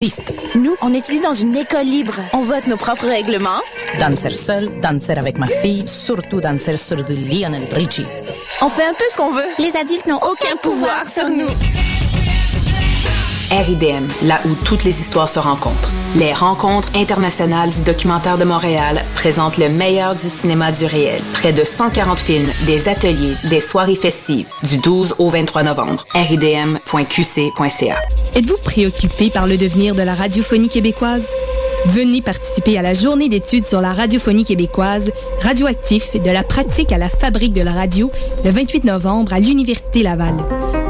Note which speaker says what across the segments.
Speaker 1: existe. Nous, on étudie dans une école libre. On vote nos propres règlements.
Speaker 2: Danser seul, danser avec ma fille, surtout danser sur du Lionel Richie.
Speaker 1: On fait un peu ce qu'on veut.
Speaker 3: Les adultes n'ont
Speaker 1: Aucun pouvoir sur nous.
Speaker 4: RIDM, là où toutes les histoires se rencontrent. Les rencontres internationales du documentaire de Montréal présentent le meilleur du cinéma du réel. Près de 140 films, des ateliers, des soirées festives, du 12 au 23 novembre. RIDM.qc.ca.
Speaker 5: Êtes-vous préoccupé par le devenir de la radiophonie québécoise? Venez participer à la journée d'études sur la radiophonie québécoise, radioactif et de la pratique à la fabrique de la radio, le 28 novembre à l'Université Laval.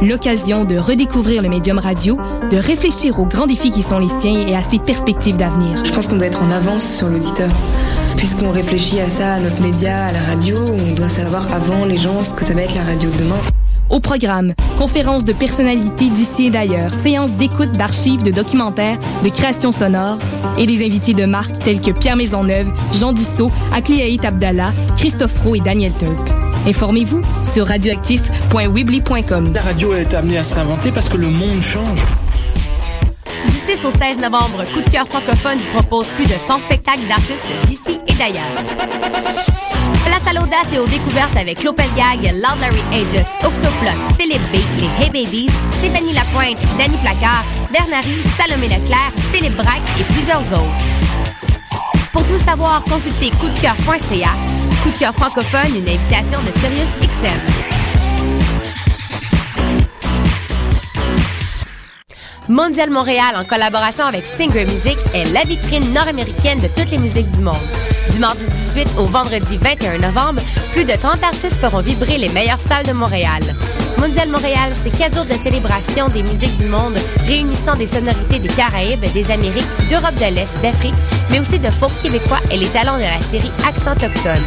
Speaker 5: L'occasion de redécouvrir le médium radio, de réfléchir aux grands défis qui sont les siens et à ses perspectives d'avenir.
Speaker 6: Je pense qu'on doit être en avance sur l'auditeur. Puisqu'on réfléchit à ça, à notre média, à la radio, on doit savoir avant les gens ce que ça va être la radio de demain.
Speaker 5: Au programme, conférences de personnalités d'ici et d'ailleurs, séances d'écoute d'archives, de documentaires, de créations sonores et des invités de marque tels que Pierre Maisonneuve, Jean Dussault, Akliaït Abdallah, Christophe Roux et Daniel Tulp. Informez-vous sur radioactif.wibly.com.
Speaker 7: La radio est amenée à se réinventer parce que le monde change.
Speaker 8: Du 6 au 16 novembre, Coup de cœur francophone vous propose plus de 100 spectacles d'artistes d'ici et d'ailleurs. Place à l'audace et aux découvertes avec Lopez Gag, Loud Larry Aegis, Octoplot, Philippe B, les Hey Babies, Stéphanie Lapointe, Danny Placard, Bernary, Salomé Leclerc, Philippe Braque et plusieurs autres. Pour tout savoir, consultez coupdecoeur.ca. Coup de cœur francophone, une invitation de Sirius XM. Mondial Montréal, en collaboration avec Stinger Music, est la vitrine nord-américaine de toutes les musiques du monde. Du mardi 18 au vendredi 21 novembre, plus de 30 artistes feront vibrer les meilleures salles de Montréal. Mondial Montréal, c'est quatre jours de célébration des musiques du monde, réunissant des sonorités des Caraïbes, des Amériques, d'Europe de l'Est, d'Afrique, mais aussi de folk québécois et les talents de la série Accent autochtone.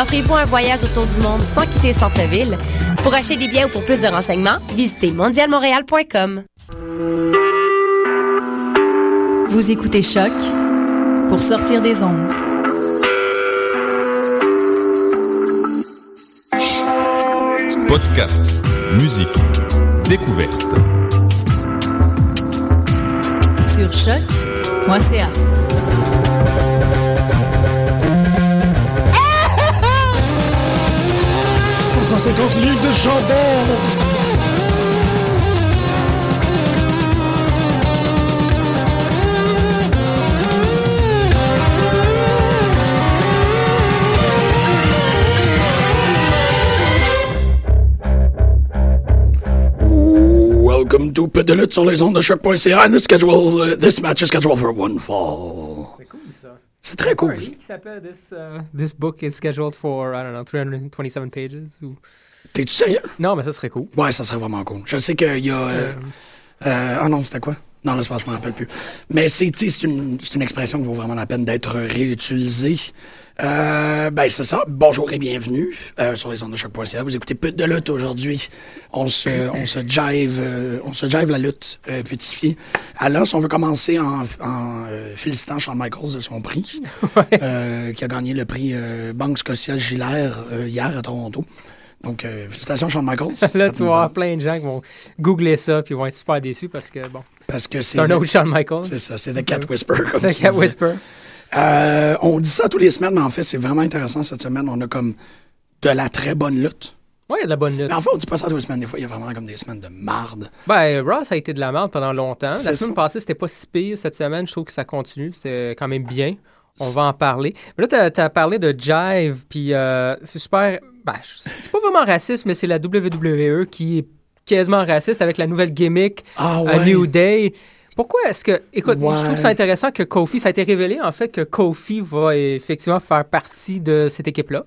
Speaker 8: Offrez-vous un voyage autour du monde sans quitter le centre-ville. Pour acheter des biens ou pour plus de renseignements, visitez mondialmontréal.com.
Speaker 9: Vous écoutez Choc pour sortir des ondes.
Speaker 10: Podcast, musique, découverte.
Speaker 9: Sur choc.ca.
Speaker 11: Welcome to Pédalute sur les ondes de choc.ca. And this schedule, uh, this match is scheduled for one fall.
Speaker 12: C'est cool ça.
Speaker 11: C'est très cool.
Speaker 12: Un livre qui s'appelle this, uh, this book is scheduled for, I don't know, 327 pages ou...
Speaker 11: T'es-tu sérieux?
Speaker 12: Non, mais ça serait cool.
Speaker 11: Ouais, ça serait vraiment cool. Je sais qu'il y a. euh, euh, ah non, c'était quoi? Non, là, c'est pas- je m'en rappelle plus. Mais c'est tu sais, c'est une, c'est une expression qui vaut vraiment la peine d'être réutilisée. Euh, ben, c'est ça. Bonjour et bienvenue euh, sur les ondes de choc.ca. Vous écoutez Pute de lutte aujourd'hui. On se, on se jive, euh, on se jive la lutte, euh, petit fille. Alors, si on veut commencer en, en euh, félicitant Shawn Michaels de son prix, euh, qui a gagné le prix euh, Banque Scotia Gillaire euh, hier à Toronto. Donc, euh, félicitations, Shawn Michaels.
Speaker 12: Là, tu vas avoir plein de gens qui vont googler ça puis ils vont être super déçus parce que, bon,
Speaker 11: Parce que c'est.
Speaker 12: c'est un
Speaker 11: le-
Speaker 12: autre Shawn
Speaker 11: C'est
Speaker 12: Michaels.
Speaker 11: ça, c'est The Cat Whisper, comme
Speaker 12: The
Speaker 11: tu disais.
Speaker 12: Cat Whisper.
Speaker 11: Euh, on dit ça tous les semaines, mais en fait, c'est vraiment intéressant cette semaine. On a comme de la très bonne lutte.
Speaker 12: Ouais, il y a de la bonne lutte.
Speaker 11: Mais en fait, on dit pas ça tous les semaines. Des fois, il y a vraiment comme des semaines de marde.
Speaker 12: Ben, Ross a été de la merde pendant longtemps.
Speaker 11: C'est
Speaker 12: La semaine
Speaker 11: ça.
Speaker 12: passée, c'était pas si pire. Cette semaine, je trouve que ça continue. C'était quand même bien. On va en parler. Mais là, t'as as parlé de Jive, puis euh, c'est super. Ben, je- c'est pas vraiment raciste, mais c'est la WWE qui est quasiment raciste avec la nouvelle gimmick
Speaker 11: Ah
Speaker 12: à New Day. Pourquoi est-ce que. Écoute,
Speaker 11: Ouais.
Speaker 12: je trouve ça intéressant que Kofi, ça a été révélé en fait que Kofi va effectivement faire partie de cette équipe-là.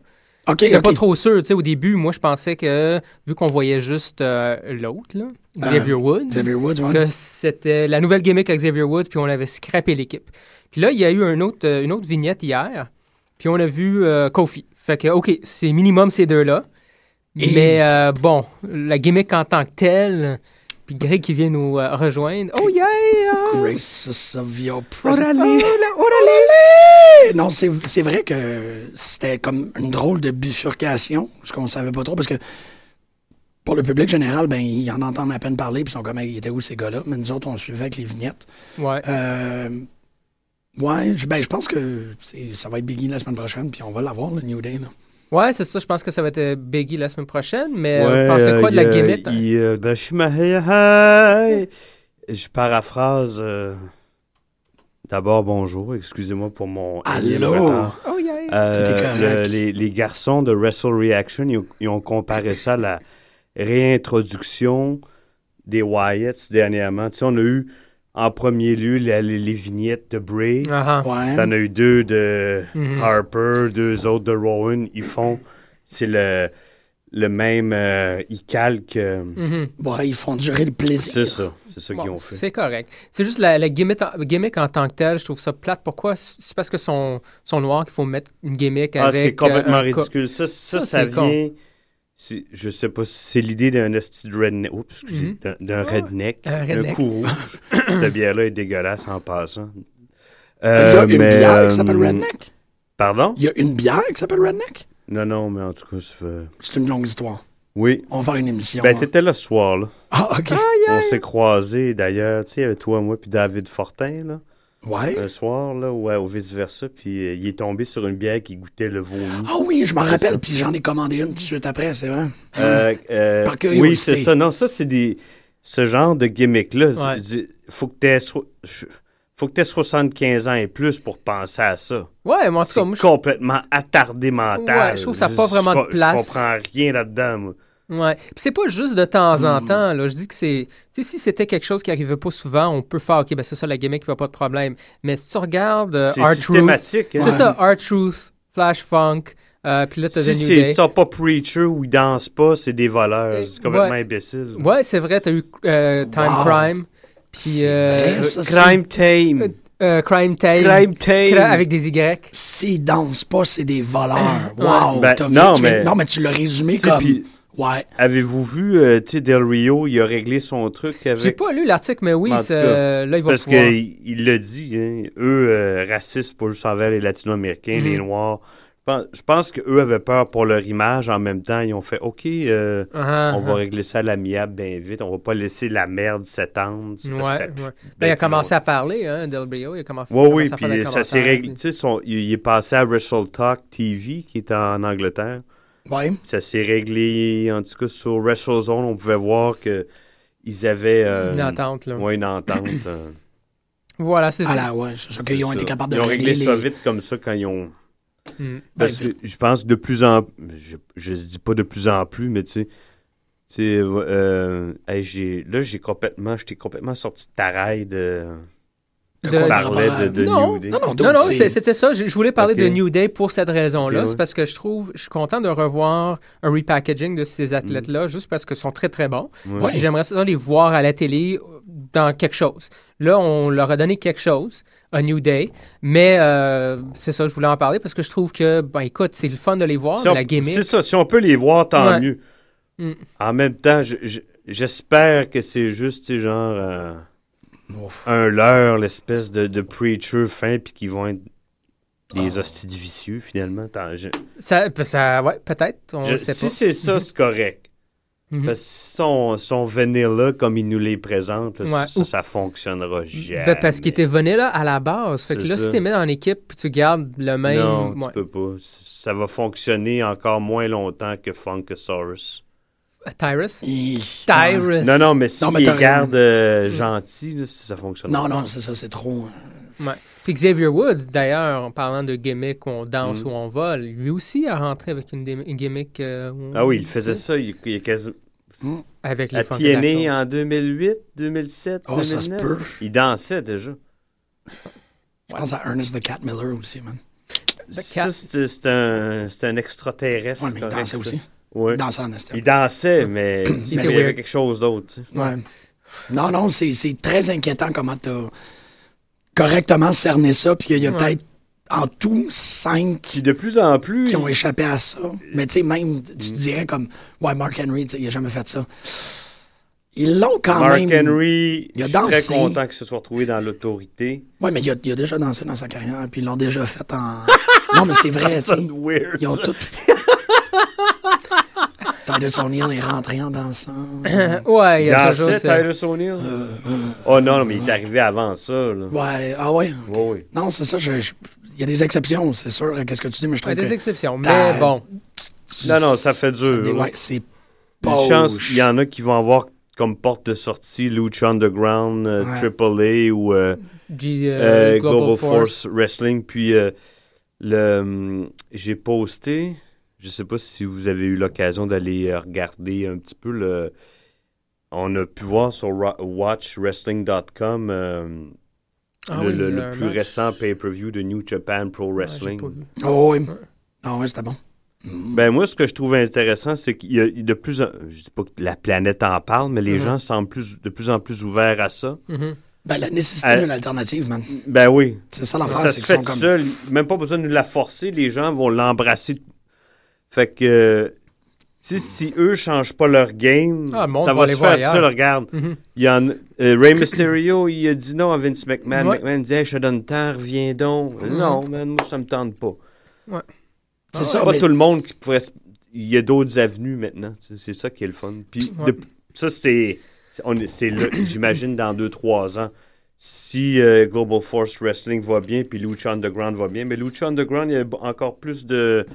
Speaker 11: OK,
Speaker 12: J'étais
Speaker 11: OK.
Speaker 12: pas trop sûr, tu sais, au début, moi je pensais que, vu qu'on voyait juste euh, l'autre, là, Xavier Woods,
Speaker 11: Ah. Xavier Woods, ouais.
Speaker 12: que c'était la nouvelle gimmick à Xavier Woods, puis on avait scrappé l'équipe. Puis là, il y a eu un autre, euh, une autre vignette hier, puis on a vu euh, Kofi. Fait que, OK, c'est minimum ces deux-là.
Speaker 11: Et-
Speaker 12: Mais euh, bon, la gimmick en tant que telle, puis Greg qui vient nous euh, rejoindre. Oh yeah!
Speaker 11: Grace of your
Speaker 12: Orale.
Speaker 11: presence.
Speaker 12: Orale.
Speaker 11: Non, c'est c'est vrai que c'était comme une drôle de bifurcation, ce qu'on savait pas trop, parce que pour le public général, ben, ils en entendent à peine parler, puis ils sont comme, Hey, ils étaient où ces gars-là? Mais nous autres, on suivait avec les vignettes.
Speaker 12: Ouais.
Speaker 11: Euh, ouais, je, ben, je pense que c'est- ça va être Biggie la semaine prochaine, puis on va l'avoir, le New Day. là.
Speaker 12: Ouais, c'est ça. Je pense que ça va être euh, Biggie la semaine prochaine. Mais euh,
Speaker 3: Ouais,
Speaker 12: vous pensez quoi de la
Speaker 3: euh,
Speaker 12: gimmick?
Speaker 3: il, il, euh, ben, je suis ma- hey, hey. Je paraphrase. euh, D'abord, bonjour. Excusez-moi pour mon. énième
Speaker 11: Allô?
Speaker 3: retard.
Speaker 12: Oh, yeah.
Speaker 3: Euh,
Speaker 11: Tout est correct.
Speaker 3: le- les, les garçons de Wrestle Reaction, ils, ont- ils ont comparé ça à la réintroduction des Wyatts dernièrement. Tu sais, on a eu en premier lieu la- les, les vignettes de Bray.
Speaker 12: Ah, ah. Ouais.
Speaker 3: T'en as eu deux de
Speaker 12: Mhm.
Speaker 3: Harper, deux autres de Rowan. Ils font. C'est le, le même. euh, ils calquent. euh,
Speaker 11: Ouais, ils font durer le plaisir.
Speaker 3: C'est ça. C'est ça qu'ils ont fait.
Speaker 12: C'est correct. C'est juste la, la gimmick, en, gimmick en tant que telle, je trouve ça plate. Pourquoi? C'est parce que son, son noir qu'il faut mettre une gimmick
Speaker 3: Ah,
Speaker 12: avec...
Speaker 3: c'est complètement
Speaker 12: euh, un co-
Speaker 3: ridicule. Ça, ça, ça,
Speaker 12: c'est con.
Speaker 3: vient. c'est- Je sais pas si c'est l'idée d'un esti de redneck. Oups, excusez,
Speaker 12: Mhm.
Speaker 3: d'un- d'un redneck.
Speaker 12: un redneck.
Speaker 3: Un coup rouge. Cette bière-là est dégueulasse en passant.
Speaker 11: Il y a une
Speaker 3: Euh, mais,
Speaker 11: bière qui s'appelle redneck?
Speaker 3: Pardon?
Speaker 11: Il y a une bière qui s'appelle Redneck?
Speaker 3: Non, non, mais en tout cas, c'est. euh,
Speaker 11: C'est une longue histoire.
Speaker 3: Oui.
Speaker 11: On va faire une émission.
Speaker 3: Ben,
Speaker 11: hein.
Speaker 3: t'étais là ce soir, là.
Speaker 11: Ah, OK.
Speaker 3: On s'est croisés, d'ailleurs, tu sais, avec toi, moi, puis David Fortin, là.
Speaker 11: Ouais.
Speaker 3: Un soir, là, ouais, au vice-versa, puis euh, il est tombé sur une bière qui goûtait le vomi.
Speaker 11: Ah oui, je m'en
Speaker 3: C'est ça.
Speaker 11: rappelle, puis j'en ai commandé une tout de suite après, c'est vrai.
Speaker 3: Euh, euh,
Speaker 11: Par
Speaker 3: oui,
Speaker 11: curiosité.
Speaker 3: c'est ça. Non, ça, c'est des. Ce genre de gimmick-là,
Speaker 12: Ouais.
Speaker 3: c'est- c'est- faut que t'aies so- je- faut que t'aies 75 ans et plus pour penser à ça.
Speaker 12: Ouais, mais en tout cas,
Speaker 3: C'est
Speaker 12: moi, je-
Speaker 3: complètement attardé mental.
Speaker 12: Ouais, je trouve que ça a pas vraiment de
Speaker 3: co-
Speaker 12: place.
Speaker 3: Je comprends rien là-dedans, moi. Hmm.
Speaker 12: Ouais. Puis c'est pas juste de temps en temps. Là. Je dis que c'est. Tu sais, si c'était quelque chose qui arrivait pas souvent, on peut faire OK, ben c'est ça la gimmick, il n'y a pas de problème. Mais si tu regardes euh,
Speaker 3: C'est
Speaker 12: R
Speaker 3: systématique,
Speaker 12: Truth.
Speaker 3: hein.
Speaker 12: C'est ça, R Truth, Flash Funk, euh, puis là, tu
Speaker 3: Si
Speaker 12: New
Speaker 3: c'est
Speaker 12: Day.
Speaker 3: ça, pas Preacher ou ils dansent pas, c'est des voleurs. C'est complètement
Speaker 12: ouais.
Speaker 3: imbécile.
Speaker 12: Ouais, c'est vrai, t'as eu euh, Time
Speaker 3: Wow.
Speaker 12: Crime. Puis. euh,
Speaker 11: vrai, ça,
Speaker 3: Crime Tame.
Speaker 12: euh, Crime Tame.
Speaker 3: Crime Tame.
Speaker 12: Cra- Avec des Y.
Speaker 11: S'ils dansent pas, c'est des
Speaker 12: Ah.
Speaker 11: voleurs. Wow!
Speaker 3: Ben,
Speaker 11: t'as
Speaker 3: non,
Speaker 11: tu viens-
Speaker 3: mais-
Speaker 11: non, mais tu l'as résumé
Speaker 3: Tu sais,
Speaker 11: comme...
Speaker 3: puis-
Speaker 11: Ouais.
Speaker 3: Avez-vous vu, euh, tu sais, Del Rio, il a réglé son truc
Speaker 12: J'ai
Speaker 3: avec.
Speaker 12: pas lu l'article, mais oui,
Speaker 3: En tout
Speaker 12: c'est,
Speaker 3: cas,
Speaker 12: euh, là, il
Speaker 3: c'est
Speaker 12: va
Speaker 3: parce
Speaker 12: pouvoir.
Speaker 3: qu'il il le dit, hein, eux, euh, racistes, pas juste envers les Latino-Américains, les
Speaker 12: Mhm.
Speaker 3: Noirs. Je pense, je pense qu'eux avaient peur pour leur image. En même temps, ils ont fait OK, euh,
Speaker 12: Ah,
Speaker 3: on va
Speaker 12: ah.
Speaker 3: régler ça à l'amiable bien vite. On va pas laisser la merde s'étendre. C'est parce que
Speaker 12: Ouais,
Speaker 3: ça
Speaker 12: ouais.
Speaker 3: pue
Speaker 12: Là, il
Speaker 3: bien
Speaker 12: a
Speaker 3: plus
Speaker 12: commencé
Speaker 3: loin.
Speaker 12: à parler, hein, Del Brio. Il a commencé,
Speaker 3: Oui, oui,
Speaker 12: commencé à faire des
Speaker 3: puis ça s'est
Speaker 12: commentaires,
Speaker 3: réglé.
Speaker 12: puis-
Speaker 3: Tu sais, son- il, il est passé à Wrestle Talk TV, qui est en Angleterre.
Speaker 11: Ouais.
Speaker 3: Ça s'est réglé, en tout cas, sur WrestleZone. On pouvait voir que ils avaient... euh,
Speaker 12: Une entente, là.
Speaker 3: Ouais, une entente. euh,
Speaker 12: Voilà, c'est
Speaker 11: Ah
Speaker 12: ça.
Speaker 11: là, ouais, c'est ça qu'ils ont
Speaker 3: ça.
Speaker 11: été capables
Speaker 3: Ils
Speaker 11: de
Speaker 3: ont réglé
Speaker 11: régler les...
Speaker 3: ça vite comme ça quand ils ont...
Speaker 12: Mm.
Speaker 3: Parce
Speaker 11: Ben,
Speaker 3: que je pense de plus en... Je, je dis pas de plus en plus, mais tu sais... Tu sais, euh, hey, j'ai- là, j'ai complètement... J'étais complètement sorti de ta raille de...
Speaker 12: De-
Speaker 3: qu'on parlait de, de
Speaker 12: Non,
Speaker 3: New Day.
Speaker 11: Non, non,
Speaker 12: Non, non,
Speaker 11: c'est-
Speaker 12: c'est- c'était ça. Je je voulais parler
Speaker 3: Ok.
Speaker 12: de New Day pour cette raison-là.
Speaker 3: Ok, ouais.
Speaker 12: C'est parce que je trouve, je suis content de revoir un repackaging de ces athlètes-là, juste parce qu'ils sont très, très bons.
Speaker 3: Mm. Ouais.
Speaker 12: Puis J'aimerais ça les voir à la télé euh, dans quelque chose. Là, on leur a donné quelque chose, à New Day, mais euh, c'est ça, je voulais en parler parce que je trouve que, ben écoute, c'est le fun de les voir,
Speaker 3: Si
Speaker 12: mais
Speaker 3: on-
Speaker 12: la gimmick.
Speaker 3: C'est ça, si on peut les voir, tant
Speaker 12: Ouais.
Speaker 3: mieux.
Speaker 12: Mm.
Speaker 3: En même temps, je- je- j'espère que c'est juste, tu sais, genre, euh, un leurre, l'espèce de, de preacher fin, puis qu'ils vont être des hostiles vicieux, finalement. Tant- je-
Speaker 12: Ah. Ça, ça, ouais, peut-être, on
Speaker 3: je-
Speaker 12: le sait
Speaker 3: si
Speaker 12: pas.
Speaker 3: c'est ça, c'est correct.
Speaker 12: Mhm.
Speaker 3: Parce que si son, son vanilla, comme il nous les présente, là,
Speaker 12: Ouais.
Speaker 3: ça, ça fonctionnera jamais.
Speaker 12: Ben, parce qu'il était venu là à la base. Fait que
Speaker 3: C'est
Speaker 12: là,
Speaker 3: ça.
Speaker 12: si t'es mis dans l'équipe, puis tu gardes le même.
Speaker 3: Non,
Speaker 12: ouais.
Speaker 3: tu peux pas. Ça va fonctionner encore moins longtemps que Funkosaurus.
Speaker 12: Euh, Tyrus?
Speaker 11: Hi.
Speaker 12: Tyrus. Mm.
Speaker 3: Non, non, mais si
Speaker 11: Non,
Speaker 3: non,
Speaker 11: mais t'as
Speaker 3: garde euh, gentil, là, ça fonctionne.
Speaker 11: Non,
Speaker 3: pas.
Speaker 11: non, c'est ça, c'est trop... euh,
Speaker 12: Ouais. Puis Xavier Woods, d'ailleurs, en parlant de gimmick où on danse
Speaker 3: Mm.
Speaker 12: ou on vole, lui aussi a rentré avec une, dé- une gimmick. euh, où-
Speaker 3: Ah oui, il faisait ça il, il y a quasiment...
Speaker 12: Avec les
Speaker 3: À
Speaker 12: Funky
Speaker 3: TNA
Speaker 12: Black
Speaker 3: en 2008, 2007,
Speaker 11: Oh, ça
Speaker 3: 2009.
Speaker 11: se peut.
Speaker 3: Il dansait déjà.
Speaker 11: Je pense à Ernest the Cat Miller aussi, man.
Speaker 3: Ça, c'est c'est un, c'est un extraterrestre.
Speaker 11: Ouais, mais il
Speaker 3: correct,
Speaker 11: dansait
Speaker 3: ça.
Speaker 11: aussi.
Speaker 3: Ouais.
Speaker 11: Il dansait en esthétique.
Speaker 3: Il dansait, mais mais il y
Speaker 11: était
Speaker 3: avait
Speaker 11: weird.
Speaker 3: quelque chose d'autre. tu sais.
Speaker 11: Ouais. Non, non, c'est c'est très inquiétant comment t'as correctement cerné ça, puis il y a
Speaker 12: Ouais.
Speaker 11: peut-être en tout cinq
Speaker 3: Puis de plus en plus,
Speaker 11: qui ont échappé à ça. Mais tu sais, même, tu
Speaker 12: Mm.
Speaker 11: te dirais comme, ouais, Mark Henry, tu sais, il a jamais fait ça. Ils l'ont quand
Speaker 3: Mark
Speaker 11: même.
Speaker 3: Henry,
Speaker 11: il
Speaker 3: je
Speaker 11: a
Speaker 3: suis
Speaker 11: dansé.
Speaker 3: très content qu'il se soit retrouvé dans l'autorité.
Speaker 11: Ouais, mais il a, il a déjà dansé dans sa carrière, puis ils l'ont déjà fait en. non, mais c'est vrai, tu sais.
Speaker 3: Ça sonne weird.
Speaker 11: Ils ont
Speaker 3: ça.
Speaker 11: tout. Titus O'Neill est rentré en dansant.
Speaker 3: Euh, ouais, il y a
Speaker 12: Dans
Speaker 3: toujours
Speaker 12: ça,
Speaker 3: ça.
Speaker 12: Titus O'Neill? oh non, mais il est arrivé avant ça. là.
Speaker 11: Ouais, ah ouais. ok.
Speaker 12: Ouais, oui.
Speaker 11: Non, c'est ça. je- je- Il y a des exceptions, c'est sûr. Qu'est-ce que tu dis, mais je
Speaker 3: Ouais,
Speaker 11: trouve
Speaker 3: des
Speaker 11: que
Speaker 3: exceptions,
Speaker 11: t'as-
Speaker 3: mais bon.
Speaker 12: Non, non, ça fait dur.
Speaker 11: dé-
Speaker 12: là.
Speaker 11: ouais, c'est
Speaker 12: Une
Speaker 11: poche.
Speaker 12: chance, il y en a qui vont avoir comme porte de sortie Lucha Underground, euh, AAA ou euh,
Speaker 3: G- euh,
Speaker 12: euh,
Speaker 3: Global
Speaker 12: Global,
Speaker 3: Force.
Speaker 12: Force. Wrestling. Puis euh, le, hum, j'ai posté, je sais pas si vous avez eu l'occasion d'aller euh, regarder un petit peu le. On a Euh, pu voir sur Ro- WatchWrestling.com euh,
Speaker 11: Ah
Speaker 12: le,
Speaker 11: oui,
Speaker 12: le-
Speaker 11: il y a
Speaker 12: le
Speaker 11: un
Speaker 12: plus
Speaker 11: match.
Speaker 12: récent
Speaker 3: Ah,
Speaker 12: pay-per-view de New Japan Pro Wrestling.
Speaker 11: Oh, oui. Non, ouais, c'était bon.
Speaker 12: Ben moi, ce que je trouve intéressant, c'est qu'il y a de plus en... Je dis pas que la planète en parle, mais les
Speaker 11: Mhm.
Speaker 12: gens semblent plus, de plus en plus ouverts à ça.
Speaker 3: Mhm.
Speaker 11: Ben, la nécessité
Speaker 12: À-
Speaker 11: d'une alternative, man.
Speaker 12: Ben oui.
Speaker 11: C'est ça l'affaire,
Speaker 12: Euh,
Speaker 11: c'est
Speaker 12: Ça se
Speaker 11: qu'ils
Speaker 12: fait
Speaker 11: sont
Speaker 12: tout
Speaker 11: comme-
Speaker 12: seul. Même pas besoin de la forcer. Les gens vont l'embrasser. Fait que... tu sais, si eux changent pas leur game,
Speaker 3: Ah, le monde
Speaker 12: ça
Speaker 3: va
Speaker 12: va
Speaker 3: les
Speaker 12: se
Speaker 3: voir
Speaker 12: faire tout seul.
Speaker 3: ailleurs.
Speaker 12: Regarde,
Speaker 3: Mhm.
Speaker 12: il y en, euh, Ray Mysterio, il a dit non à Vince McMahon.
Speaker 3: Ouais.
Speaker 12: McMahon disait, Hey, je te donne le temps, reviens donc.
Speaker 3: Mhm.
Speaker 12: Non, man, moi, ça me tente pas.
Speaker 3: Ouais.
Speaker 12: C'est
Speaker 3: Ah,
Speaker 12: ça.
Speaker 3: ouais.
Speaker 12: Pas
Speaker 3: mais-
Speaker 12: tout le monde qui pourrait. se- Il y a d'autres avenues maintenant. tu sais, C'est ça qui est le fun. Puis
Speaker 3: Ouais.
Speaker 12: de- ça, c'est. on est- c'est là, J'imagine dans 2-3 ans, si euh, Global Force Wrestling va bien, puis Lucha Underground va bien. Mais Lucha Underground, il y a b- encore plus de,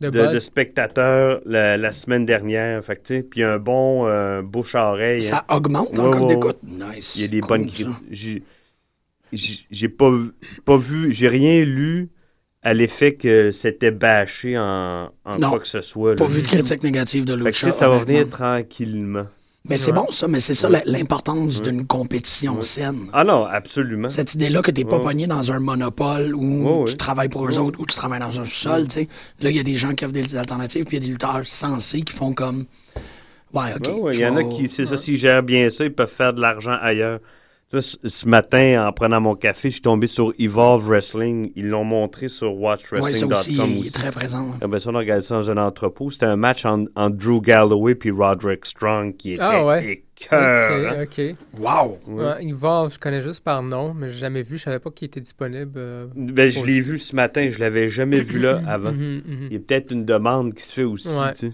Speaker 3: De
Speaker 12: de,
Speaker 3: buzz.
Speaker 12: de spectateurs la, la semaine dernière. Fait que, tu sais, puis il y a un bon euh, bouche-oreille.
Speaker 11: Ça hein. augmente en comme d'écoute. Nice,
Speaker 12: hein. Il y a des
Speaker 11: cool,
Speaker 12: bonnes
Speaker 11: ça.
Speaker 12: critiques. J'ai- J'ai j'ai pas, vu- pas vu, j'ai rien lu à l'effet que c'était bâché en, en
Speaker 11: Non.
Speaker 12: quoi que ce soit. là.
Speaker 11: Pas vu de critique négative de
Speaker 12: Fait que,
Speaker 11: Lucha.
Speaker 12: tu sais, ça va
Speaker 11: honnêtement.
Speaker 12: venir tranquillement.
Speaker 11: Mais c'est bon, ça. Mais c'est ça la- l'importance
Speaker 12: Ouais.
Speaker 11: d'une compétition saine.
Speaker 12: Ah non, absolument.
Speaker 11: Cette idée-là que t'es pas
Speaker 12: Ouais.
Speaker 11: pogné dans un monopole où
Speaker 12: Ouais, ouais.
Speaker 11: tu travailles pour eux autres ou tu travailles dans un sol,
Speaker 12: Ouais.
Speaker 11: tu sais. Là, il y a des gens qui offrent des alternatives, puis il y a des lutteurs sensés qui font comme... Ouais, OK.
Speaker 12: Ouais, ouais, Il
Speaker 11: je
Speaker 12: y en a
Speaker 11: vais-
Speaker 12: qui, c'est ça, s'ils gèrent bien ça, ils peuvent faire de l'argent ailleurs. Tu vois, ce- ce matin, en prenant mon café, je suis tombé sur Evolve Wrestling. Ils l'ont montré sur
Speaker 11: Ouais, ça
Speaker 12: WatchWrestling.com.
Speaker 11: aussi, il est
Speaker 12: aussi.
Speaker 11: très présent, ouais.
Speaker 12: Ah ben ça, on a regardé ça dans un entrepôt. C'était un match en- entre Drew Galloway puis Roderick Strong qui était
Speaker 3: Ah ouais.
Speaker 12: écœurant.
Speaker 3: Ok, ok.
Speaker 11: Wow!
Speaker 12: Ouais.
Speaker 3: Ouais, Evolve, je connais juste par nom, mais j'ai jamais vu. Je savais pas qu'il était disponible. euh,
Speaker 12: Ben, je
Speaker 3: pour-
Speaker 12: l'ai vu ce matin, je l'avais jamais vu là avant.
Speaker 3: Mhm, mhm.
Speaker 12: Il y a peut-être une demande qui se fait aussi.
Speaker 3: Ouais.
Speaker 12: tu sais.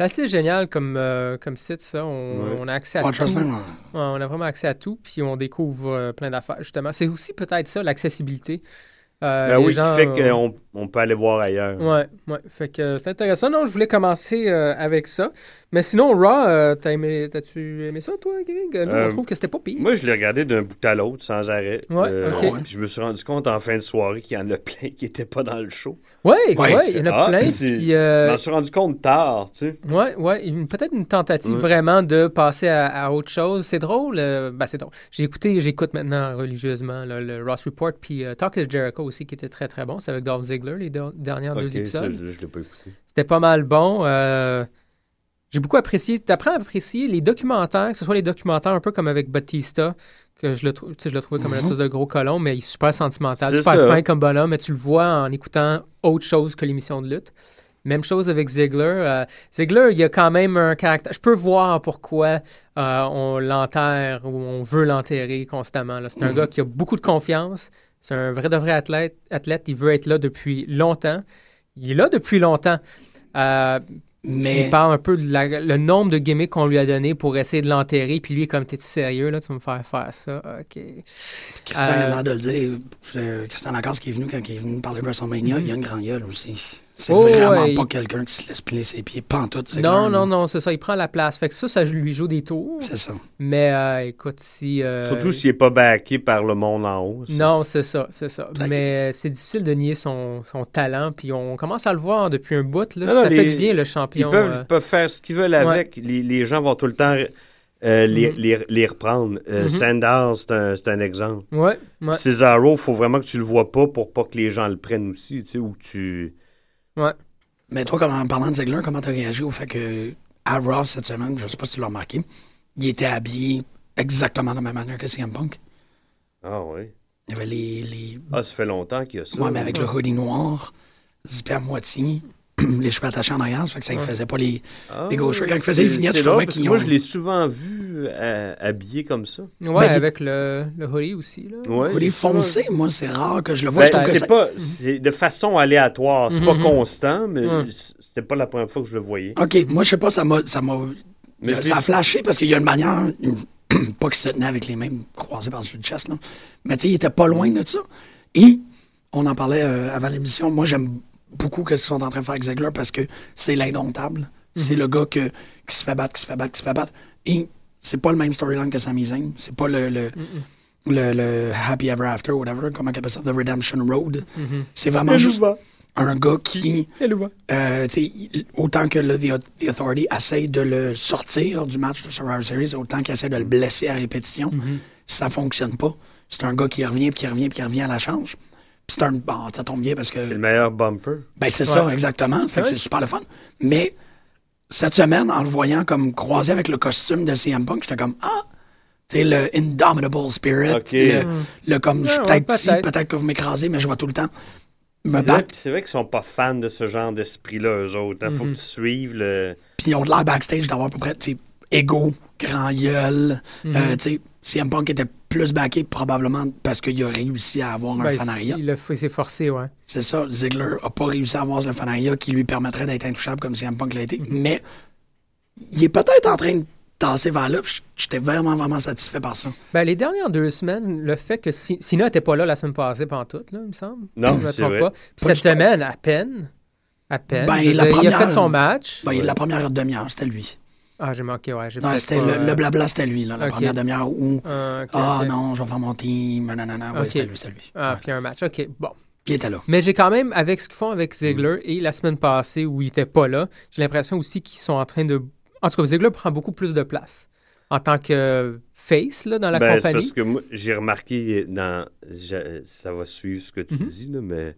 Speaker 3: C'est assez génial comme, euh, comme site, ça. On,
Speaker 12: Ouais.
Speaker 3: on a accès à
Speaker 11: Ouais,
Speaker 3: tout.
Speaker 11: Justin, ouais.
Speaker 3: Ouais, on a vraiment accès à tout, puis on découvre euh, plein d'affaires, justement. C'est aussi peut-être ça, l'accessibilité. Euh,
Speaker 12: Ben
Speaker 3: les
Speaker 12: oui,
Speaker 3: gens,
Speaker 12: qui fait
Speaker 3: euh,
Speaker 12: qu'on on peut aller voir ailleurs.
Speaker 3: Ouais, ouais. Fait que euh, c'est intéressant. Non, je voulais commencer euh, avec ça. Mais sinon, Raw, euh, t'as aimé, t'as-tu aimé ça, toi, Greg? Nous,
Speaker 12: Euh,
Speaker 3: on trouve que c'était pas pire.
Speaker 12: Moi, je l'ai regardé d'un bout à l'autre sans arrêt. Euh,
Speaker 3: Ah Ouais, ok.
Speaker 12: puis Je me suis rendu compte en fin de soirée qu'il y en a plein qui n'étaient pas dans le show.
Speaker 3: Ouais, ouais, il y en a
Speaker 12: Ah,
Speaker 3: plein.
Speaker 12: c'est-
Speaker 3: Puis, euh,
Speaker 12: Je m'en suis rendu compte tard, tu sais.
Speaker 3: Ouais, ouais, une- peut-être une tentative
Speaker 12: Ouais.
Speaker 3: vraiment de passer à, à autre chose. C'est drôle, euh, ben c'est drôle. J'ai écouté, j'écoute maintenant religieusement là, le Ross Report, puis euh, Talk is Jericho aussi qui était très très bon. C'est avec Dolph Ziggler les deux- dernières
Speaker 12: Ok,
Speaker 3: deux
Speaker 12: ça, je
Speaker 3: épisodes.
Speaker 12: ne l'ai pas écouté.
Speaker 3: C'était pas mal bon. euh, j'ai beaucoup apprécié. T'apprends à apprécier les documentaires, que ce soit les documentaires un peu comme avec Batista, que je le trouve, tu sais, je le trouvais comme une
Speaker 11: Mhm.
Speaker 3: espèce de gros colon, mais il est super sentimental,
Speaker 12: C'est
Speaker 3: super
Speaker 12: ça.
Speaker 3: fin comme bonhomme, mais tu le vois en écoutant autre chose que l'émission de lutte. Même chose avec Ziggler. euh, Ziggler, il a quand même un caractère. Je peux voir pourquoi euh, on l'enterre ou on veut l'enterrer constamment. là. C'est un
Speaker 11: Mhm.
Speaker 3: gars qui a beaucoup de confiance. C'est un vrai de vrai athlète. athlète. Il veut être là depuis longtemps. Il est là depuis longtemps. Euh,
Speaker 11: Mais-
Speaker 3: Il parle un peu de la- le nombre de gimmicks qu'on lui a donné pour essayer de l'enterrer. Puis lui, comme t'es sérieux, là, tu vas me faire faire ça. OK.
Speaker 11: Christian
Speaker 3: Euh,
Speaker 11: a l'air de le dire. euh, Christian Lagarde qui est venu quand il est venu parler de WrestleMania,
Speaker 12: Mm-hmm.
Speaker 11: il a une grande gueule aussi. C'est
Speaker 3: Oh,
Speaker 11: vraiment
Speaker 3: ouais,
Speaker 11: pas
Speaker 3: il-
Speaker 11: quelqu'un qui se laisse plier ses pieds pantoute. c'est
Speaker 3: non,
Speaker 11: clair,
Speaker 3: non, non, c'est ça. Il prend la place. Fait que ça, ça lui joue des tours.
Speaker 11: C'est ça.
Speaker 3: Mais euh, écoute, si. euh,
Speaker 12: Surtout s'il n'est pas backé par le monde en haut. ça.
Speaker 3: Non, c'est ça, c'est ça. Mais euh, c'est difficile de nier son, son talent, puis on commence à le voir depuis un bout. Là,
Speaker 12: Non, non,
Speaker 3: ça fait
Speaker 12: les-
Speaker 3: du bien, le champion.
Speaker 12: Ils peuvent,
Speaker 3: euh.
Speaker 12: ils peuvent faire ce qu'ils veulent avec. Les, les gens vont tout le temps euh,
Speaker 3: Mm-hmm.
Speaker 12: les, les- les reprendre. Euh,
Speaker 3: Mhm.
Speaker 12: Sanders, c'est un, c'est un exemple.
Speaker 3: Ouais, ouais.
Speaker 12: Cesaro, il faut vraiment que tu le vois pas pour pas que les gens le prennent aussi, tu sais, ou que tu...
Speaker 3: Ouais.
Speaker 11: Mais toi, comme- en parlant de Ziggler, comment t'as réagi au fait que à Raw cette semaine, je sais pas si tu l'as remarqué, il était habillé exactement de la même manière que CM Punk.
Speaker 12: Ah oui.
Speaker 11: Il y avait les. les...
Speaker 12: Ah, ça fait longtemps qu'il y a ça.
Speaker 11: Ouais, mais avec le hoodie noir, zippé à moitié, les cheveux attachés en arrière, ça fait que ça ne
Speaker 12: Ouais.
Speaker 11: faisait pas les,
Speaker 12: Ah,
Speaker 11: les gauchers. Quand il faisait les
Speaker 12: c'est-
Speaker 11: vignettes,
Speaker 12: c'est
Speaker 11: je trouvais
Speaker 12: drôle, parce
Speaker 11: qu'ils
Speaker 12: que Moi,
Speaker 11: ont-
Speaker 12: je l'ai souvent vu euh, habillé comme ça.
Speaker 11: Ben,
Speaker 3: Ouais,
Speaker 11: il-
Speaker 3: avec le, le hoodie aussi. Là.
Speaker 12: Ouais,
Speaker 11: Hoodie
Speaker 12: j'ai souvent-
Speaker 11: foncé, moi, c'est rare que je le vois. je
Speaker 12: Ben,
Speaker 11: trouve que
Speaker 12: c'est
Speaker 11: ça-
Speaker 12: pas c'est de façon aléatoire, c'est pas
Speaker 3: Mhm.
Speaker 12: constant, mais
Speaker 3: Mhm.
Speaker 12: c'est
Speaker 3: C'était pas la première fois que je le voyais.
Speaker 11: OK, moi, je sais pas, ça m'a. Ça m'a
Speaker 3: Mais je l'ai-
Speaker 11: ça a flashé parce qu'il y a une manière. une- pas qu'il se tenait avec les mêmes croisés par-dessus le chest, là. Mais tu sais, il était pas loin de ça. Et on en parlait euh, avant l'émission. Moi, j'aime beaucoup ce qu'ils sont en train de faire avec Ziegler parce que c'est l'indomptable. C'est le gars que, qui se fait battre, qui se fait battre, qui se fait battre. Et c'est pas le même storyline que Sami Zayn. C'est pas le. le le, le Happy Ever After, whatever, comment on appelle ça, The Redemption Road.
Speaker 7: Mhm.
Speaker 11: C'est vraiment
Speaker 7: Elle
Speaker 11: juste
Speaker 7: nous va.
Speaker 11: un gars qui,
Speaker 12: Elle nous va.
Speaker 11: euh, tu sais, il- autant que le, the, The Authority essaye de le sortir du match de Survivor Series, autant qu'il essaie de le blesser à répétition,
Speaker 3: Mhm.
Speaker 11: ça fonctionne pas. C'est un gars qui revient, puis qui revient, puis qui revient à la change. Puis c'est un... Bon, ça tombe bien parce que...
Speaker 3: C'est le meilleur bumper.
Speaker 11: Ben, c'est
Speaker 3: Ouais.
Speaker 11: ça, exactement. Fait que
Speaker 3: Ouais.
Speaker 11: c'est super le fun. Mais cette semaine, en le voyant comme croisé avec le costume de CM Punk, j'étais comme Ah! Tu sais, le Indomitable Spirit.
Speaker 3: Ok.
Speaker 11: Le,
Speaker 3: Mm.
Speaker 11: le comme je suis
Speaker 3: Ouais,
Speaker 11: peut-être
Speaker 3: ouais,
Speaker 11: petit,
Speaker 3: peut-être.
Speaker 11: peut-être que vous m'écrasez, mais je vais tout le temps me
Speaker 3: C'est vrai,
Speaker 11: battre.
Speaker 3: puis c'est vrai qu'ils sont pas fans de ce genre d'esprit-là, eux autres. Il faut
Speaker 11: Mhm.
Speaker 3: que tu suives le.
Speaker 11: Puis ils ont de l'air backstage d'avoir à peu près, tu sais, égo, grand gueule.
Speaker 3: Mhm.
Speaker 11: Euh, tu sais, CM Punk était plus backé probablement parce qu'il a réussi à avoir un
Speaker 12: Ben,
Speaker 11: fanariat.
Speaker 12: il, a- il s'est forcé, ouais.
Speaker 11: C'est ça, Ziggler n'a pas réussi à avoir le fanariat qui lui permettrait d'être intouchable comme CM Punk l'a été,
Speaker 12: Mhm.
Speaker 11: mais il est peut-être en train de tasser vers là, puis j- j'étais vraiment, vraiment satisfait par ça.
Speaker 12: Ben, les dernières deux semaines, le fait que Si- Sina n'était pas là la semaine passée, pendant toute, là, il me semble.
Speaker 11: Non,
Speaker 12: je me
Speaker 11: c'est
Speaker 12: trompe
Speaker 11: vrai.
Speaker 12: pas. Puis
Speaker 11: Pas
Speaker 12: cette
Speaker 11: du tout.
Speaker 12: semaine, à peine. À peine.
Speaker 11: Ben,
Speaker 12: Je veux
Speaker 11: la
Speaker 12: dire, Il a
Speaker 11: première-
Speaker 12: fait son match.
Speaker 11: Ben, La première demi-heure, c'était lui.
Speaker 12: Ah, j'ai manqué, ouais. j'ai
Speaker 11: Non,
Speaker 12: peut-être
Speaker 11: c'était
Speaker 12: pas,
Speaker 11: le,
Speaker 12: euh,
Speaker 11: le blabla, c'était lui, là, la
Speaker 12: Ok.
Speaker 11: première demi-heure où
Speaker 12: Ah, ok,
Speaker 11: Ah
Speaker 12: ok.
Speaker 11: non, je vais faire mon team, nanana, ouais,
Speaker 12: Ok.
Speaker 11: c'était lui, c'était lui.
Speaker 12: Ah, puis un match. OK, bon.
Speaker 11: Il était là.
Speaker 12: Mais j'ai quand même, avec ce qu'ils font avec Ziegler
Speaker 3: Mm.
Speaker 12: et la semaine passée où il n'était pas là, j'ai l'impression aussi qu'ils sont en train de. En tout cas, Ziegler prend beaucoup plus de place en tant que face là, dans la
Speaker 3: Ben, c'est
Speaker 12: compagnie.
Speaker 3: parce que moi, j'ai remarqué dans. j'a- Ça va suivre ce que tu
Speaker 12: Mm-hmm.
Speaker 3: dis, là, mais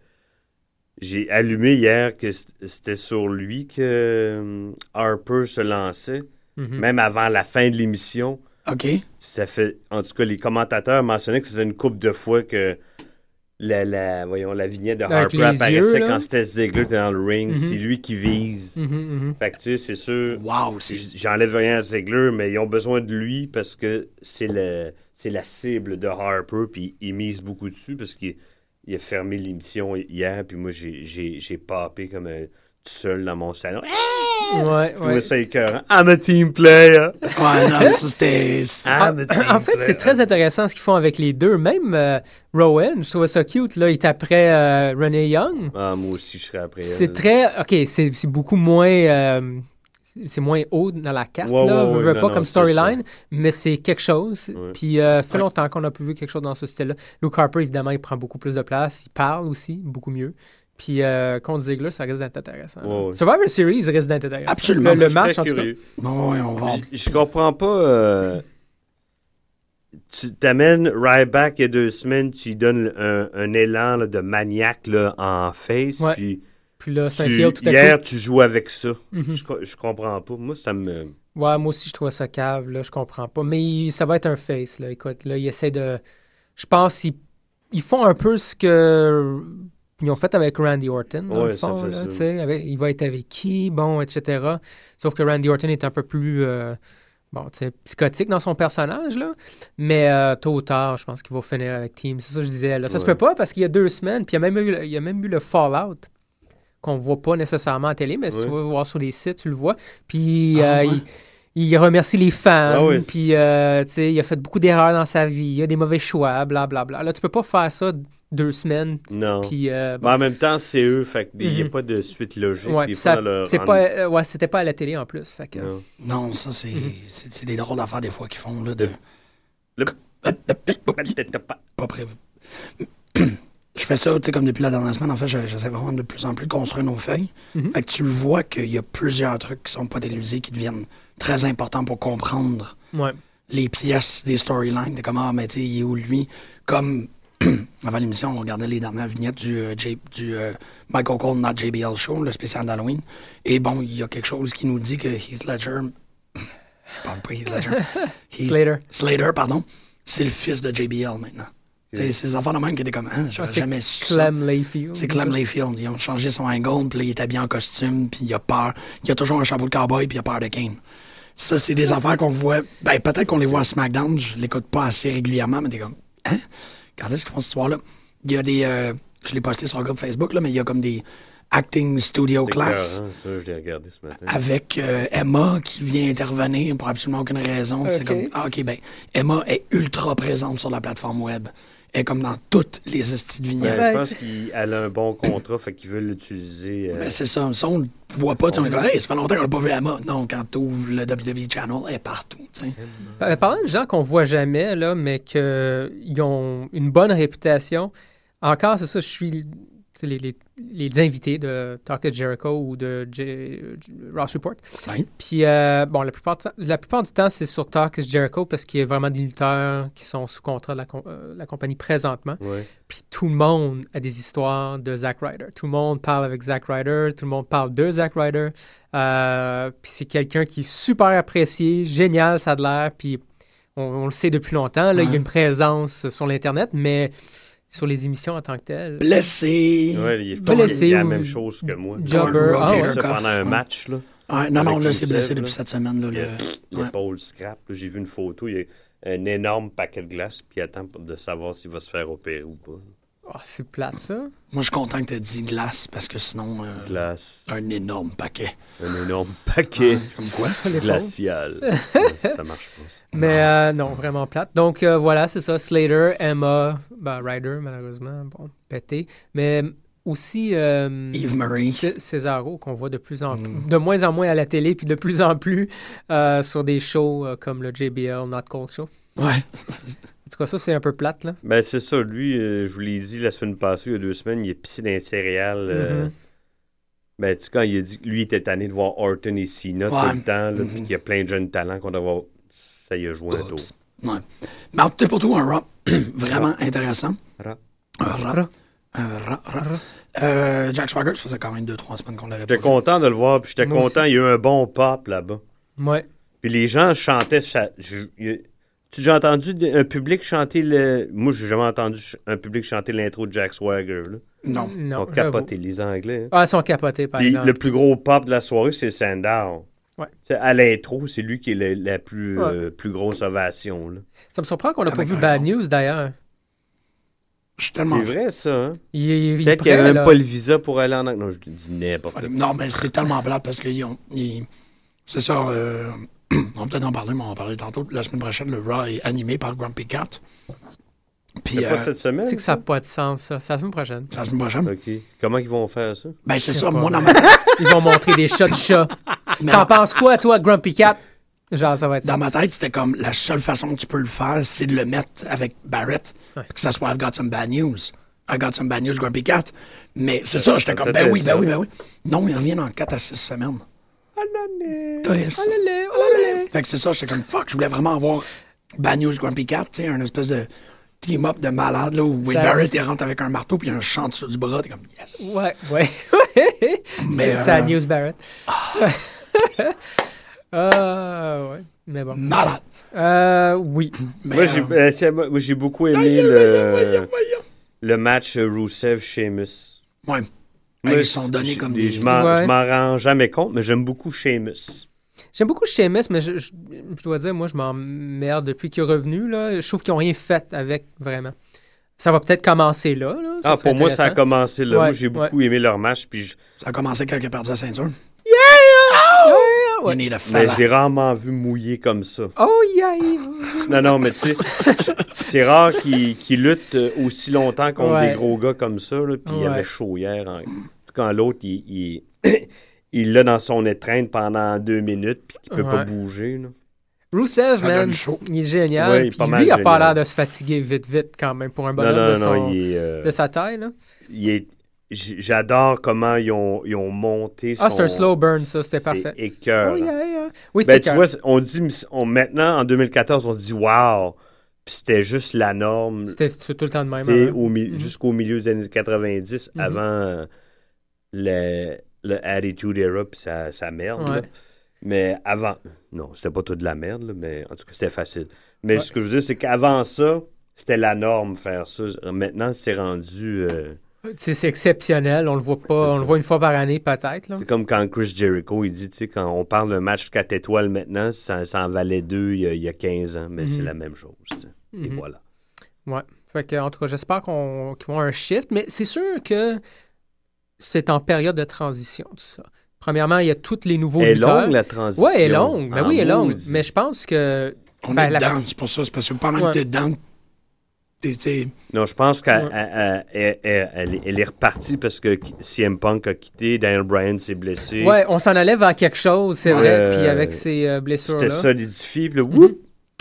Speaker 3: j'ai allumé hier que c't- c'était sur lui que hum, Harper se lançait,
Speaker 11: Mhm.
Speaker 12: Mm-hmm.
Speaker 3: même avant la fin de l'émission.
Speaker 11: OK.
Speaker 12: Euh.
Speaker 3: Ça fait. En tout cas, les commentateurs mentionnaient que c'était une coupe de fois que. La, la- voyons, la vignette de
Speaker 12: Avec
Speaker 3: Harper
Speaker 12: les yeux,
Speaker 3: apparaissait
Speaker 12: là.
Speaker 3: quand c'était Ziegler qui était dans le ring.
Speaker 12: Mhm.
Speaker 3: C'est lui qui vise.
Speaker 12: Mhm, mhm.
Speaker 3: Fait que, tu sais, c'est sûr.
Speaker 11: Wow,
Speaker 3: J'enlève rien à Ziegler, mais ils ont besoin de lui parce que c'est le c'est la cible de Harper, puis ils misent beaucoup dessus parce qu'il il a fermé l'émission hier, puis moi, j'ai- j'ai j'ai papé comme un- tout seul dans mon salon.
Speaker 12: Ouais,
Speaker 3: Je trouvais
Speaker 12: ouais.
Speaker 3: ça écœurant. I'm a team player.
Speaker 11: Ouais, non, ça, c'était-
Speaker 12: Ah.
Speaker 3: I'm a team
Speaker 12: En fait, c'est
Speaker 3: player.
Speaker 12: très intéressant ce qu'ils font avec les deux. Même euh, Rowan, je trouvais ça cute. Là, il est après euh, Renee Young.
Speaker 3: Ah, moi aussi, je serais après.
Speaker 12: C'est
Speaker 3: elle.
Speaker 12: très. OK, c'est c'est beaucoup moins. euh, c'est moins haut dans la carte,
Speaker 3: Ouais,
Speaker 12: là.
Speaker 3: ouais,
Speaker 12: je
Speaker 3: ouais,
Speaker 12: veux
Speaker 3: non,
Speaker 12: pas
Speaker 3: non,
Speaker 12: comme
Speaker 3: c'est ça.
Speaker 12: storyline, mais c'est quelque chose. Puis, euh, fait longtemps qu'on n'a plus vu quelque chose dans ce style-là. Luke Harper, évidemment, il prend beaucoup plus de place. Il parle aussi, beaucoup mieux. Puis, euh, contre Ziegler, ça risque d'être intéressant.
Speaker 3: Ouais, ouais.
Speaker 12: Survivor Series risque d'être intéressant.
Speaker 3: Absolument.
Speaker 12: Le, le
Speaker 3: Je suis
Speaker 12: match,
Speaker 3: très
Speaker 12: en tout cas.
Speaker 3: curieux.
Speaker 11: Bon, ouais, on va.
Speaker 3: Je, je comprends pas. euh, tu t'amènes Ryback il y a deux semaines, tu lui donnes un, un élan là, de maniaque là, en face.
Speaker 12: Ouais.
Speaker 3: Puis,
Speaker 12: Puis là,
Speaker 3: tu-
Speaker 12: Saint-Pierre, tout à
Speaker 3: hier,
Speaker 12: coup.
Speaker 3: tu joues avec ça.
Speaker 12: Mhm.
Speaker 3: je, co- je comprends pas. Moi, ça me.
Speaker 12: Ouais, moi aussi, je trouve ça cave, là, je comprends pas. Mais il- ça va être un face, là, écoute, là, ils essaient de... Je pense qu'ils ils font un peu ce que... Ils ont fait avec Randy Orton, dans
Speaker 3: Ouais,
Speaker 12: le
Speaker 3: ça
Speaker 12: fond,
Speaker 3: fait
Speaker 12: là,
Speaker 3: ça.
Speaker 12: tu sais, avec- il va être avec qui, bon, etc. Sauf que Randy Orton est un peu plus, euh, bon, tu sais, psychotique dans son personnage, là. Mais euh, tôt ou tard, je pense qu'il va finir avec Team. C'est ça que je disais, là. Ça se
Speaker 3: Ouais.
Speaker 12: peut pas parce qu'il y a deux semaines, puis il y a même eu, le- il y a même eu le Fallout qu'on voit pas nécessairement à télé, mais si
Speaker 3: Ouais.
Speaker 12: tu vas voir sur les sites, tu le vois. Puis
Speaker 11: Ah,
Speaker 12: euh, il, il remercie les fans,
Speaker 3: Ah ouais,
Speaker 12: puis euh, tu sais, il a fait beaucoup d'erreurs dans sa vie, il a des mauvais choix, blablabla. Là, tu peux pas faire ça deux semaines.
Speaker 3: Non.
Speaker 12: Puis, euh,
Speaker 3: Mais en même temps, c'est eux. Fait qu'il n'y a
Speaker 12: Mhm.
Speaker 3: pas de suite logique.
Speaker 12: Ouais,
Speaker 3: des
Speaker 12: puis
Speaker 3: fois,
Speaker 12: ça-
Speaker 3: dans leur-
Speaker 12: c'est
Speaker 3: en-
Speaker 12: pas, euh, ouais, c'était pas à la télé en plus. Fait que,
Speaker 3: Non.
Speaker 11: Non, ça, c'est c'est- c'est des drôles d'affaires des fois qu'ils font, là, de... Pas prêt. Je fais ça, tu sais, comme depuis la dernière semaine, en fait, je- j'essaie vraiment de plus en plus de construire nos feuilles. Fait que tu le vois qu'il y a plusieurs trucs qui sont pas télévisés qui deviennent très importants pour comprendre
Speaker 12: Ouais.
Speaker 11: les pièces des storylines. T'es comme, ah, mais tu sais, il est où lui? Comme, avant l'émission, on regardait les dernières vignettes du, euh, J- du euh, Michael Cole Not JBL Show, le spécial d'Halloween. Et bon, il y a quelque chose qui nous dit que Heath Ledger... Pardon, pas Heath Ledger. Heath-
Speaker 12: Slater.
Speaker 11: Slater, pardon. C'est le fils de JBL maintenant. C'est ces enfants de même qui étaient comme, hein, j'aurais
Speaker 12: Ah, c'est
Speaker 11: jamais su. ça.
Speaker 12: Clem Layfield.
Speaker 11: C'est Clem Layfield. Ils ont changé son angle, puis là, il est habillé en costume, puis il a peur. Il a toujours un chapeau de cowboy, puis il a peur de Kane. Ça, c'est des affaires qu'on voit. Ben, peut-être qu'on les voit à SmackDown, je l'écoute pas assez régulièrement, mais t'es comme, hein? Quand est-ce qu'ils font cette histoire-là? Il y a des. euh, je l'ai posté sur le groupe Facebook, là, mais il y a comme des Acting Studio
Speaker 3: C'est
Speaker 11: Class.
Speaker 3: écœurant, hein. ça, je l'ai regardé ce matin.
Speaker 11: Avec euh, Emma qui vient intervenir pour absolument aucune raison. C'est
Speaker 3: Ok.
Speaker 11: comme, ah, OK, ben, Emma est ultra présente sur la plateforme web. Elle est comme dans toutes les estis de
Speaker 3: Ouais,
Speaker 11: vignettes.
Speaker 3: je
Speaker 12: Ben,
Speaker 3: pense qu'elle a un bon contrat, fait qu'ils veulent l'utiliser. euh,
Speaker 11: Ben, c'est ça. Ça, on ne voit pas. tu sais, On est comme,
Speaker 3: Ouais.
Speaker 11: hey, ça fait longtemps qu'on n'a pas vu Emma. Non, quand tu ouvres le WWE Channel, elle est partout. tu sais.
Speaker 12: Euh, Parlant de gens qu'on voit jamais, là, mais qu'ils ont une bonne réputation, encore, c'est ça, je suis tu sais, les, les- les invités de Talk to Jericho ou de J- Ross Report.
Speaker 11: Ouais.
Speaker 12: Puis, euh, bon, la plupart, du temps- la plupart du temps, c'est sur Talk to Jericho parce qu'il y a vraiment des lutteurs qui sont sous contrat de la, com- euh, la compagnie présentement.
Speaker 3: Ouais.
Speaker 12: Puis tout le monde a des histoires de Zack Ryder. Tout le monde parle avec Zack Ryder, tout le monde parle de Zack Ryder. Euh, puis c'est quelqu'un qui est super apprécié, génial, ça a de l'air. Puis on, on le sait depuis longtemps, là, il y
Speaker 11: Ouais.
Speaker 12: a une présence sur l'Internet, mais sur les émissions en tant que telles.
Speaker 11: Blessé.
Speaker 3: Ouais, il est
Speaker 12: Blessé
Speaker 3: il a la
Speaker 12: ou-
Speaker 3: même chose que moi.
Speaker 12: Jobber. Ah, ouais.
Speaker 3: Ça, pendant un match, là.
Speaker 11: Ouais, non, non,
Speaker 3: Avec
Speaker 11: là, c'est
Speaker 3: Rusev,
Speaker 11: blessé depuis cette semaine, là,
Speaker 3: Il a-
Speaker 11: le-
Speaker 3: pff, L'épaule scrap. là. J'ai vu une photo, il y a un énorme paquet de glace, puis il attend pour- de savoir s'il va se faire opérer ou pas.
Speaker 12: Ah, c'est plate, ça.
Speaker 11: Moi, je suis content que tu aies dit glace parce que sinon, euh,
Speaker 3: Glace.
Speaker 11: un énorme paquet.
Speaker 3: Un énorme paquet
Speaker 11: Comme quoi?
Speaker 3: glacial. Ouais, ça marche pas. ça.
Speaker 12: Mais euh, non, vraiment plate. Donc euh, voilà, c'est ça. Slater, Emma, ben, Ryder, malheureusement, bon, pété. Mais aussi.
Speaker 3: Mm.
Speaker 12: euh,
Speaker 11: Eve Marie.
Speaker 12: C- Cesaro, qu'on voit de plus en de moins en moins à la télé, puis de plus en plus euh, sur des shows euh, comme le JBL Not Cold Show.
Speaker 11: Ouais.
Speaker 12: En tout cas, ça, c'est un peu plate, là.
Speaker 3: Ben, c'est ça. Lui, euh, je vous l'ai dit la semaine passée, il y a deux semaines, il est pissé dans les céréales. euh,
Speaker 12: Mhm.
Speaker 3: Ben, tu sais, quand il a dit que lui il était tanné de voir Orton et Cena
Speaker 11: Ouais.
Speaker 3: tout le temps, là, puis qu'il y a plein de jeunes talents qu'on doit voir, ça y a joué un tour.
Speaker 11: Ouais. Mais en tout cas, pour toi, un rap vraiment intéressant.
Speaker 3: Rap.
Speaker 11: Un rap. Un rap, rap. Euh, Jack Swagger, ça faisait quand même 2-3 semaines qu'on l'avait pas
Speaker 3: J'étais
Speaker 11: vu.
Speaker 3: content de le voir, puis j'étais
Speaker 11: Moi
Speaker 3: content, il y a eu un bon pop là-bas.
Speaker 12: Ouais.
Speaker 3: Puis les gens chantaient. ça- je- il- tu j'ai entendu d- un public chanter le. Moi, j'ai jamais entendu ch- un public chanter l'intro de Jack Swagger. Là.
Speaker 11: Non.
Speaker 12: Non,
Speaker 3: On capoté les Anglais. hein.
Speaker 12: Ah, ils sont capotés, par
Speaker 3: Puis
Speaker 12: exemple.
Speaker 3: le plus gros pop de la soirée, c'est Sandow.
Speaker 12: Ouais.
Speaker 3: Tu sais, À l'intro, c'est lui qui est le- la plus,
Speaker 12: Ouais.
Speaker 3: euh, plus grosse ovation. là.
Speaker 12: Ça me surprend qu'on n'a pas
Speaker 3: Avec
Speaker 12: vu Bad News, d'ailleurs.
Speaker 3: C'est vrai, ça. hein?
Speaker 12: Il, il- il est
Speaker 3: Peut-être qu'il n'y
Speaker 12: prêt,
Speaker 3: avait même
Speaker 12: là.
Speaker 3: pas le visa pour aller en Angleterre. Non, je dis n'importe quoi.
Speaker 11: Non, mais c'est tellement plat parce qu'ils ont. ils- C'est ça. euh, on va peut-être en parler, mais on va en parler tantôt. La semaine prochaine, le Raw est animé par Grumpy Cat. Puis,
Speaker 3: C'est pas
Speaker 11: euh,
Speaker 3: cette semaine,
Speaker 12: C'est que ça n'a pas de sens, ça. C'est la semaine prochaine.
Speaker 11: C'est la semaine prochaine.
Speaker 3: OK. Comment ils vont faire ça?
Speaker 11: Ben, c'est
Speaker 12: Je sais
Speaker 11: ça,
Speaker 12: Euh, pas,
Speaker 11: moi, dans
Speaker 12: mais-
Speaker 11: ma-
Speaker 12: Ils vont montrer des chats de chats.
Speaker 11: Mais
Speaker 12: T'en
Speaker 11: non.
Speaker 12: penses quoi, toi, Grumpy Cat? Genre, ça va être ça.
Speaker 11: Dans ma tête, c'était comme la seule façon que tu peux le faire, c'est de le mettre avec Barrett. Que ça soit I've got some bad news. I got some bad news, Grumpy Cat. Mais c'est ça, j'étais comme, ben oui, ben oui, ben oui. Non, il revient dans 4 à 6 semaines. Triste. Fait que c'est ça, j'étais comme, fuck, je voulais vraiment avoir bad news, Grumpy Cat, tu sais, un espèce de team-up de malade, là, où Wade
Speaker 12: Ça-
Speaker 11: Barrett, il rentre avec un marteau puis un chant dessus du bras, t'es comme, yes.
Speaker 12: Ouais, ouais, ouais.
Speaker 11: Mais,
Speaker 12: C'est sad
Speaker 11: euh,
Speaker 12: news, Barrett. Ah, ouais. Mais bon.
Speaker 11: Malade.
Speaker 12: Euh, oui.
Speaker 3: Moi, j'ai euh, tiens, moi, j'ai beaucoup aimé le, le match euh, Rusev-Sheamus.
Speaker 11: Ouais.
Speaker 3: Moi,
Speaker 11: ils sont donnés
Speaker 3: je-
Speaker 11: comme
Speaker 3: je-
Speaker 11: des-
Speaker 3: Je m'en je
Speaker 12: Ouais.
Speaker 3: m'en rends jamais compte, mais j'aime beaucoup Sheamus.
Speaker 12: J'aime beaucoup Sheamus, mais je, je- je dois dire, moi, je m'emmerde depuis qu'il est revenu. Là. Je trouve qu'ils n'ont rien fait avec, vraiment. Ça va peut-être commencer là. là.
Speaker 3: Ah,
Speaker 12: serait
Speaker 3: pour moi, ça a
Speaker 12: intéressant.
Speaker 3: commencé là.
Speaker 12: Ouais,
Speaker 3: Moi, j'ai beaucoup aimé leur match, puis je-
Speaker 11: Ça a commencé quand il a perdu la ceinture.
Speaker 12: Ah, Yeah!
Speaker 11: Il est la
Speaker 3: mais
Speaker 11: femme.
Speaker 3: je l'ai rarement vu mouiller comme ça.
Speaker 12: Oh, yeah!
Speaker 3: Non, non, mais tu sais, c'est rare qu'ils qu'ils luttent euh, aussi longtemps contre
Speaker 12: Ouais.
Speaker 3: des gros gars comme ça. là, puis il y
Speaker 12: Ouais.
Speaker 3: avait chaud hier. hein. Quand l'autre, il- il il l'a dans son étreinte pendant deux minutes, puis qu'il peut pas
Speaker 12: Ouais.
Speaker 3: bouger. là.
Speaker 12: Rusev,
Speaker 3: Ça
Speaker 12: man,
Speaker 3: donne chaud.
Speaker 12: il est génial.
Speaker 3: Ouais, il est
Speaker 12: Puis
Speaker 3: pas mal
Speaker 12: lui, il a pas
Speaker 3: génial.
Speaker 12: l'air de se fatiguer vite, vite, quand même, pour un
Speaker 3: Non,
Speaker 12: bonhomme
Speaker 3: non,
Speaker 12: de,
Speaker 3: non,
Speaker 12: son-
Speaker 3: il est, euh,
Speaker 12: de sa taille. Là.
Speaker 3: Il est- j- J'adore comment ils ont, ils ont monté
Speaker 12: Ah, c'est
Speaker 3: son-
Speaker 12: un slow burn, ça, c'était
Speaker 3: c'est
Speaker 12: parfait.
Speaker 3: écœurant.
Speaker 12: Oh, yeah, yeah. Oui,
Speaker 3: Ben,
Speaker 12: c'était
Speaker 3: tu vois, on dit, on- maintenant, en 2014, on dit « wow », puis c'était juste la norme.
Speaker 12: C'était tout tout le temps de même.
Speaker 3: Tu sais,
Speaker 12: hein.
Speaker 3: au mi-
Speaker 12: Mhm.
Speaker 3: jusqu'au milieu des années 90,
Speaker 12: Mhm.
Speaker 3: avant euh, le, le Attitude Era puis sa, sa merde. là.
Speaker 12: Ouais.
Speaker 3: Mais avant, non, c'était pas tout de la merde, là, mais en tout cas, c'était facile. Mais
Speaker 12: Ouais.
Speaker 3: ce que je veux dire, c'est qu'avant ça, c'était la norme faire ça. Maintenant, c'est rendu. euh,
Speaker 12: C'est c'est exceptionnel, on le voit pas, on le voit une fois par année peut-être. là.
Speaker 3: c'est comme quand Chris Jericho, il dit, tu sais, quand on parle d'un match 4 étoiles maintenant, ça, ça en valait deux il y a, il y a 15 ans, mais
Speaker 12: Mhm.
Speaker 3: c'est la même chose. tu sais. Et
Speaker 12: Mhm.
Speaker 3: voilà.
Speaker 12: Ouais. Fait que, en tout cas, j'espère qu'on- qu'ils vont avoir un shift, mais c'est sûr que
Speaker 13: c'est en période de transition, tout ça. Premièrement, il y a toutes les nouveaux
Speaker 12: Elle est
Speaker 13: lutteurs.
Speaker 12: longue, la transition.
Speaker 13: Oui, elle est longue. Mais
Speaker 12: En
Speaker 13: oui, elle est longue.
Speaker 12: maudit.
Speaker 13: Mais je pense que...
Speaker 11: On
Speaker 13: ben,
Speaker 11: est
Speaker 13: la-
Speaker 11: dedans, c'est pour ça. C'est parce que pendant
Speaker 13: Ouais.
Speaker 11: que t'es dedans, t'es- t'es-
Speaker 12: Non, je pense qu'elle
Speaker 11: Ouais.
Speaker 12: elle- elle- elle- elle est- elle est repartie parce que CM Punk a quitté, Daniel Bryan s'est blessé.
Speaker 13: Ouais, on s'en allait vers quelque chose, c'est vrai,
Speaker 12: Euh,
Speaker 13: puis avec ces euh, blessures-là. Mhm.
Speaker 12: C'était solidifié, puis là, whoop,
Speaker 13: Ouais,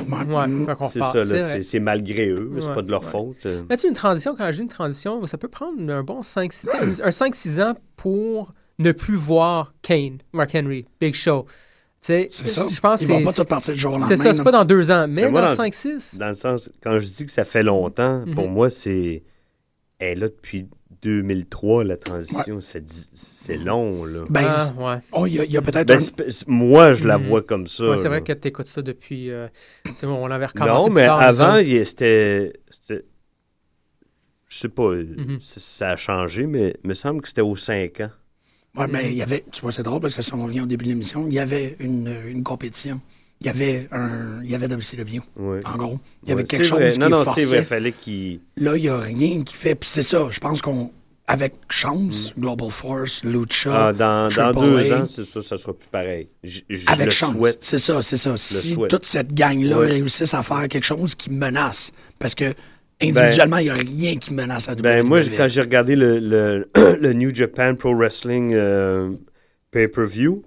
Speaker 13: fait qu'on
Speaker 12: c'est
Speaker 13: repart,
Speaker 12: ça, là,
Speaker 13: c'est
Speaker 12: c'est-
Speaker 13: vrai.
Speaker 12: c'est malgré eux, c'est
Speaker 13: Ouais,
Speaker 12: pas de leur
Speaker 13: ouais.
Speaker 12: faute. euh.
Speaker 13: Mais tu sais, une transition, quand je dis une transition, ça peut prendre un bon 5-6 ans, un 5-6 ans pour ne plus voir Kane, Mark Henry, Big Show. C'est
Speaker 11: ça.
Speaker 13: Je pense
Speaker 11: Ils
Speaker 13: que
Speaker 11: vont
Speaker 13: c'est-
Speaker 11: pas tout partir du jour au
Speaker 13: C'est
Speaker 11: lendemain,
Speaker 13: ça, c'est
Speaker 11: là.
Speaker 13: pas dans deux ans, mais,
Speaker 12: moi,
Speaker 13: dans
Speaker 12: dans-
Speaker 13: 5-6.
Speaker 12: Dans le sens, quand je dis que ça fait longtemps,
Speaker 13: Mhm.
Speaker 12: pour moi, c'est. Elle est là depuis 2003, la transition. Ça fait dix- C'est long, là.
Speaker 11: Ben, Ah,
Speaker 13: ouais.
Speaker 11: oh, il y a- il y a peut-être
Speaker 12: Ben,
Speaker 11: un-
Speaker 12: c'est- c'est- Moi, je la
Speaker 13: Mhm.
Speaker 12: vois comme ça.
Speaker 13: Ouais, c'est
Speaker 12: là.
Speaker 13: vrai que tu écoutes ça depuis. euh, tu sais, on avait recommencé.
Speaker 12: Non,
Speaker 13: plus
Speaker 12: mais
Speaker 13: tard,
Speaker 12: avant,
Speaker 13: nous autres.
Speaker 12: il- c'était. c'était- Je sais pas,
Speaker 13: Mhm.
Speaker 12: c- ça a changé, mais il me semble que c'était aux 5 ans.
Speaker 11: Ouais, mais il y avait, tu vois, c'est drôle parce que si on revient au début de l'émission, il y avait une, une compétition. Il y avait un, il y avait WCW.
Speaker 12: Ouais.
Speaker 11: En gros, il y avait
Speaker 12: Ouais,
Speaker 11: quelque
Speaker 12: c'est
Speaker 11: chose
Speaker 12: vrai.
Speaker 11: qui
Speaker 12: Non, non,
Speaker 11: forçait.
Speaker 12: c'est vrai, fallait qu'il.
Speaker 11: Là, il y a rien qui fait. Puis c'est ça, je pense qu'on, avec chance, Global Force, Lucha,
Speaker 12: Mm. Ah, dans, dans
Speaker 11: Triple
Speaker 12: deux
Speaker 11: A,
Speaker 12: ans, c'est ça, ça sera plus pareil. J- Je,
Speaker 11: avec
Speaker 12: le
Speaker 11: chance.
Speaker 12: souhaite.
Speaker 11: C'est ça, c'est ça. Si
Speaker 12: souhaite.
Speaker 11: toute cette gang-là
Speaker 12: Ouais.
Speaker 11: réussissent à faire quelque chose qui menace, parce que individuellement, il n'y a rien qui menace la WWE.
Speaker 12: Ben, moi, j- quand j'ai regardé le, le- le New Japan Pro Wrestling euh, pay-per-view,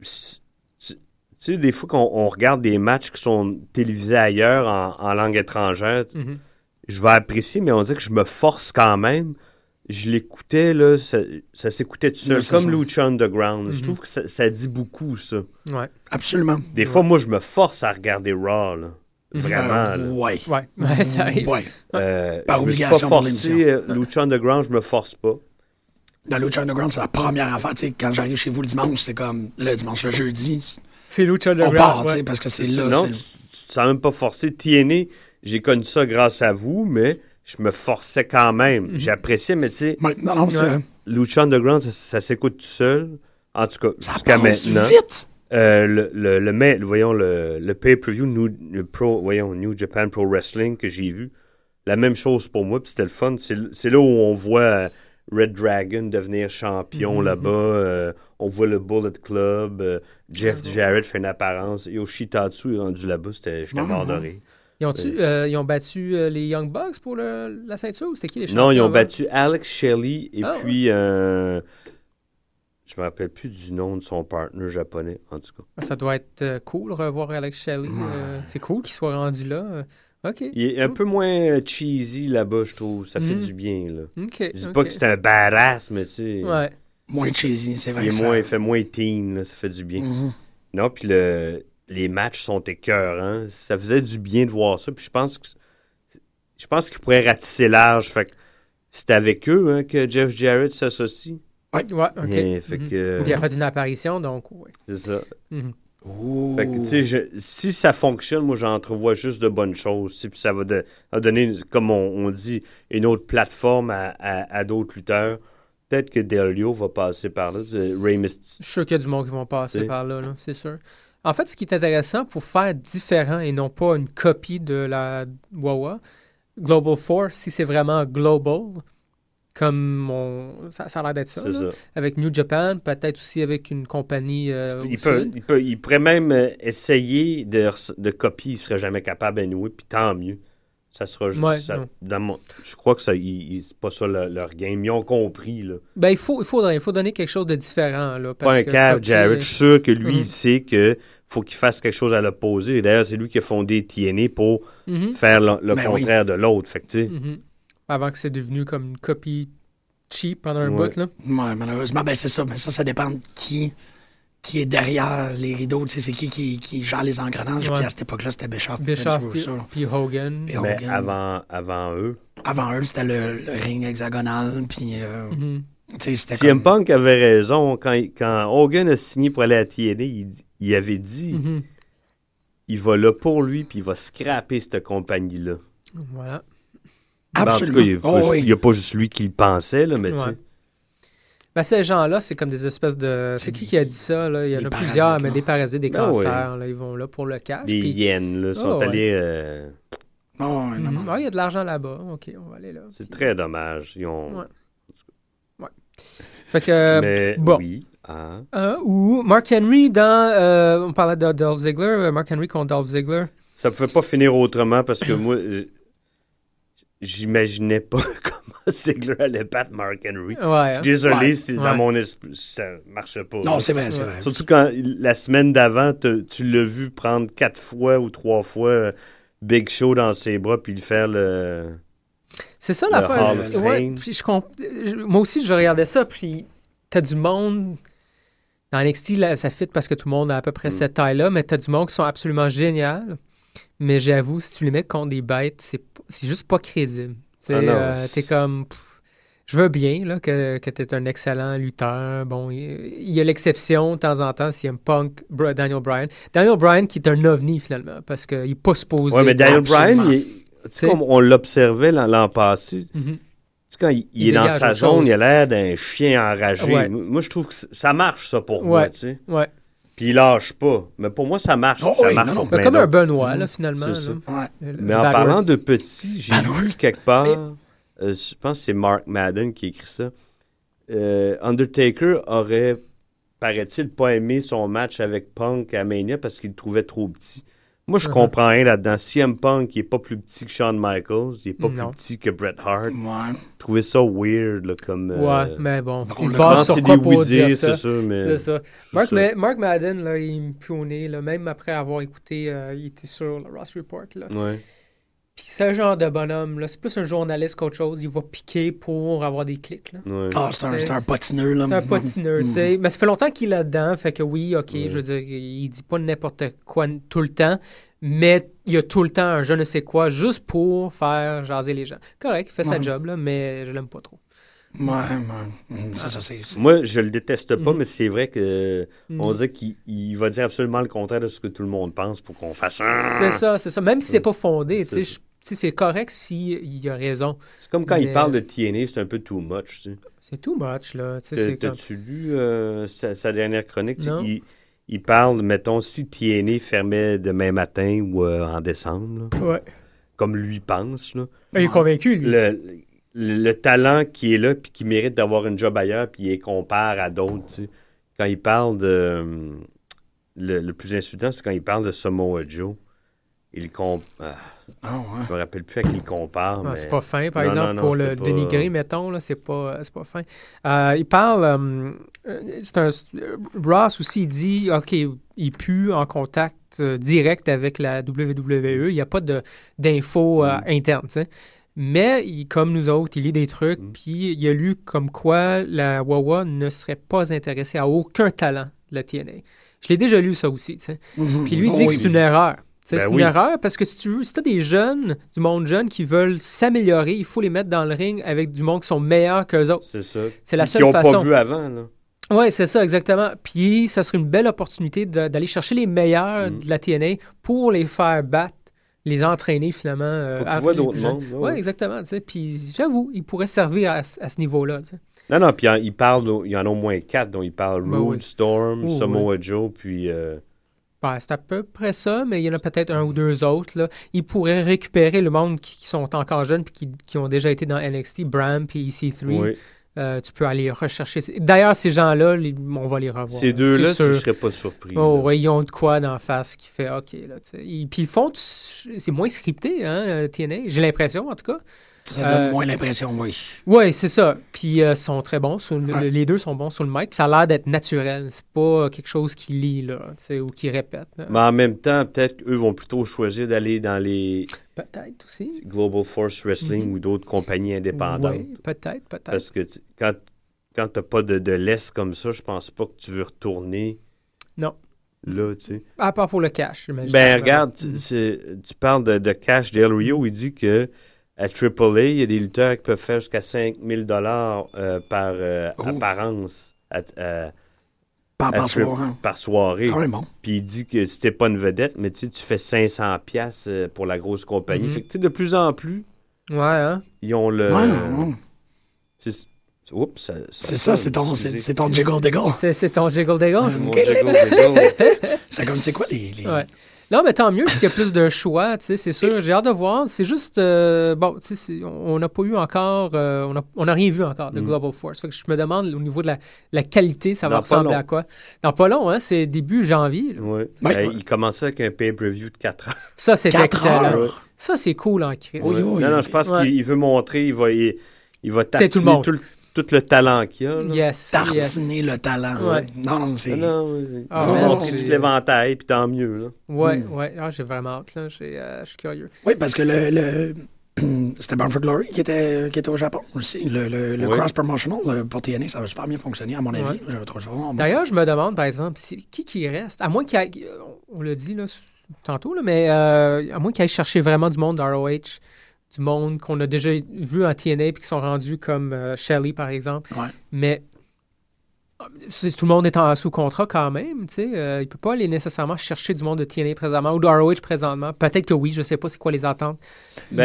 Speaker 12: c- tu tu sais, des fois qu'on on regarde des matchs qui sont télévisés ailleurs en, en langue étrangère, t-
Speaker 11: Mm-hmm.
Speaker 13: Mhm.
Speaker 12: je vais apprécier, mais on dirait que je me force quand même. Je l'écoutais, là, ça, ça s'écoutait tout seul,
Speaker 11: Oui, c'est
Speaker 12: comme
Speaker 11: ça.
Speaker 12: Lucha Underground. Je
Speaker 11: Mhm.
Speaker 12: trouve que ça, ça dit beaucoup, ça.
Speaker 13: Ouais.
Speaker 11: Absolument.
Speaker 12: Des fois, moi, je me force à regarder Raw, là.
Speaker 13: Mhm.
Speaker 12: Vraiment,
Speaker 11: Euh,
Speaker 12: là.
Speaker 11: ouais.
Speaker 13: Ouais. Ouais, ça arrive.
Speaker 11: Ouais.
Speaker 12: Euh,
Speaker 11: Par
Speaker 12: je me suis
Speaker 11: obligation
Speaker 12: pas
Speaker 11: pour
Speaker 12: forcé,
Speaker 11: l'émission.
Speaker 12: euh, Lucha Underground, je me force pas.
Speaker 11: Dans Lucha Underground, c'est la première affaire. Tu sais, quand j'arrive chez vous le dimanche, c'est comme le dimanche, le jeudi.
Speaker 13: C'est Lucha
Speaker 11: On
Speaker 13: Underground,
Speaker 11: part,
Speaker 13: ouais.
Speaker 11: tu sais, parce que c'est là.
Speaker 12: Non,
Speaker 11: c'est-
Speaker 12: tu, tu te sens même pas forcé. TNA, j'ai connu ça grâce à vous, mais je me forçais quand même.
Speaker 13: Mhm.
Speaker 12: J'appréciais, mais tu sais.
Speaker 11: non, non, c'est vrai.
Speaker 12: Lucha Underground, ça, ça s'écoute tout seul. En tout cas, jusqu'à
Speaker 11: passe
Speaker 12: maintenant.
Speaker 11: vite!
Speaker 12: Euh, le, le, le mai- voyons, le, le pay-per-view New, le Pro- voyons, New Japan Pro Wrestling que j'ai vu, la même chose pour moi, puis c'était le fun. C'est l- C'est là où on voit euh, Red Dragon devenir champion
Speaker 14: Mhm.
Speaker 12: là-bas. euh, on voit le Bullet Club. euh, Jeff Jarrett fait une apparence. Yoshitatsu est rendu là-bas. c'était- J'étais
Speaker 13: Ouais,
Speaker 12: mort de
Speaker 13: ouais.
Speaker 12: rire.
Speaker 13: Ils, ont tu- euh, ils ont battu euh, les Young Bucks pour le- la ceinture ou c'était qui les champions?
Speaker 12: Non, ils ont
Speaker 13: avant?
Speaker 12: battu Alex Shelley et
Speaker 13: Ah,
Speaker 12: puis euh, je me rappelle plus du nom de son partenaire japonais en tout cas.
Speaker 13: Ça doit être euh, cool revoir Alex Shelley. euh, c'est cool qu'il soit rendu là. euh, OK.
Speaker 12: Il est un peu moins cheesy là-bas, je trouve. Ça fait
Speaker 13: Mm.
Speaker 12: du bien là.
Speaker 13: Ok,
Speaker 12: Je dis
Speaker 13: ok.
Speaker 12: pas que c'est un badass, mais tu sais.
Speaker 13: Ouais.
Speaker 11: Moins cheesy, c'est vrai
Speaker 12: Il,
Speaker 11: que
Speaker 12: est
Speaker 11: ça-
Speaker 12: moins, il fait moins teen, là, ça fait du bien.
Speaker 11: Mhm.
Speaker 12: Non, puis le- les matchs sont écœurants. Ça faisait du bien de voir ça. Puis je pense que je pense qu'ils pourraient ratisser large. Fait que c'est avec eux hein, que Jeff Jarrett s'associe.
Speaker 11: Ouais,
Speaker 13: ouais, OK.
Speaker 12: Et fait
Speaker 13: Mhm.
Speaker 12: que-
Speaker 13: Il a fait une apparition, donc, ouais.
Speaker 12: C'est ça.
Speaker 13: Mhm.
Speaker 12: Fait que, tu sais, je- si ça fonctionne, moi, j'entrevois juste de bonnes choses. tu sais, Puis ça va, de- va donner, comme on, on dit, une autre plateforme à, à- à d'autres lutteurs. Peut-être que Delio va passer par là. tu sais, Rey Myst-
Speaker 13: Je suis sûr qu'il y a du monde qui vont passer
Speaker 12: C'est-
Speaker 13: par là, là, c'est sûr. En fait, ce qui est intéressant pour faire différent et non pas une copie de la Wawa, Global 4, si c'est vraiment global, comme on... ça, ça a l'air d'être ça,
Speaker 12: C'est
Speaker 13: là,
Speaker 12: ça.
Speaker 13: avec New Japan, peut-être aussi avec une compagnie. euh, au
Speaker 12: il, peut,
Speaker 13: sud.
Speaker 12: il, peut- il pourrait même euh, essayer de, res- de copier. Il serait jamais capable, anyway, puis tant mieux. Ça sera juste...
Speaker 13: Ouais,
Speaker 12: ça-
Speaker 13: non.
Speaker 12: dans mon- je crois que ça, il- il- c'est pas ça leur, leur game. Ils ont compris, là.
Speaker 13: Ben, il faut, il faut, il faut donner quelque chose de différent. Là, parce
Speaker 12: pas un
Speaker 13: que
Speaker 12: cave,
Speaker 13: copier-
Speaker 12: Jarrett. Je suis sûr que lui,
Speaker 13: Mhm.
Speaker 12: il sait que faut qu'il fasse quelque chose à l'opposé. Et D'ailleurs, c'est lui qui a fondé TNA pour
Speaker 13: Mhm.
Speaker 12: faire le, le
Speaker 13: Ben oui.
Speaker 12: contraire de l'autre. Fait que, tu sais,
Speaker 13: Mhm. Avant que c'est devenu comme une copie cheap pendant un
Speaker 12: Ouais.
Speaker 13: bout. Là.
Speaker 11: Ouais, malheureusement, ben c'est ça. Mais ça, ça dépend de qui, qui est derrière les rideaux. Tu sais, c'est qui, qui qui gère les engrenages.
Speaker 13: Ouais.
Speaker 11: Puis à cette époque-là, c'était Bischoff. ben, puis
Speaker 13: Bischoff,
Speaker 11: Vince
Speaker 13: puis,
Speaker 11: Russo.
Speaker 13: puis Hogan.
Speaker 11: Puis
Speaker 12: mais
Speaker 11: Hogan.
Speaker 12: avant, avant eux.
Speaker 11: Avant eux, c'était le, le ring hexagonal. Puis, euh,
Speaker 13: Mhm.
Speaker 11: tu sais, c'était
Speaker 12: CM
Speaker 11: comme...
Speaker 12: Punk avait raison. Quand, il- quand Hogan a signé pour aller à TNA, il, il avait dit
Speaker 13: Mhm.
Speaker 12: il va là pour lui, puis il va scraper cette compagnie-là.
Speaker 13: Voilà.
Speaker 12: Ben, en tout cas, il n'y a,
Speaker 11: Absolument.
Speaker 12: pas
Speaker 11: Oh,
Speaker 12: ju-
Speaker 11: oui.
Speaker 12: il y a pas juste lui qui le pensait, là, mais tu sais.
Speaker 13: Ouais. Ben, ces gens-là, c'est comme des espèces de. C'est qui qui a dit ça? Là? Il y en a
Speaker 12: parasites,
Speaker 13: plusieurs, mais
Speaker 12: là.
Speaker 13: des parasites, des
Speaker 12: Ben oui.
Speaker 13: cancers. là, ils vont là pour le cash.
Speaker 12: Les
Speaker 13: puis-
Speaker 12: hyènes, là, sont
Speaker 13: Ah, ouais.
Speaker 12: allés. euh,
Speaker 11: Non, non, non.
Speaker 3: Ah,
Speaker 13: Mhm. Ah, il y a de l'argent là-bas. OK, on va aller là.
Speaker 12: C'est très dommage. Ils ont.
Speaker 13: Ouais.
Speaker 3: Fait que, euh,
Speaker 15: Mais
Speaker 3: bon.
Speaker 15: oui, hein.
Speaker 3: Euh, ou Mark Henry dans. euh, on parlait de Dolph Ziggler. euh, Mark Henry contre Dolph Ziggler.
Speaker 12: Ça ne pouvait pas finir autrement parce que moi, j- j'imaginais pas comment Ziggler allait battre Mark Henry.
Speaker 3: Ouais,
Speaker 12: je
Speaker 3: hein.
Speaker 12: suis désolé
Speaker 3: Ouais.
Speaker 12: si dans
Speaker 3: Ouais.
Speaker 12: mon esprit, ça marchait
Speaker 13: Mm-hmm.
Speaker 12: pas.
Speaker 11: Non, c'est vrai, c'est vrai.
Speaker 12: Surtout quand la semaine d'avant, te- tu l'as vu prendre quatre fois ou trois fois euh, Big Show dans ses bras puis le faire le.
Speaker 3: C'est ça
Speaker 12: le
Speaker 3: l'affaire.
Speaker 12: Hall of
Speaker 3: Ouais,
Speaker 12: Fame.
Speaker 3: puis je comp- je- Moi aussi, je regardais ça, puis t'as du monde. Dans NXT, là, ça fit parce que tout le monde a à peu
Speaker 12: Mm.
Speaker 3: près cette taille-là, mais t'as du monde qui sont absolument géniales. Mais j'avoue, si tu les mets contre des bêtes, c'est p- c'est juste pas crédible. T'sais,
Speaker 12: Ah non.
Speaker 3: euh, T'es comme. pff, je veux bien là, que, que t'es un excellent lutteur. Bon, il il y a l'exception de temps en temps s'il aime Punk, Bra- Daniel Bryan. Daniel Bryan qui est un ovni finalement, parce qu'il n'est pas supposé.
Speaker 12: Oui, mais Daniel
Speaker 3: Absolument.
Speaker 12: Bryan, il est- tu sais,
Speaker 3: T'sais.
Speaker 12: comme on l'observait l'an- l'an passé.
Speaker 3: Mhm.
Speaker 12: Tu sais, quand il, il
Speaker 3: Il
Speaker 12: est dans
Speaker 3: dégage
Speaker 12: sa
Speaker 3: autre
Speaker 12: zone,
Speaker 3: chose.
Speaker 12: il a l'air d'un chien enragé.
Speaker 3: Ouais.
Speaker 12: Moi, je trouve que c- ça marche, ça, pour
Speaker 3: Ouais.
Speaker 12: moi. tu sais.
Speaker 3: Ouais.
Speaker 12: Puis il lâche pas. Mais pour moi, ça marche.
Speaker 3: Oh,
Speaker 12: ça
Speaker 3: oui,
Speaker 12: marche
Speaker 3: non,
Speaker 12: pour
Speaker 3: non,
Speaker 12: plein
Speaker 3: mais comme un
Speaker 12: d'autres. Mhm.
Speaker 3: Benoît, là, finalement,
Speaker 12: C'est
Speaker 3: là.
Speaker 12: ça.
Speaker 3: Ouais. Le-
Speaker 12: Mais
Speaker 3: le
Speaker 12: en
Speaker 3: Barrett.
Speaker 12: parlant de petit, j'ai lu quelque part, euh, je pense que c'est Mark Madden qui écrit ça. Euh, Undertaker aurait, paraît-il, pas aimé son match avec Punk à Mania parce qu'il le trouvait trop petit. Moi, je
Speaker 3: Mhm.
Speaker 12: comprends rien là-dedans. CM Punk, il est pas plus petit que Shawn Michaels, il est pas
Speaker 3: Non.
Speaker 12: plus petit que Bret Hart. Trouvez ça weird, là, comme.
Speaker 3: Ouais,
Speaker 12: euh,
Speaker 3: mais bon.
Speaker 12: on
Speaker 3: Il se
Speaker 12: le
Speaker 3: base
Speaker 12: pense,
Speaker 3: sur
Speaker 12: c'est
Speaker 3: quoi
Speaker 12: des
Speaker 3: pour
Speaker 12: oui-dire,
Speaker 3: dire ça?
Speaker 12: C'est ça, mais.
Speaker 3: C'est ça.
Speaker 12: c'est
Speaker 3: Mark,
Speaker 12: ça.
Speaker 3: Ma- Mark Madden, là, il me pue au nez, là, même après avoir écouté, euh, il était sur le Ross Report. Là.
Speaker 12: Ouais.
Speaker 3: Puis ce genre de bonhomme, là, c'est plus un journaliste qu'autre chose. Il va piquer pour avoir des clics. Là.
Speaker 12: Ouais.
Speaker 11: Ah, c'est un- c'est un patineux, là.
Speaker 3: C'est un patineux, tu sais. Mais ça fait longtemps qu'il est là-dedans, fait que oui, ok,
Speaker 11: Ouais.
Speaker 3: je veux dire, il dit pas n'importe quoi n- tout le temps, mais il y a tout le temps un je ne sais quoi juste pour faire jaser les gens. Correct, il fait sa
Speaker 11: Ouais.
Speaker 3: job, là, mais je l'aime pas trop.
Speaker 11: Ouais, ouais. Mm, C'est ça, c'est. c'est-
Speaker 12: Moi, je le déteste pas,
Speaker 3: Mhm.
Speaker 12: mais c'est vrai que
Speaker 3: Mhm.
Speaker 12: on dirait qu'il il va dire absolument le contraire de ce que tout le monde pense pour qu'on fasse. Mm.
Speaker 3: C'est ça, c'est ça. Même si c'est pas fondé, tu
Speaker 12: C'est
Speaker 3: sais, je- tu sais, c'est correct s'il y a raison.
Speaker 12: C'est comme quand il
Speaker 3: Mais
Speaker 12: parle de TNA, c'est un peu too much. Tu sais.
Speaker 3: C'est too much, là. Tu sais,
Speaker 12: T'as-
Speaker 3: c'est comme-
Speaker 12: T'as-tu lu euh, sa, sa dernière chronique? Tu sais,
Speaker 3: Non.
Speaker 12: Il, il parle, mettons, si TNA fermait demain matin ou euh, en décembre, là,
Speaker 3: Ouais.
Speaker 12: comme lui pense. là.
Speaker 3: Il est convaincu, lui.
Speaker 12: Le, le- le talent qui est là puis qui mérite d'avoir une job ailleurs, puis il les compare à d'autres. tu sais. Quand il parle de. euh, Le, le plus insultant, c'est quand il parle de Samoa Joe. Il compare.
Speaker 11: Ah,
Speaker 12: Je me rappelle plus à qui il compare.
Speaker 3: hein. Ah,
Speaker 12: mais-
Speaker 3: C'est pas fin, par
Speaker 12: Non,
Speaker 3: exemple,
Speaker 12: non, non,
Speaker 3: pour le
Speaker 12: c'était pas-
Speaker 3: dénigrer, mettons, là, c'est pas, c'est pas fin. Euh, il parle, euh, euh, c'est un, euh, Ross aussi, il dit, OK, il pue en contact euh, direct avec la WWE, il n'y a pas de- d'infos
Speaker 12: Mm.
Speaker 3: euh, internes, tu sais. Mais il- comme nous autres, il lit des trucs,
Speaker 12: Mm.
Speaker 3: puis il a lu comme quoi la Wawa ne serait pas intéressée à aucun talent de la TNA. Je l'ai déjà lu ça aussi, tu sais.
Speaker 12: Mm-hmm.
Speaker 11: Mhm.
Speaker 3: Puis lui, il dit
Speaker 11: Oh,
Speaker 3: que
Speaker 11: oui.
Speaker 3: c'est une erreur. Tu sais,
Speaker 11: Ben
Speaker 3: c'est
Speaker 11: oui.
Speaker 3: une erreur parce que si tu veux, si t'as des jeunes, du monde jeune qui veulent s'améliorer, il faut les mettre dans le ring avec du monde qui sont meilleurs qu'eux autres.
Speaker 12: C'est ça.
Speaker 3: C'est la
Speaker 12: Puis
Speaker 3: seule
Speaker 12: qu'ils ont
Speaker 3: façon.
Speaker 12: pas vu avant. Là.
Speaker 3: Oui, c'est ça, exactement. Puis, ça serait une belle opportunité de- d'aller chercher les meilleurs
Speaker 12: Mm.
Speaker 3: de la TNA pour les faire battre, les entraîner finalement. euh,
Speaker 12: Faut qu'ils
Speaker 3: à-
Speaker 12: voient
Speaker 3: les
Speaker 12: d'autres
Speaker 3: plus jeunes.
Speaker 12: mondes, là,
Speaker 3: Ouais,
Speaker 12: ouais.
Speaker 3: exactement. tu sais. Puis, j'avoue, ils pourraient servir à, ce- à ce niveau-là. tu sais.
Speaker 12: Non, non, puis il parle, il y en a au moins quatre, dont il parle
Speaker 3: Ben
Speaker 12: Rude,
Speaker 3: oui.
Speaker 12: Storm,
Speaker 3: Oh,
Speaker 12: Samoa Joe, puis... euh,
Speaker 3: Ben, c'est à peu près ça, mais il y en a peut-être un ou deux autres. Là. Ils pourraient récupérer le monde qui, qui sont encore jeunes puis qui, qui ont déjà été dans NXT, Bram puis EC3.
Speaker 12: Oui.
Speaker 3: Euh, tu peux aller rechercher. D'ailleurs, ces gens-là, les- on va les revoir.
Speaker 12: Ces deux-là,
Speaker 3: c'est sûr.
Speaker 12: je serais pas surpris,
Speaker 3: Oh,
Speaker 12: là.
Speaker 3: ouais, ils ont de quoi d'en face qui fait OK. Là, tu sais. Ils- puis ils font. du- C'est moins scripté, hein, euh, TNA. J'ai l'impression, en tout cas.
Speaker 11: Ça donne
Speaker 3: Euh,
Speaker 11: moins l'impression, oui.
Speaker 3: oui, c'est ça. Puis euh, sont très bons. sur le- Les deux sont bons sur le mic. Puis ça a l'air d'être naturel. C'est pas quelque chose qui lit là, tu sais, ou qui répète. là.
Speaker 12: Mais en même temps, peut-être qu'eux vont plutôt choisir d'aller dans les
Speaker 3: Peut-être aussi.
Speaker 12: Global Force Wrestling
Speaker 3: Mhm.
Speaker 12: ou d'autres compagnies indépendantes.
Speaker 3: Oui, peut-être, peut-être.
Speaker 12: Parce que tu- quand, quand t'as pas de, de laisse comme ça, je pense pas que tu veux retourner
Speaker 3: Non.
Speaker 12: là, tu sais.
Speaker 3: À part pour le cash, j'imagine. Mm-hmm.
Speaker 12: Ben, regarde, tu, c'est- tu parles de, de Cash Del Rio, il dit que à AAA, il y a des lutteurs qui peuvent faire jusqu'à 5000 dollars par euh, apparence. à- à-
Speaker 11: Par- par
Speaker 12: à tri-
Speaker 11: soir, hein.
Speaker 12: par soirée.
Speaker 11: Ah ouais, bon.
Speaker 12: Puis il dit que si t'es pas une vedette, mais tu sais, tu fais 500 pièces euh, pour la grosse compagnie.
Speaker 3: Mhm.
Speaker 12: Fait que tu sais, de plus en plus,
Speaker 3: Ouais, hein?
Speaker 12: ils ont le...
Speaker 11: Ouais, ouais.
Speaker 12: C'est- Oups, ça- ça
Speaker 11: C'est ça,
Speaker 12: sonne,
Speaker 11: c'est ton,
Speaker 12: excusez.
Speaker 11: c'est c'est ton jiggle-diggle.
Speaker 3: C'est c'est ton jiggle-diggle.
Speaker 12: Mon jiggle-diggle.
Speaker 11: C'est comme, c'est quoi les. les-
Speaker 3: Ouais.
Speaker 16: Non, mais tant mieux s'il y a plus de choix, tu sais, c'est sûr. J'ai hâte de voir. C'est juste, euh, bon, tu sais, c'est- on on n'a pas eu encore, euh, on n'a on n'a rien vu encore de
Speaker 17: Mm.
Speaker 16: Global Force. Fait que je me demande au niveau de la, la qualité, ça va
Speaker 12: Mhm. Dans pas
Speaker 16: ressembler
Speaker 12: long.
Speaker 16: à quoi. Dans pas long, hein, c'est début janvier. là.
Speaker 12: Ouais.
Speaker 16: Ouais.
Speaker 12: Ben, Il commençait avec un pay-per-view de 4 heures.
Speaker 16: Ça, c'est
Speaker 12: Quatre
Speaker 16: excellent.
Speaker 12: heures.
Speaker 16: Ça, c'est cool en crise.
Speaker 12: Ouais. non, non, je pense
Speaker 16: Ouais.
Speaker 12: qu'il il veut montrer, il va, il, il va
Speaker 16: C'est
Speaker 12: tartiner
Speaker 16: tout
Speaker 12: tout
Speaker 16: le
Speaker 12: le,
Speaker 16: monde.
Speaker 12: tout le talent qu'il y a. là.
Speaker 16: Yes,
Speaker 11: Tartiner le talent.
Speaker 12: Ouais.
Speaker 11: Non, non, c'est.
Speaker 12: Non, non,
Speaker 11: oui.
Speaker 16: Ah,
Speaker 12: il va
Speaker 16: man,
Speaker 12: montrer
Speaker 16: j'ai-
Speaker 12: tout l'éventail, puis tant mieux. Là.
Speaker 16: Ouais, ouais. Ah, j'ai vraiment hâte, là. J'ai, euh, Je suis curieux.
Speaker 11: parce que le. le- C'était Bound for Glory qui était, qui était au Japon aussi. Le, le- le
Speaker 16: Oui.
Speaker 11: cross-promotional euh, pour TNA, ça va super bien fonctionner, à mon avis. Je trouve ça vraiment bon.
Speaker 16: D'ailleurs, je me demande, par exemple, si- qui qui reste, à moins qu'il aille- on on l'a dit là, s- tantôt, là, mais euh, à moins qu'il aille chercher vraiment du monde d'ROH, du monde qu'on a déjà vu en TNA puis qui sont rendus comme euh, Shelley, par exemple.
Speaker 11: Ouais.
Speaker 16: Mais euh, c'est- tout le monde est en sous contrat quand même, tu sais. euh, il peut pas aller nécessairement chercher du monde de TNA présentement ou de ROH présentement. Peut-être que oui, je sais pas c'est quoi les attentes.
Speaker 12: Ben,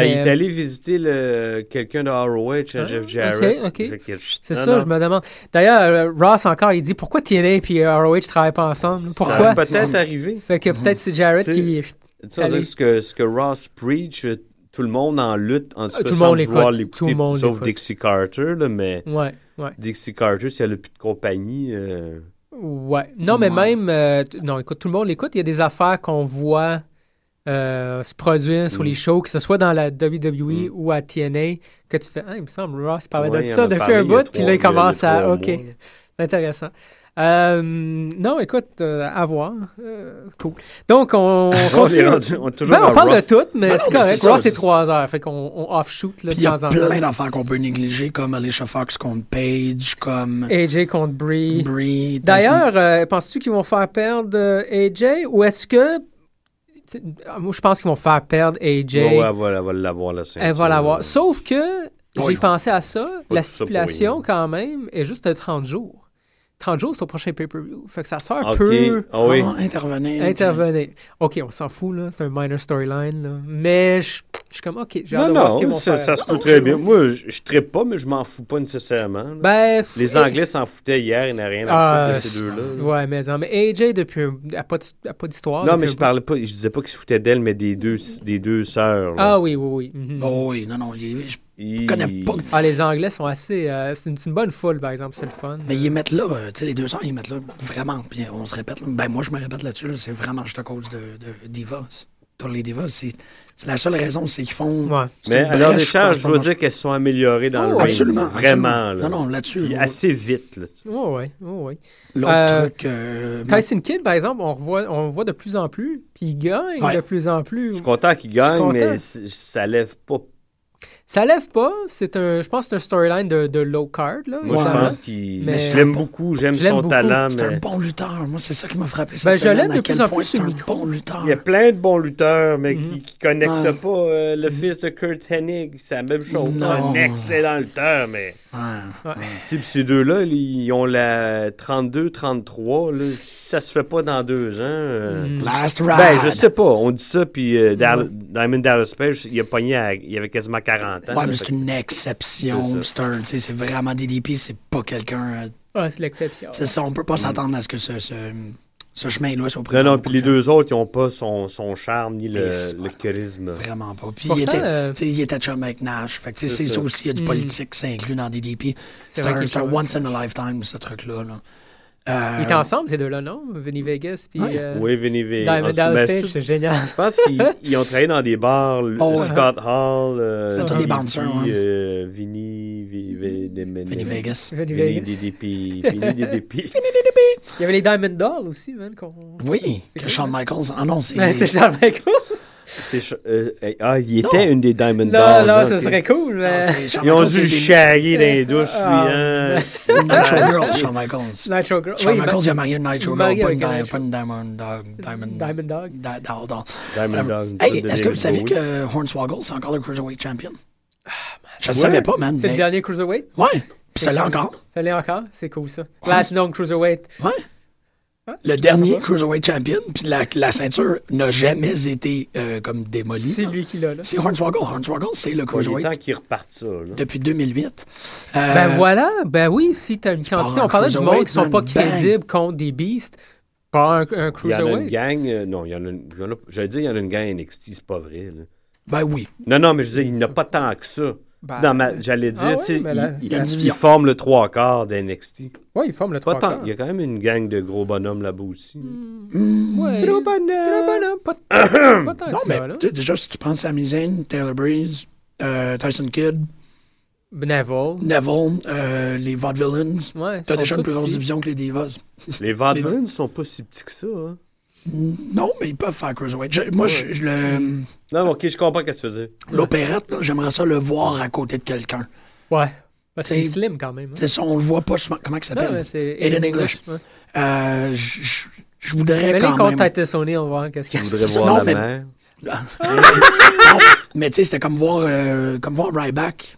Speaker 16: mais- euh, Ah,
Speaker 12: Il est allé visiter le- quelqu'un de ROH, hein, Jeff Jarrett.
Speaker 16: Ok, ok.
Speaker 12: Fait que-
Speaker 16: C'est
Speaker 12: non,
Speaker 16: ça,
Speaker 12: non.
Speaker 16: je me demande. D'ailleurs, euh, Ross encore, il dit pourquoi TNA et ROH ne travaillent pas ensemble Pourquoi
Speaker 12: va peut-être arriver.
Speaker 16: Fait que peut-être c'est Jarrett
Speaker 12: Tu sais,
Speaker 16: qui.
Speaker 12: Tu sais, on dirait que ce que, ce que Ross preach, euh, tout le monde en lutte, en tout
Speaker 16: Euh,
Speaker 12: cas,
Speaker 16: tout le
Speaker 12: sans
Speaker 16: monde l'écoute.
Speaker 12: vouloir
Speaker 16: Tout le
Speaker 12: l'écouter,
Speaker 16: monde
Speaker 12: sauf
Speaker 16: l'écoute.
Speaker 12: Dixie Carter, là, mais
Speaker 16: Ouais, ouais.
Speaker 12: Dixie Carter, si elle n'a plus de compagnie, euh,
Speaker 16: Ouais. Non, mais même. euh, t- non, écoute, tout le monde l'écoute. Il y a des affaires qu'on voit euh, se produire sur
Speaker 12: Mm.
Speaker 16: les shows, que ce soit dans la WWE ou à TNA, que tu fais. Ah, il me semble, Ross parlait
Speaker 12: Ouais,
Speaker 16: de
Speaker 12: il en
Speaker 16: ça
Speaker 12: a
Speaker 16: depuis
Speaker 12: parlé
Speaker 16: un
Speaker 12: il y a
Speaker 16: bout, puis
Speaker 12: trois-
Speaker 16: là,
Speaker 12: il
Speaker 16: il
Speaker 12: y a
Speaker 16: commence à.
Speaker 12: trois
Speaker 16: OK.
Speaker 12: mois,
Speaker 16: C'est intéressant. Euh, non, écoute, euh, à voir. Euh, cool. Donc, on.
Speaker 12: On est rendu- on est toujours
Speaker 16: Ben, on
Speaker 12: dans
Speaker 16: parle
Speaker 12: Raw.
Speaker 16: de tout, mais c'est
Speaker 11: Ben non, mais c'est
Speaker 16: correct.
Speaker 11: ça,
Speaker 16: Raw, c'est
Speaker 11: c'est-
Speaker 16: trois heures. Fait qu'on on offshoot là,
Speaker 11: Puis
Speaker 16: de
Speaker 11: il y a
Speaker 16: temps en temps.
Speaker 11: plein d'affaires qu'on peut négliger, comme Alicia Fox contre Paige, comme.
Speaker 16: AJ contre Bree.
Speaker 11: Bree.
Speaker 16: D'ailleurs, euh, penses-tu qu'ils vont faire perdre euh, AJ ou est-ce que. t'sais, ah, Moi, je pense qu'ils vont faire perdre AJ.
Speaker 12: ouais, ouais, elle va, elle va l'avoir, la ceinture.
Speaker 16: Elle va l'avoir. Sauf que
Speaker 12: Ouais,
Speaker 16: j'ai
Speaker 12: ils vont-
Speaker 16: pensé à ça.
Speaker 12: Pas
Speaker 16: La
Speaker 12: tout ça pour
Speaker 16: stipulation, quand même, est juste de 30 jours. 30 jours, c'est au prochain pay-per-view. Fait que ça sert un
Speaker 12: Ok.
Speaker 16: peu.
Speaker 12: Ah oui.
Speaker 11: Ah, intervenir.
Speaker 16: Intervenir. OK, on s'en fout, là. C'est un minor storyline, là. Mais je je suis comme, OK, j'ai hâte
Speaker 12: Non,
Speaker 16: de voir ce qu'ils
Speaker 12: non,
Speaker 16: vont
Speaker 12: ça,
Speaker 16: faire.
Speaker 12: ça se peut très bien. Moi, je ne trippe pas, mais je m'en fous pas nécessairement. là.
Speaker 16: Ben,
Speaker 12: Les
Speaker 16: eh.
Speaker 12: Anglais s'en foutaient hier, ils n'avaient rien à
Speaker 16: Ah,
Speaker 12: foutre de ces deux-là.
Speaker 16: Ouais, mais, non, mais AJ, depuis, un- elle a pas d- elle a pas d'histoire.
Speaker 12: Non,
Speaker 16: depuis
Speaker 12: mais
Speaker 16: un
Speaker 12: je parlais pas, je disais pas qu'ils se foutaient d'elle, mais des deux, des deux sœurs. là.
Speaker 16: Ah oui, oui, oui. Mhm.
Speaker 11: Oh oui, non, non, il- je
Speaker 12: Ils-
Speaker 11: connais pas.
Speaker 16: Ah, les Anglais sont assez. euh, c'est une, c'est une bonne foule, par exemple, c'est le fun.
Speaker 11: Mais ils mettent là, euh, tu sais, les deux sœurs, ils mettent là vraiment. Puis on se répète. là. Ben moi, je me répète là-dessus. là, c'est vraiment juste à cause de, de Divas. Pour les Divas, c'est c'est la seule raison, c'est qu'ils font. c'est
Speaker 12: Mais
Speaker 11: une
Speaker 12: à leur
Speaker 11: brèche,
Speaker 12: échange,
Speaker 11: je pense,
Speaker 12: je dois
Speaker 11: pour-
Speaker 12: dire qu'elles se sont améliorées dans
Speaker 11: Oh,
Speaker 12: le ring.
Speaker 11: absolument,
Speaker 12: Vraiment.
Speaker 11: absolument.
Speaker 12: là.
Speaker 11: Non, non, là-dessus,
Speaker 12: Puis
Speaker 11: on-
Speaker 12: Assez vite. là. Mm.
Speaker 16: Oh, ouais, oh, ouais.
Speaker 11: L'autre
Speaker 16: Euh,
Speaker 11: truc. euh,
Speaker 16: Tyson Kidd, par exemple, on, revoit, on le voit de plus en plus, puis il gagne
Speaker 11: Ouais.
Speaker 16: de plus en plus.
Speaker 12: Je suis content qu'ils gagnent,
Speaker 16: Je suis content.
Speaker 12: mais c- ça lève pas.
Speaker 16: Ça lève pas, c'est un, je pense que c'est un storyline de, de low card. Là,
Speaker 12: Moi, je
Speaker 16: évidemment.
Speaker 12: pense qu'il.
Speaker 16: Mais-
Speaker 12: Je l'aime beaucoup, j'aime
Speaker 16: Je l'aime
Speaker 12: son
Speaker 16: beaucoup.
Speaker 12: talent,
Speaker 11: C'est un
Speaker 12: mais.
Speaker 11: bon lutteur. Moi, c'est ça qui m'a frappé.
Speaker 16: Ben,
Speaker 11: Cette
Speaker 16: je l'aime
Speaker 11: semaine, à
Speaker 16: de
Speaker 11: quel
Speaker 16: plus en
Speaker 11: point
Speaker 16: plus
Speaker 11: c'est
Speaker 16: sur
Speaker 11: un
Speaker 16: le micro.
Speaker 11: bon lutteur.
Speaker 12: Il y a plein de bons lutteurs, mais qui, qui connectent
Speaker 11: Ouais.
Speaker 12: pas. Euh, le fils de Kurt Hennig, c'est la même chose.
Speaker 11: Non.
Speaker 12: Un excellent lutteur, mais.
Speaker 11: Ouais.
Speaker 12: Tu sais, puis ces deux-là, ils ont la 32-33. là. Si ça se fait pas dans deux ans. euh,
Speaker 11: Mm. Last
Speaker 12: Ben,
Speaker 11: ride.
Speaker 12: je sais pas. On dit ça, puis euh, Dal- Diamond Dallas Page, il a pogné à- il avait quasiment 40
Speaker 11: Ouais,
Speaker 12: ans. là,
Speaker 11: mais
Speaker 12: fait
Speaker 11: c'est
Speaker 12: que-
Speaker 11: une
Speaker 12: C'est
Speaker 11: exception.
Speaker 12: ça.
Speaker 11: C'est un, tu sais, c'est vraiment DDP, c'est pas quelqu'un. euh,
Speaker 16: Ah, c'est l'exception.
Speaker 11: C'est ça, on peut pas s'attendre à ce que ce, ce, ce chemin-là soit pris.
Speaker 12: Mm. Non, non, puis les deux autres, ils n'ont pas son, son charme ni le,
Speaker 11: Et-
Speaker 12: le charisme.
Speaker 11: Vraiment pas. Puis
Speaker 16: Pourtant,
Speaker 11: il était,
Speaker 16: euh,
Speaker 11: tu sais, il était chum avec Nash. Fait que tu sais,
Speaker 12: C'est
Speaker 11: c'est
Speaker 12: ça.
Speaker 11: ça aussi, il y a du
Speaker 16: Mm.
Speaker 11: politique, c'est inclus dans DDP.
Speaker 16: C'est
Speaker 11: C'est
Speaker 16: vrai
Speaker 11: un,
Speaker 16: qu'il est
Speaker 11: c'est un
Speaker 16: chum
Speaker 11: once in a lifetime, ce truc-là. Là. Euh,
Speaker 16: Ils étaient ensemble, ces deux-là, non? Vinny Vegas, puis.
Speaker 11: Ouais.
Speaker 16: euh,
Speaker 12: Oui, Vinny Vegas.
Speaker 16: Diamond
Speaker 12: En tout-
Speaker 16: Dallas
Speaker 12: ben,
Speaker 16: Page,
Speaker 12: tout-
Speaker 16: c'est génial.
Speaker 12: Je pense qu'ils ils ont travaillé dans des bars. le-
Speaker 11: Oh, ouais.
Speaker 12: Scott Hall. euh,
Speaker 11: C'était tous des
Speaker 12: VP,
Speaker 11: bouncers, ouais.
Speaker 12: euh, Vinny, Vi- Vi- Dem-
Speaker 11: Vinny Vegas.
Speaker 16: Vinny
Speaker 12: Vinny
Speaker 16: Vegas.
Speaker 12: DDP. Vinny DDP.
Speaker 16: Il y avait les Diamond Dolls aussi, man. qu'on-
Speaker 11: Oui, que Shawn Michaels. Ah non, c'est.
Speaker 16: Ben, c'est Charles Michaels.
Speaker 12: C'est ch- euh, euh, ah, il était une des Diamond Dolls.
Speaker 16: Là, là,
Speaker 12: hein,
Speaker 16: ça
Speaker 12: ok.
Speaker 16: serait cool. Ah. mais-
Speaker 11: c'est Shawn
Speaker 12: Ils ont
Speaker 11: Michaels,
Speaker 12: dû le
Speaker 11: c'est des-
Speaker 12: charrier dans les douches, lui. hein.
Speaker 11: Nacho Girl, Shawn Michaels.
Speaker 16: Nitro Girl.
Speaker 11: Shawn
Speaker 16: Oui,
Speaker 11: Michaels,
Speaker 16: ben-
Speaker 11: il a marié une Nitro Girl,
Speaker 16: marié
Speaker 11: pas
Speaker 16: avec
Speaker 11: une
Speaker 16: un
Speaker 11: Di-
Speaker 16: Nitro-
Speaker 11: pas une Diamond Dog. Diamond
Speaker 16: Diamond Dog. Euh,
Speaker 11: Da- da- da-
Speaker 12: Diamond Dog.
Speaker 11: Hey, est-ce que vous
Speaker 12: David
Speaker 11: saviez
Speaker 12: Bowie.
Speaker 11: que euh, Hornswoggle, c'est encore le Cruiserweight Champion?
Speaker 12: Ah,
Speaker 11: Je le savais pas, man.
Speaker 16: C'est
Speaker 11: mais-
Speaker 16: le dernier Cruiserweight?
Speaker 11: Ouais, puis ça l'est encore.
Speaker 16: Ça l'est encore? C'est cool, ça. Platinum Cruiserweight.
Speaker 11: Ouais.
Speaker 16: Hein?
Speaker 11: Le dernier Cruiserweight Champion, puis la, la ceinture n'a jamais été euh, comme démolie.
Speaker 16: C'est lui qui l'a, là.
Speaker 11: C'est Hornswoggle. Hornswoggle, c'est le
Speaker 12: Bon, Il est
Speaker 11: Cruiserweight
Speaker 12: temps qu'ils repartent ça. là.
Speaker 11: depuis 2008.
Speaker 16: Ben
Speaker 11: Euh,
Speaker 16: voilà, ben oui, si t'as une quantité.
Speaker 11: parles en
Speaker 16: On parlait du monde
Speaker 11: cruiserweight,
Speaker 16: qui sont
Speaker 11: man,
Speaker 16: pas
Speaker 11: bang.
Speaker 16: crédibles contre des beasts.
Speaker 3: Pas un, un
Speaker 12: Il y en a
Speaker 3: cruiserweight?
Speaker 12: une gang. euh, non, il y en a une. il y en a- J'allais dire, il y en a une gang NXT, c'est pas vrai. là.
Speaker 11: Ben oui.
Speaker 12: Non, non, mais je veux dire, il n'y en a pas tant que ça.
Speaker 3: Ben,
Speaker 12: Tu sais, dans ma- J'allais dire,
Speaker 3: ah
Speaker 12: tu sais,
Speaker 3: oui, mais la-
Speaker 12: ils-
Speaker 3: la
Speaker 12: ils- ils
Speaker 3: division.
Speaker 12: forment le trois quarts d'NXT.
Speaker 3: Oui, ils forment le
Speaker 12: Pas
Speaker 3: trois
Speaker 12: tant.
Speaker 3: quarts. Hmm.
Speaker 12: Il y a quand même une gang de gros bonhommes là-bas aussi.
Speaker 3: Ouais. Gros bonhomme. Pas, pas tant
Speaker 11: Hmm.
Speaker 16: Ah,
Speaker 11: non,
Speaker 3: que
Speaker 11: mais
Speaker 3: ça, là.
Speaker 11: tu sais, déjà, si tu penses à Mizane, Taylor Breeze, euh, Tyson Kidd,
Speaker 3: Neville.
Speaker 11: Neville, euh, les Vaudevillains,
Speaker 3: Ouais,
Speaker 11: t'as
Speaker 3: sont
Speaker 11: déjà une
Speaker 3: tous
Speaker 11: plus grosse
Speaker 3: petits.
Speaker 11: division que les Divas.
Speaker 12: Les Vaudevillains sont pas si petits que ça. hein.
Speaker 11: Non, mais ils peuvent faire Cruiserweight. Je- moi, je, je le-
Speaker 12: Non, mais ok, je comprends ce que tu veux dire.
Speaker 11: l'opérette, là, j'aimerais ça le voir à côté de quelqu'un.
Speaker 3: Ouais. Parce qu'il est
Speaker 11: C'est-
Speaker 3: slim quand même. hein.
Speaker 11: C'est ça, on le voit pas souvent. Comment il
Speaker 3: Non, mais
Speaker 11: s'appelle?
Speaker 3: c'est
Speaker 11: Aiden English.
Speaker 3: ouais.
Speaker 11: Euh, je- je je voudrais
Speaker 3: Mais
Speaker 11: quand même...
Speaker 3: les contre Titus O'Neill, on va voir qu'est-ce qu'il
Speaker 12: voudrais
Speaker 11: C'est ça,
Speaker 12: voir
Speaker 11: non,
Speaker 12: la
Speaker 11: mais-
Speaker 12: mère.
Speaker 11: Non, mais tu sais, c'était comme voir, euh, comme voir Ryback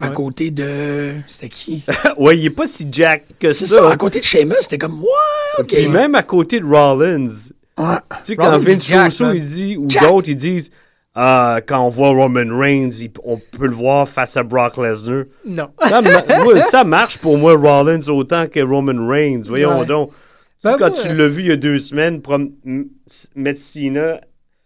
Speaker 11: à
Speaker 12: Ouais.
Speaker 11: côté de. C'était qui
Speaker 12: ouais, il est pas si jack que ça.
Speaker 11: C'est ça, à côté de Sheamus, c'était comme What Ah, ok.
Speaker 12: Puis même à côté de Rollins. Tu sais, quand
Speaker 11: Rollins,
Speaker 12: Vince
Speaker 11: il jack,
Speaker 12: Russo,
Speaker 11: man.
Speaker 12: il dit, ou
Speaker 11: Jack.
Speaker 12: d'autres, ils disent, Ah, quand on voit Roman Reigns, il- on peut le voir face à Brock Lesnar.
Speaker 3: Non.
Speaker 12: Ça, ma- moi, ça marche pour moi, Rollins, autant que Roman Reigns. Voyons
Speaker 3: Ouais.
Speaker 12: donc. Tu sais,
Speaker 3: Ben,
Speaker 12: quand
Speaker 3: moi,
Speaker 12: tu
Speaker 3: euh,
Speaker 12: l'as vu il y a deux semaines, prom- m- s- mettre Cena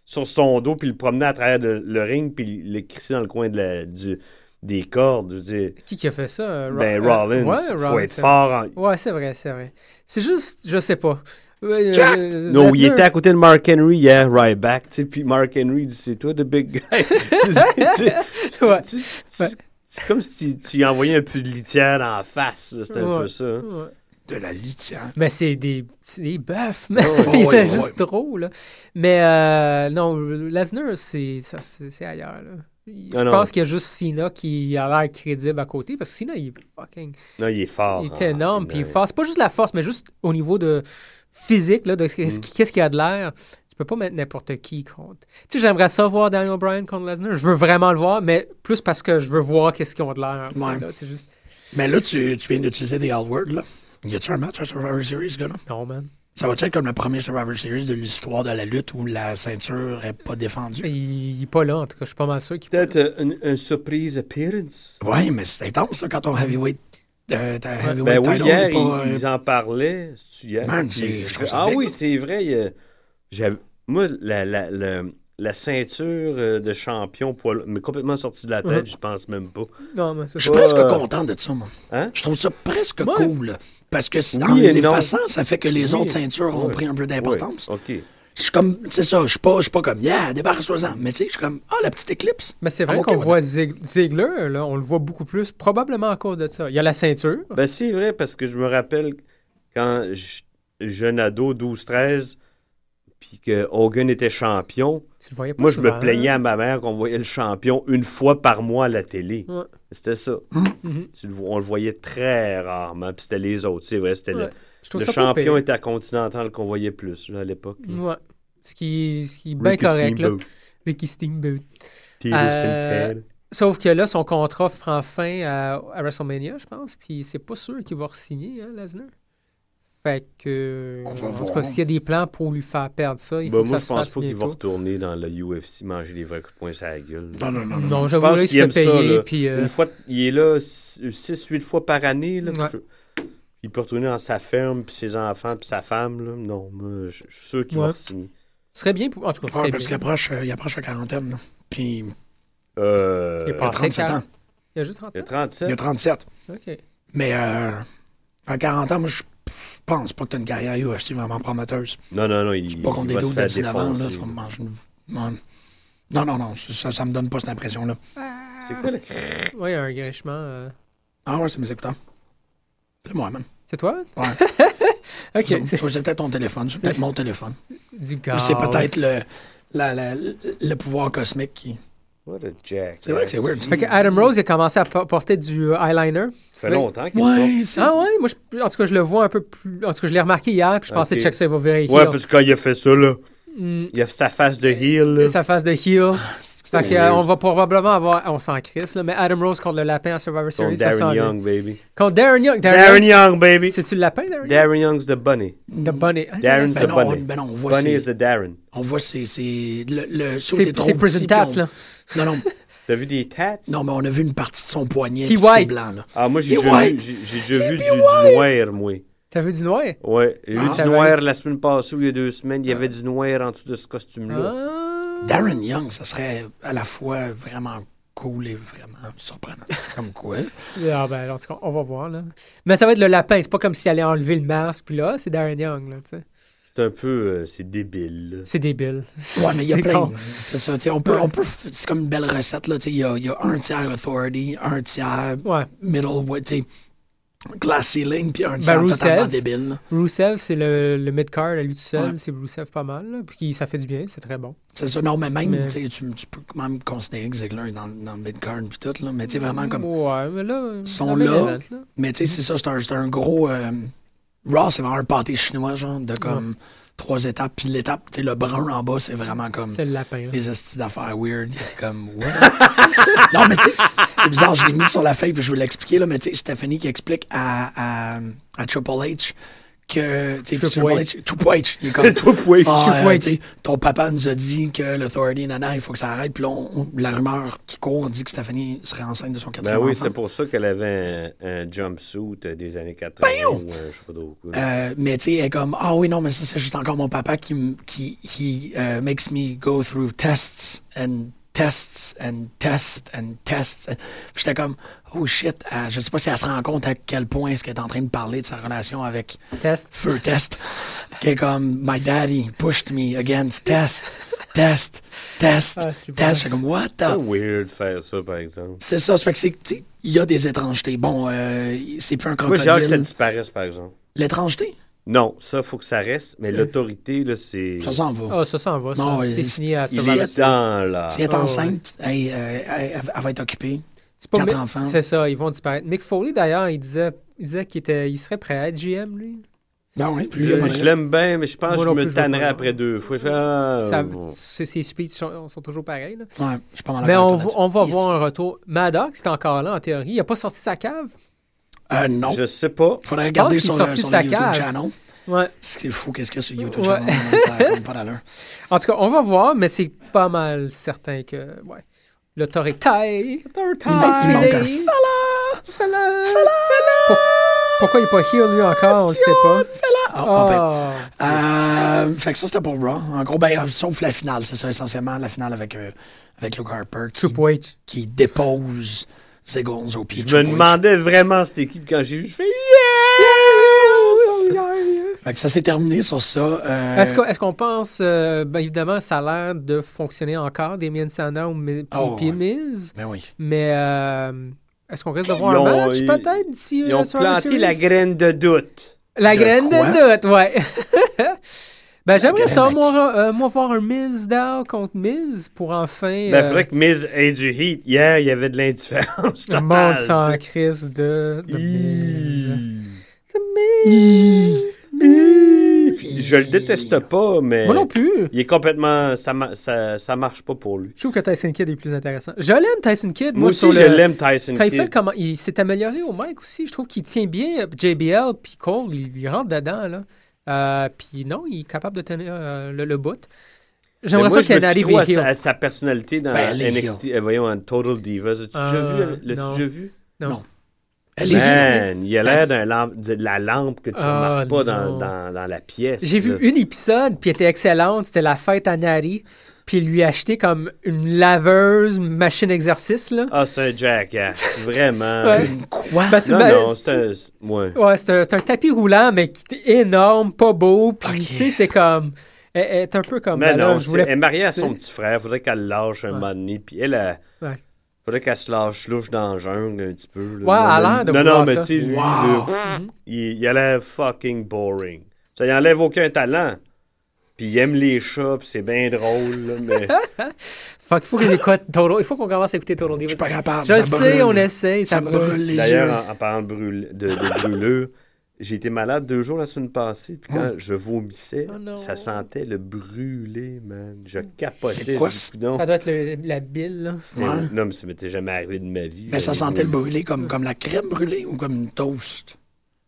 Speaker 12: sur son dos, puis le promener à travers le, le ring, puis le crisser dans le coin de la- du- des cordes. je veux dire.
Speaker 3: Qui qui a fait ça? euh, Ro-
Speaker 12: Ben,
Speaker 3: euh,
Speaker 12: Rollins,
Speaker 3: ouais,
Speaker 12: faut
Speaker 3: Rollins,
Speaker 12: être
Speaker 3: c'est
Speaker 12: fort
Speaker 3: vrai. Ouais, c'est vrai, c'est vrai. C'est juste, je sais pas. Euh,
Speaker 12: Jack!
Speaker 3: euh,
Speaker 12: Non, il
Speaker 3: Lesnar-
Speaker 12: était à côté de Mark Henry hier, right back. tu sais, Puis Mark Henry dit C'est toi, the big guy. Tu sais, tu sais, c'est-
Speaker 3: Ouais.
Speaker 12: tu- tu- C'est comme si tu lui envoyais un peu de litière en face. là, C'était un
Speaker 3: Ouais.
Speaker 12: peu ça. hein.
Speaker 3: Ouais.
Speaker 11: De la litière.
Speaker 3: Mais Ben, c'est des, c'est des bœufs, mais
Speaker 12: Ouais,
Speaker 3: il y en a
Speaker 12: ouais,
Speaker 3: juste trop, là. Mais euh, non, Lesnar, c'est, ça, c'est, c'est ailleurs, là. Je
Speaker 12: Ah, non.
Speaker 3: pense qu'il y a juste Cena qui a l'air crédible à côté, parce que Cena, il est fucking...
Speaker 12: Non, il est fort.
Speaker 3: Il est
Speaker 12: hein.
Speaker 3: énorme, puis il est
Speaker 12: Ouais.
Speaker 3: fort. C'est pas juste la force, mais juste au niveau de physique, là, de qu'est-ce
Speaker 12: Mm.
Speaker 3: qui- qu'est-ce qu'il y a de l'air. Tu peux pas mettre n'importe qui contre. Tu sais, j'aimerais ça voir Daniel Bryan contre Lesnar. Je veux vraiment le voir, mais plus parce que je veux voir qu'est-ce qu'ils ont de l'air.
Speaker 11: Ouais.
Speaker 3: Là, c'est juste...
Speaker 11: Mais là, tu, tu viens d'utiliser des Outward, là. Y a-tu un match à Survivor Series, ce gars-là
Speaker 3: Non, man.
Speaker 11: Ça va être comme le premier Survivor Series de l'histoire de la lutte où la ceinture est pas défendue.
Speaker 3: Ben, Il, il est pas là, en tout cas. Je suis pas mal sûr qu'il
Speaker 12: Peut-être euh, une, une surprise appearance.
Speaker 11: Ouais, mais c'est intense, là, quand ton heavyweight. euh, ta heavyweight
Speaker 12: Ben oui,
Speaker 11: title
Speaker 12: hier,
Speaker 11: est pas,
Speaker 12: ils,
Speaker 11: euh,
Speaker 12: ils en parlaient. c'est-tu hier?
Speaker 11: Man,
Speaker 12: Puis
Speaker 11: c'est- je
Speaker 12: je
Speaker 11: trouve
Speaker 12: fais,
Speaker 11: ça
Speaker 12: ah
Speaker 11: big,
Speaker 12: oui,
Speaker 11: là.
Speaker 12: c'est vrai. il y a- j'avais- moi, la, la, la, la ceinture euh, de champion, poil- mais complètement sortie de la tête,
Speaker 3: Mhm.
Speaker 12: je pense même pas.
Speaker 3: Non, mais c'est
Speaker 11: Je suis
Speaker 12: pas,
Speaker 11: presque
Speaker 12: euh,
Speaker 11: content de ça, moi.
Speaker 12: Hein?
Speaker 11: Je trouve ça presque
Speaker 12: Ouais.
Speaker 11: cool. Parce que si-
Speaker 12: Oui
Speaker 11: en
Speaker 12: et non.
Speaker 11: l'effaçant, ça fait que les
Speaker 12: Oui.
Speaker 11: autres ceintures ont
Speaker 12: Oui.
Speaker 11: pris un peu d'importance.
Speaker 12: OK.
Speaker 11: Je suis comme, c'est ça, je suis pas, je suis pas comme, yeah, débarrasse-toi-en. Mais tu sais, je suis comme, ah, la petite éclipse.
Speaker 3: Mais c'est vrai
Speaker 11: I'm
Speaker 3: qu'on
Speaker 11: okay with
Speaker 3: voit Zig- Ziggler, là, on le voit beaucoup plus, probablement à cause de ça. Il y a la ceinture.
Speaker 12: Ben, c'est vrai, parce que je me rappelle quand je- jeune ado, 12-13, puis que Hogan était champion.
Speaker 3: Tu le voyais pas
Speaker 12: Moi, je me
Speaker 3: souvent.
Speaker 12: plaignais à ma mère qu'on voyait le champion une fois par mois à la télé.
Speaker 3: Ouais.
Speaker 12: C'était ça.
Speaker 3: Mhm.
Speaker 12: Tu le vois- on le voyait très rarement. Puis c'était les autres, c'est vrai. C'était le-
Speaker 3: Ouais. Je trouve
Speaker 12: le,
Speaker 3: ça pas
Speaker 12: champion
Speaker 3: pire.
Speaker 12: était à Continental qu'on voyait plus là, à l'époque.
Speaker 3: Ouais. Ce qui, ce qui est bien
Speaker 12: Ricky
Speaker 3: correct, là.
Speaker 12: Steamboat.
Speaker 3: Ricky Steamboat.
Speaker 12: Tito
Speaker 3: Euh,
Speaker 12: Santana.
Speaker 3: sauf que là, son contrat prend fin à, à WrestleMania, je pense. Puis c'est pas sûr qu'il va re-signer, hein, Lesnar. Fait que.
Speaker 11: On va
Speaker 3: en tout
Speaker 11: voir.
Speaker 3: cas, s'il y a des plans pour lui faire perdre ça, il
Speaker 12: Ben,
Speaker 3: faut que
Speaker 12: moi,
Speaker 3: ça
Speaker 12: je
Speaker 3: se
Speaker 12: pense
Speaker 3: fasse
Speaker 12: pas qu'il va
Speaker 3: bientôt.
Speaker 12: retourner dans le UFC manger des vrais coups de poing sur la gueule.
Speaker 11: Non, non, non, non.
Speaker 3: Non,
Speaker 12: Je
Speaker 3: j'avoue,
Speaker 12: pense
Speaker 3: là, il se
Speaker 12: qu'il aime
Speaker 3: fait
Speaker 12: ça.
Speaker 3: payer,
Speaker 12: là.
Speaker 3: puis, euh,
Speaker 12: Une fois, il est là 6-8 fois par année. là.
Speaker 3: Ouais.
Speaker 12: Je- Il peut retourner dans sa ferme, puis ses enfants, puis sa femme. là. Non, moi, je je suis sûr qu'il
Speaker 3: Ouais.
Speaker 12: va signer.
Speaker 3: Ce serait bien pour. En tout cas,
Speaker 11: Ouais,
Speaker 3: très
Speaker 11: parce qu'il
Speaker 3: bien.
Speaker 11: approche, euh, il approche la quarantaine, là. Puis,
Speaker 12: Euh,
Speaker 3: Il est
Speaker 11: il a
Speaker 3: passé
Speaker 11: 37
Speaker 3: 40.
Speaker 11: ans.
Speaker 3: Il y a juste
Speaker 12: il
Speaker 3: 37.
Speaker 12: a 37.
Speaker 11: Il a 37.
Speaker 3: OK.
Speaker 11: Mais, euh, à 40 ans, moi, je pense pas que t'as une carrière UFC vraiment prometteuse.
Speaker 12: Non, non, non, il,
Speaker 11: Pas contre
Speaker 12: il
Speaker 11: des
Speaker 12: va se
Speaker 11: dos de
Speaker 12: faire
Speaker 11: 19 ans, là,
Speaker 12: défoncer.
Speaker 11: tu vas me manger une. Ouais. Non, non, non, ça, ça me donne pas cette impression-là.
Speaker 12: C'est quoi le...
Speaker 3: Ouais, il y a un grinchement. euh.
Speaker 11: Ah ouais, c'est mes écouteurs. C'est moi, man.
Speaker 3: C'est toi?
Speaker 11: Ouais.
Speaker 3: OK.
Speaker 11: C'est-
Speaker 3: c'est-
Speaker 11: C'est peut-être ton téléphone, c'est peut-être mon téléphone.
Speaker 3: Du
Speaker 11: Ou
Speaker 3: gaz.
Speaker 11: c'est peut-être le, la- la- le pouvoir cosmique qui.
Speaker 12: What a jack.
Speaker 11: C'est vrai que c'est weird.
Speaker 3: Fait que Adam Rose, il a commencé à po- porter du euh, eyeliner.
Speaker 12: Ça fait longtemps qu'il
Speaker 11: Ouais, c'est.
Speaker 3: Ah ouais? Moi, je- en tout cas, je le vois un peu plus. En tout cas, je l'ai remarqué hier, puis je pensais
Speaker 12: Ok.
Speaker 3: check ça, il va vérifier.
Speaker 12: Ouais, parce que quand il a fait ça, là,
Speaker 3: Mm.
Speaker 12: il a fait sa face de heel. là. Ah,
Speaker 3: Sa face de heel. Fait que,
Speaker 12: weird.
Speaker 3: euh, on va probablement avoir. On s'en crisse, là, mais Adam Rose contre le lapin à Survivor
Speaker 12: Contre
Speaker 3: Series. ça
Speaker 12: Darren
Speaker 3: s'en vient.
Speaker 12: Young, baby.
Speaker 3: Contre Darren Young.
Speaker 12: Darren Young, baby.
Speaker 3: C'est-tu le lapin, Darren Young?
Speaker 12: Darren Young's the bunny.
Speaker 3: The Bunny. Ah,
Speaker 12: Darren's
Speaker 11: Ben
Speaker 12: the
Speaker 11: non,
Speaker 12: bunny.
Speaker 11: on- ben non, on voit
Speaker 12: bunny
Speaker 11: c'est-
Speaker 12: is the Darren.
Speaker 11: On voit, c'est. c'est le, le saut
Speaker 3: C'est-
Speaker 11: des troncs
Speaker 3: C'est Prison
Speaker 11: petits, puis
Speaker 3: Tats,
Speaker 11: on-
Speaker 3: là.
Speaker 11: Non, non,
Speaker 12: T'as vu des tats?
Speaker 11: non, mais on a vu une partie de son poignet.
Speaker 3: Key
Speaker 11: puis c'est
Speaker 3: White.
Speaker 11: blanc, là.
Speaker 12: Ah, moi, j'ai
Speaker 11: He
Speaker 12: déjà vu,
Speaker 11: white.
Speaker 12: j'ai- j'ai déjà vu du, du noir, moi. T'as vu du noir? Ah,
Speaker 18: Oui. J'ai vu du noir la semaine passée ou il y a deux semaines. Il y avait du noir en dessous de ce costume-là.
Speaker 12: Ah.
Speaker 11: Darren Young, ça serait à la fois vraiment cool et vraiment surprenant. Comme quoi.
Speaker 12: Ah ben, alors, en tout cas, on va voir. Là. Mais ça va être le lapin. C'est pas comme s'il allait enlever le masque. Puis là, c'est Darren Young. Là, tu sais.
Speaker 18: C'est un peu. euh, c'est débile. là.
Speaker 12: c'est débile.
Speaker 11: Ouais, mais il y a
Speaker 12: C'est
Speaker 11: plein.
Speaker 12: con.
Speaker 11: C'est ça, tu sais, on peut, on peut, f- c'est comme une belle recette, là, tu sais, il y a, il y a un tiers Authority, un tiers Middle, ouais, tu sais, Glass Ceiling, puis un tiers
Speaker 12: Ben,
Speaker 11: totalement
Speaker 12: Rousseff,
Speaker 11: débile. là.
Speaker 12: Rousseff, c'est le, le mid-card à lui tout seul.
Speaker 11: Ouais.
Speaker 12: C'est Rousseff pas mal. là. Puis ça fait du bien, c'est très bon.
Speaker 11: C'est ça, non, mais même,
Speaker 12: Mais-
Speaker 11: tu sais, tu, tu peux quand même considérer que Ziggler est dans, dans le mid-card, puis tout, là, mais tu sais, vraiment
Speaker 12: Mm.
Speaker 11: comme.
Speaker 12: Ouais, mais là.
Speaker 11: Ils
Speaker 12: dans
Speaker 11: sont
Speaker 12: le
Speaker 11: là,
Speaker 12: main event,
Speaker 11: mais tu sais, c'est ça, c'est un, c'est un gros. euh, Raw, c'est vraiment un pâté chinois, genre, de comme trois étapes, puis l'étape, tu sais, le brun en bas, c'est vraiment comme.
Speaker 12: C'est le lapin. là.
Speaker 11: les astuces d'affaires weird. Comme, what? non, mais tu sais, c'est bizarre, je l'ai mis sur la feuille puis je vais l'expliquer, là, mais tu sais, Stephanie qui explique à, à, à Triple H que, tu sais,
Speaker 12: Triple
Speaker 11: Triple
Speaker 12: H.
Speaker 11: H, Triple H, il est comme,
Speaker 12: Triple H.
Speaker 11: Ah,
Speaker 12: Triple
Speaker 11: euh,
Speaker 12: H.
Speaker 11: tu sais, ton papa nous a dit que l'authority, nana, il faut que ça arrête, puis là, on- on- la rumeur qui court dit que Stephanie serait enceinte de son
Speaker 18: Ben
Speaker 11: quatrième
Speaker 18: oui,
Speaker 11: enfant.
Speaker 18: c'est pour ça qu'elle avait un, un jumpsuit euh, des années 80 ou un- je sais pas trop quoi.
Speaker 11: Euh, mais tu sais, elle est comme, ah oui, non, mais ça, c'est juste encore mon papa qui, m- qui he, euh, makes me go through tests and tests and tests and tests. Puis j'étais comme, oh shit, euh, je sais pas si elle se rend compte à quel point est-ce qu'elle est en train de parler de sa relation avec
Speaker 12: Test.
Speaker 11: Feu Test. qui est comme, my daddy pushed me against test, test, test,
Speaker 12: Ah,
Speaker 11: test.
Speaker 12: super.
Speaker 11: J'étais comme, what
Speaker 18: C'est
Speaker 11: the
Speaker 18: weird de faire ça, par exemple.
Speaker 11: c'est ça, ça fait que c'est, tu sais, il y a des étrangetés. Bon, euh, c'est plus un
Speaker 18: Moi, j'ai hâte que ça
Speaker 11: crocodile.
Speaker 18: disparaisse, par exemple.
Speaker 11: L'étrangeté,
Speaker 18: Non, ça, faut que ça reste, mais
Speaker 12: Ouais.
Speaker 18: l'autorité, là, c'est.
Speaker 11: ça s'en va.
Speaker 12: Ah, ça, ça en va. ça.
Speaker 11: Non,
Speaker 12: c'est
Speaker 11: il-
Speaker 12: signé à
Speaker 18: il
Speaker 12: Survivor
Speaker 18: est
Speaker 12: Series.
Speaker 18: temps, là.
Speaker 11: Si elle est
Speaker 12: Ah, ouais.
Speaker 11: enceinte, elle, euh, elle- elle va être occupée.
Speaker 12: C'est pas
Speaker 11: Quatre
Speaker 12: Mick-
Speaker 11: enfants.
Speaker 12: C'est ça, ils vont disparaître. Mick Foley, d'ailleurs, il disait, il disait qu'il était, il serait prêt à être GM, lui.
Speaker 11: Ben oui, plus il y a
Speaker 18: Je,
Speaker 11: pas de
Speaker 18: je
Speaker 11: risque.
Speaker 18: l'aime bien, mais je pense
Speaker 12: Moi
Speaker 18: que je
Speaker 12: non
Speaker 18: me
Speaker 12: plus, je veux
Speaker 18: tannerai
Speaker 12: pas.
Speaker 18: après deux fois. Je fais, ah,
Speaker 12: Ça-
Speaker 18: bon.
Speaker 12: ses ses speeches sont, sont toujours pareils. là.
Speaker 11: Ouais, je suis pas mal
Speaker 12: Mais
Speaker 11: d'accord
Speaker 12: Ben, on,
Speaker 11: avec
Speaker 12: va-
Speaker 11: toi
Speaker 12: on va
Speaker 11: là-dessus.
Speaker 12: voir un retour. Maddox est encore là, en théorie. Il n'a pas sorti sa cave.
Speaker 11: Euh, non.
Speaker 18: Je sais pas.
Speaker 11: Faudrait
Speaker 12: je
Speaker 11: regarder
Speaker 12: pense qu'il
Speaker 11: sur, le-
Speaker 12: est sorti
Speaker 11: sur
Speaker 12: de
Speaker 11: le
Speaker 12: sa
Speaker 11: YouTube
Speaker 12: cave.
Speaker 11: channel.
Speaker 12: Ouais.
Speaker 11: C'est fou qu'est-ce qu'il y a sur le YouTube
Speaker 12: Ouais.
Speaker 11: channel. man, Ça compte pas d'allure.
Speaker 12: En tout cas, on va voir, mais c'est pas mal certain que. Ouais. Le Torretai.
Speaker 11: Il manque- il manque un
Speaker 12: Fala! Fala! Pour- Pourquoi il n'est pas heal, lui, encore On ne sait pas.
Speaker 11: Ah, pas pire.
Speaker 12: Ah.
Speaker 18: ben,
Speaker 11: Euh, fait que ça, c'était pour Raw. En gros, ben, sauf la finale, c'est ça, essentiellement, la finale avec, euh, avec Luke Harper qui,
Speaker 12: Triple H.
Speaker 11: qui dépose Ziggles au pied. de
Speaker 18: Je me
Speaker 11: Triple H.
Speaker 18: demandais vraiment cette équipe quand j'ai vu. Je fais, yeah!
Speaker 11: Fait que ça s'est terminé sur ça. euh,
Speaker 12: Est-ce qu'on est-ce qu'on pense, euh, ben, évidemment, ça a l'air de fonctionner encore, Damien Sana ou Mi- puis,
Speaker 11: Oh,
Speaker 12: puis
Speaker 11: ouais.
Speaker 12: Miz,
Speaker 11: Ben oui.
Speaker 12: mais euh, est-ce qu'on risque de voir
Speaker 18: Ils
Speaker 12: un
Speaker 18: ont-
Speaker 12: match
Speaker 18: ils-
Speaker 12: peut-être d'ici
Speaker 18: Ils
Speaker 12: euh,
Speaker 18: ont
Speaker 12: sur la
Speaker 18: planté
Speaker 12: série?
Speaker 18: la graine de doute.
Speaker 12: La
Speaker 11: De
Speaker 12: graine
Speaker 11: quoi?
Speaker 12: de doute, ouais. ben, j'aimerais ça,
Speaker 11: graine à
Speaker 12: moi, euh, moi, voir un Miz Dow contre Miz pour enfin.
Speaker 18: Ben,
Speaker 12: euh,
Speaker 18: faudrait que Miz ait du heat. Hier, il y avait de l'indifférence
Speaker 12: le monde s'en
Speaker 18: totale. tu sais.
Speaker 12: crise de, de Miz. The Miz.
Speaker 18: Je le déteste pas, mais
Speaker 12: Moi non plus.
Speaker 18: il est complètement. Ça, ma- ça, ça marche pas pour lui.
Speaker 12: Je trouve que Tyson Kidd est plus intéressant. Je l'aime, Tyson Kidd.
Speaker 18: Moi
Speaker 12: sur
Speaker 18: aussi, je
Speaker 12: le-
Speaker 18: l'aime, Tyson
Speaker 12: Quand il, fait
Speaker 18: Kidd.
Speaker 12: comment, il s'est amélioré au mic aussi. Je trouve qu'il tient bien euh, JBL puis Cole, il, il rentre dedans. Là. Euh, puis non, il est capable de tenir euh, le, le bout.
Speaker 18: Mais
Speaker 12: J'aimerais
Speaker 18: moi,
Speaker 12: ça
Speaker 18: je me
Speaker 12: qu'elle
Speaker 18: fie
Speaker 12: arrive
Speaker 18: trop à,
Speaker 12: heel.
Speaker 18: sa- à sa personnalité dans
Speaker 11: Ben, elle est
Speaker 18: NXT. euh, voyons, en Total Divas. As-tu
Speaker 12: Euh,
Speaker 18: déjà vu? L'as-tu
Speaker 12: non.
Speaker 18: déjà vu?
Speaker 12: Non.
Speaker 11: Elle est-
Speaker 18: Man, il a l'air d'un lampe- de la lampe que tu ne
Speaker 12: Ah,
Speaker 18: remarques pas dans,
Speaker 12: non.
Speaker 18: dans- dans la pièce.
Speaker 12: J'ai vu
Speaker 18: là.
Speaker 12: une épisode, puis elle était excellente. C'était la fête à Nari. Puis il lui a acheté comme une laveuse, machine exercice. Là.
Speaker 18: Ah, c'est un jackass. Vraiment.
Speaker 12: Ouais.
Speaker 11: Quoi?
Speaker 12: Ben, c'est-
Speaker 18: Non,
Speaker 12: ben,
Speaker 18: non, c'est un. Ouais.
Speaker 12: Ouais, c'est un, c'est un tapis roulant, mais qui est énorme, pas beau. Puis,
Speaker 11: Ok.
Speaker 12: tu sais, c'est comme. Elle, elle est un peu comme.
Speaker 18: Mais
Speaker 12: ben là,
Speaker 18: non,
Speaker 12: je
Speaker 18: c'est-
Speaker 12: voulais-
Speaker 18: elle est mariée à son
Speaker 12: tu
Speaker 18: petit frère. Faudrait qu'elle lâche un
Speaker 12: Ouais.
Speaker 18: moment donné. Puis elle, elle-
Speaker 12: Ouais.
Speaker 18: faudrait qu'elle se lâche louche dans la jungle un petit peu. là.
Speaker 12: Ouais, elle a
Speaker 18: non,
Speaker 12: l'air de
Speaker 18: Non,
Speaker 12: vouloir
Speaker 18: non, mais
Speaker 12: ça. Mhm.
Speaker 18: tu sais, lui,
Speaker 11: Wow.
Speaker 18: là, il, il a l'air fucking boring. Ça lui enlève aucun talent. Puis il aime les chats, puis c'est bien drôle, là, mais...
Speaker 12: Fait qu'il faut qu'on écoute Total. Il faut qu'on commence à écouter Total Divas.
Speaker 11: Je suis pas capable.
Speaker 18: Ah,
Speaker 12: Je
Speaker 11: ça
Speaker 12: le sais,
Speaker 11: brûle.
Speaker 12: on essaye. Ça,
Speaker 11: Ça me
Speaker 12: brûle.
Speaker 11: brûle les yeux.
Speaker 18: D'ailleurs, en, en parlant de, brûle- de- de brûlure, j'ai été malade deux jours la semaine passée, puis quand je vomissais,
Speaker 12: Oh Ah. non.
Speaker 18: ça sentait le brûler, man. Je capotais.
Speaker 11: C'est quoi
Speaker 18: j'ai dit,
Speaker 11: ce-
Speaker 18: Coudon,
Speaker 12: Ça doit être le- la bile. là.
Speaker 18: c'était-
Speaker 11: Ouais.
Speaker 18: Non, mais ça m'était jamais arrivé de ma vie.
Speaker 11: Mais Ben, ça
Speaker 18: J'avais
Speaker 11: sentait le
Speaker 12: euh,
Speaker 18: brûlé.
Speaker 11: brûler comme, comme la crème brûlée ou comme une toast.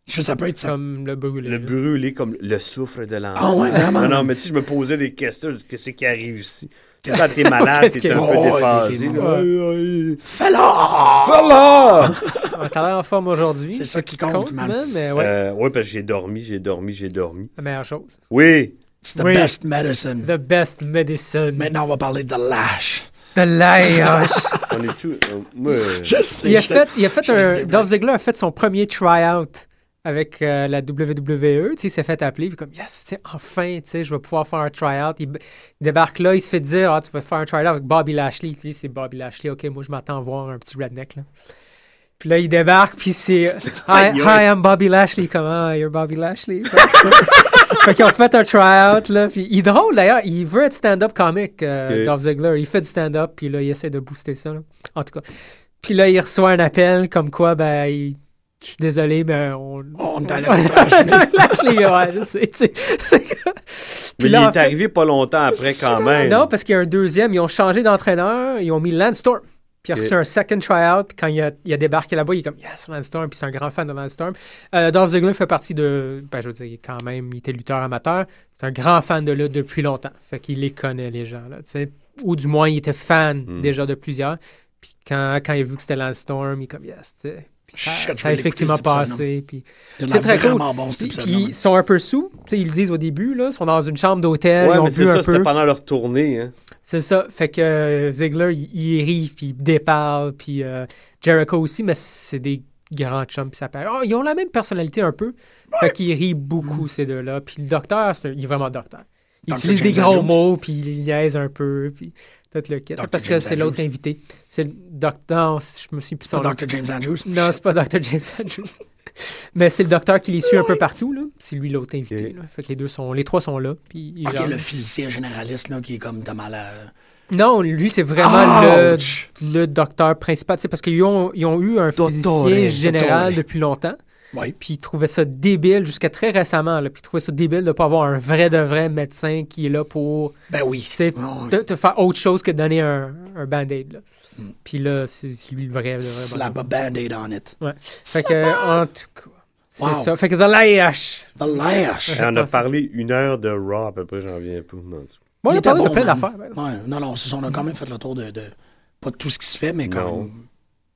Speaker 11: Je sais, ça peut être ça.
Speaker 12: Comme le brûlé.
Speaker 18: Le
Speaker 12: là.
Speaker 18: brûlé comme le souffle de l'enfant.
Speaker 11: Ah ouais, vraiment?
Speaker 18: Non, non, mais tu sais, je me posais des questions. je dis, Qu'est-ce qui arrive ici? Quand t'es malade, t'es un peu déphasé.
Speaker 11: Fais-la!
Speaker 18: Fais-la!
Speaker 12: Ah, T'as l'air en forme aujourd'hui.
Speaker 11: C'est ça qui compte, man.
Speaker 12: mais ouais.
Speaker 18: Oui, Euh, parce que j'ai dormi, j'ai dormi, j'ai dormi.
Speaker 12: La meilleure chose.
Speaker 18: Oui.
Speaker 11: It's the best medicine.
Speaker 12: The best medicine.
Speaker 11: Maintenant, on va parler de lâche.
Speaker 12: De l'air.
Speaker 18: On est tous. euh, moi, euh,
Speaker 11: Je sais.
Speaker 12: Il a
Speaker 11: je-
Speaker 12: fait, il a fait
Speaker 11: je-
Speaker 12: un, Dolph Ziggler a fait son premier try-out avec euh, la WWE. Tu sais, il s'est fait appeler, puis comme, yes, tu sais, enfin, tu sais, je vais pouvoir faire un try-out. Il, il débarque là, il se fait dire, ah, tu vas faire un try-out avec Bobby Lashley. Tu sais, c'est Bobby Lashley, ok, moi, je m'attends à voir un petit redneck, là. Puis là, il débarque, puis c'est Hi, hi, I'm Bobby Lashley. Comment, you're Bobby Lashley? fait qu'ils ont fait un try-out, là. Puis il est drôle, d'ailleurs. Il veut être stand-up comic, euh,
Speaker 18: Ok.
Speaker 12: Dolph Ziggler. Il fait du stand-up, puis là, il essaie de booster ça, là. En tout cas. Puis là, il reçoit un appel comme quoi, ben, il- je suis désolé, mais on...
Speaker 11: On t'a
Speaker 12: Lashley, ouais, je sais, tu sais.
Speaker 18: Mais
Speaker 12: Puis
Speaker 18: il
Speaker 12: là, en
Speaker 18: est
Speaker 12: fait-
Speaker 18: arrivé pas longtemps après, quand même.
Speaker 12: Non, parce qu'il y a un deuxième. Ils ont changé d'entraîneur. Ils ont mis Landstorm. Puis il a reçu
Speaker 18: Ok.
Speaker 12: un second tryout. Quand il a, il a débarqué là-bas, il est comme Yes, Landstorm. Puis c'est un grand fan de Landstorm. Euh, Dolph Ziggler fait partie de. Ben, je veux dire, il est quand même, il était lutteur amateur. C'est un grand fan de lutte depuis longtemps. Fait qu'il les connaît, les gens. Là, tu sais. Ou du moins, il était fan
Speaker 18: Hmm.
Speaker 12: déjà de plusieurs. Puis quand, quand il a vu que c'était Landstorm, il est comme Yes, tu sais. Puis ça-
Speaker 11: Shit, je
Speaker 12: ça a
Speaker 11: vais
Speaker 12: effectivement
Speaker 11: l'écouter, cet épisode-là.
Speaker 12: passé. Puis
Speaker 11: Il y en a
Speaker 12: c'est très cool.
Speaker 11: vraiment bon, cet
Speaker 12: Puis-
Speaker 11: épisode-là,
Speaker 12: puis
Speaker 11: man.
Speaker 12: ils sont un peu sous. Tu sais, ils le disent au début, là. Ils sont dans une chambre d'hôtel.
Speaker 18: Ouais,
Speaker 12: ils ont
Speaker 18: mais c'est
Speaker 12: bu un
Speaker 18: ça, c'était
Speaker 12: peu.
Speaker 18: pendant leur tournée. Hein.
Speaker 12: C'est ça. Fait que euh, Ziggler, il, il rit, puis il déparle, puis euh, Jericho aussi, mais c'est des grands chums, puis ça parle. Oh, ils ont la même personnalité un peu. Fait qu'ils rient beaucoup, ces deux-là. Puis le docteur, c'est un- il est vraiment docteur. Il
Speaker 11: Dr.
Speaker 12: utilise des
Speaker 11: James
Speaker 12: gros
Speaker 11: Jones.
Speaker 12: mots, puis il niaise un peu, puis tout le kit.
Speaker 11: Dr.
Speaker 12: Parce que
Speaker 11: James
Speaker 12: c'est l'autre
Speaker 11: Jones.
Speaker 12: invité. C'est le docteur, je me suis plus
Speaker 11: C'est
Speaker 12: son nom.
Speaker 11: pas Dr. James Andrews.
Speaker 12: Non, c'est pas Dr. James Andrews. Mais c'est le docteur qui les suit un peu partout, là. C'est lui l'autre invité, là. Fait que les deux sont... Les trois sont là, puis ils
Speaker 11: Ok,
Speaker 12: jasent.
Speaker 11: le physicien généraliste, là, qui est comme t'as mal à.
Speaker 12: Non, lui, c'est vraiment le,
Speaker 11: Ouch!
Speaker 12: le docteur principal. C'est parce qu'ils ont, ils ont eu un
Speaker 11: Dottore,
Speaker 12: physicien général
Speaker 11: dottore.
Speaker 12: depuis longtemps.
Speaker 11: Oui.
Speaker 12: Puis ils trouvaient ça débile jusqu'à très récemment. Là, puis ils trouvaient ça débile de ne pas avoir un vrai de vrai médecin qui est là pour
Speaker 11: Ben oui.
Speaker 12: tu sais,
Speaker 11: Oh,
Speaker 12: te, te faire autre chose que donner un, un band-aid. là.
Speaker 11: Mm.
Speaker 12: Puis là, c'est lui le vrai. Le vrai
Speaker 11: Slap a
Speaker 12: bonhomme.
Speaker 11: band-aid on it.
Speaker 12: Ouais. Fait que, en tout cas, c'est
Speaker 11: Wow.
Speaker 12: ça. Fait que The Lash.
Speaker 11: The lash.
Speaker 18: Et on a
Speaker 12: pense-
Speaker 18: parlé une heure de Raw, à peu près, j'en viens pas. non.
Speaker 12: Moi,
Speaker 11: Il
Speaker 12: on a
Speaker 11: était
Speaker 12: parlé de
Speaker 11: bon,
Speaker 12: plein
Speaker 11: man.
Speaker 12: d'affaires. ben.
Speaker 11: Ouais, non, non, c'est ça, on a quand même fait le tour de, de- pas de tout ce qui se fait, mais quand
Speaker 18: Non.
Speaker 11: même.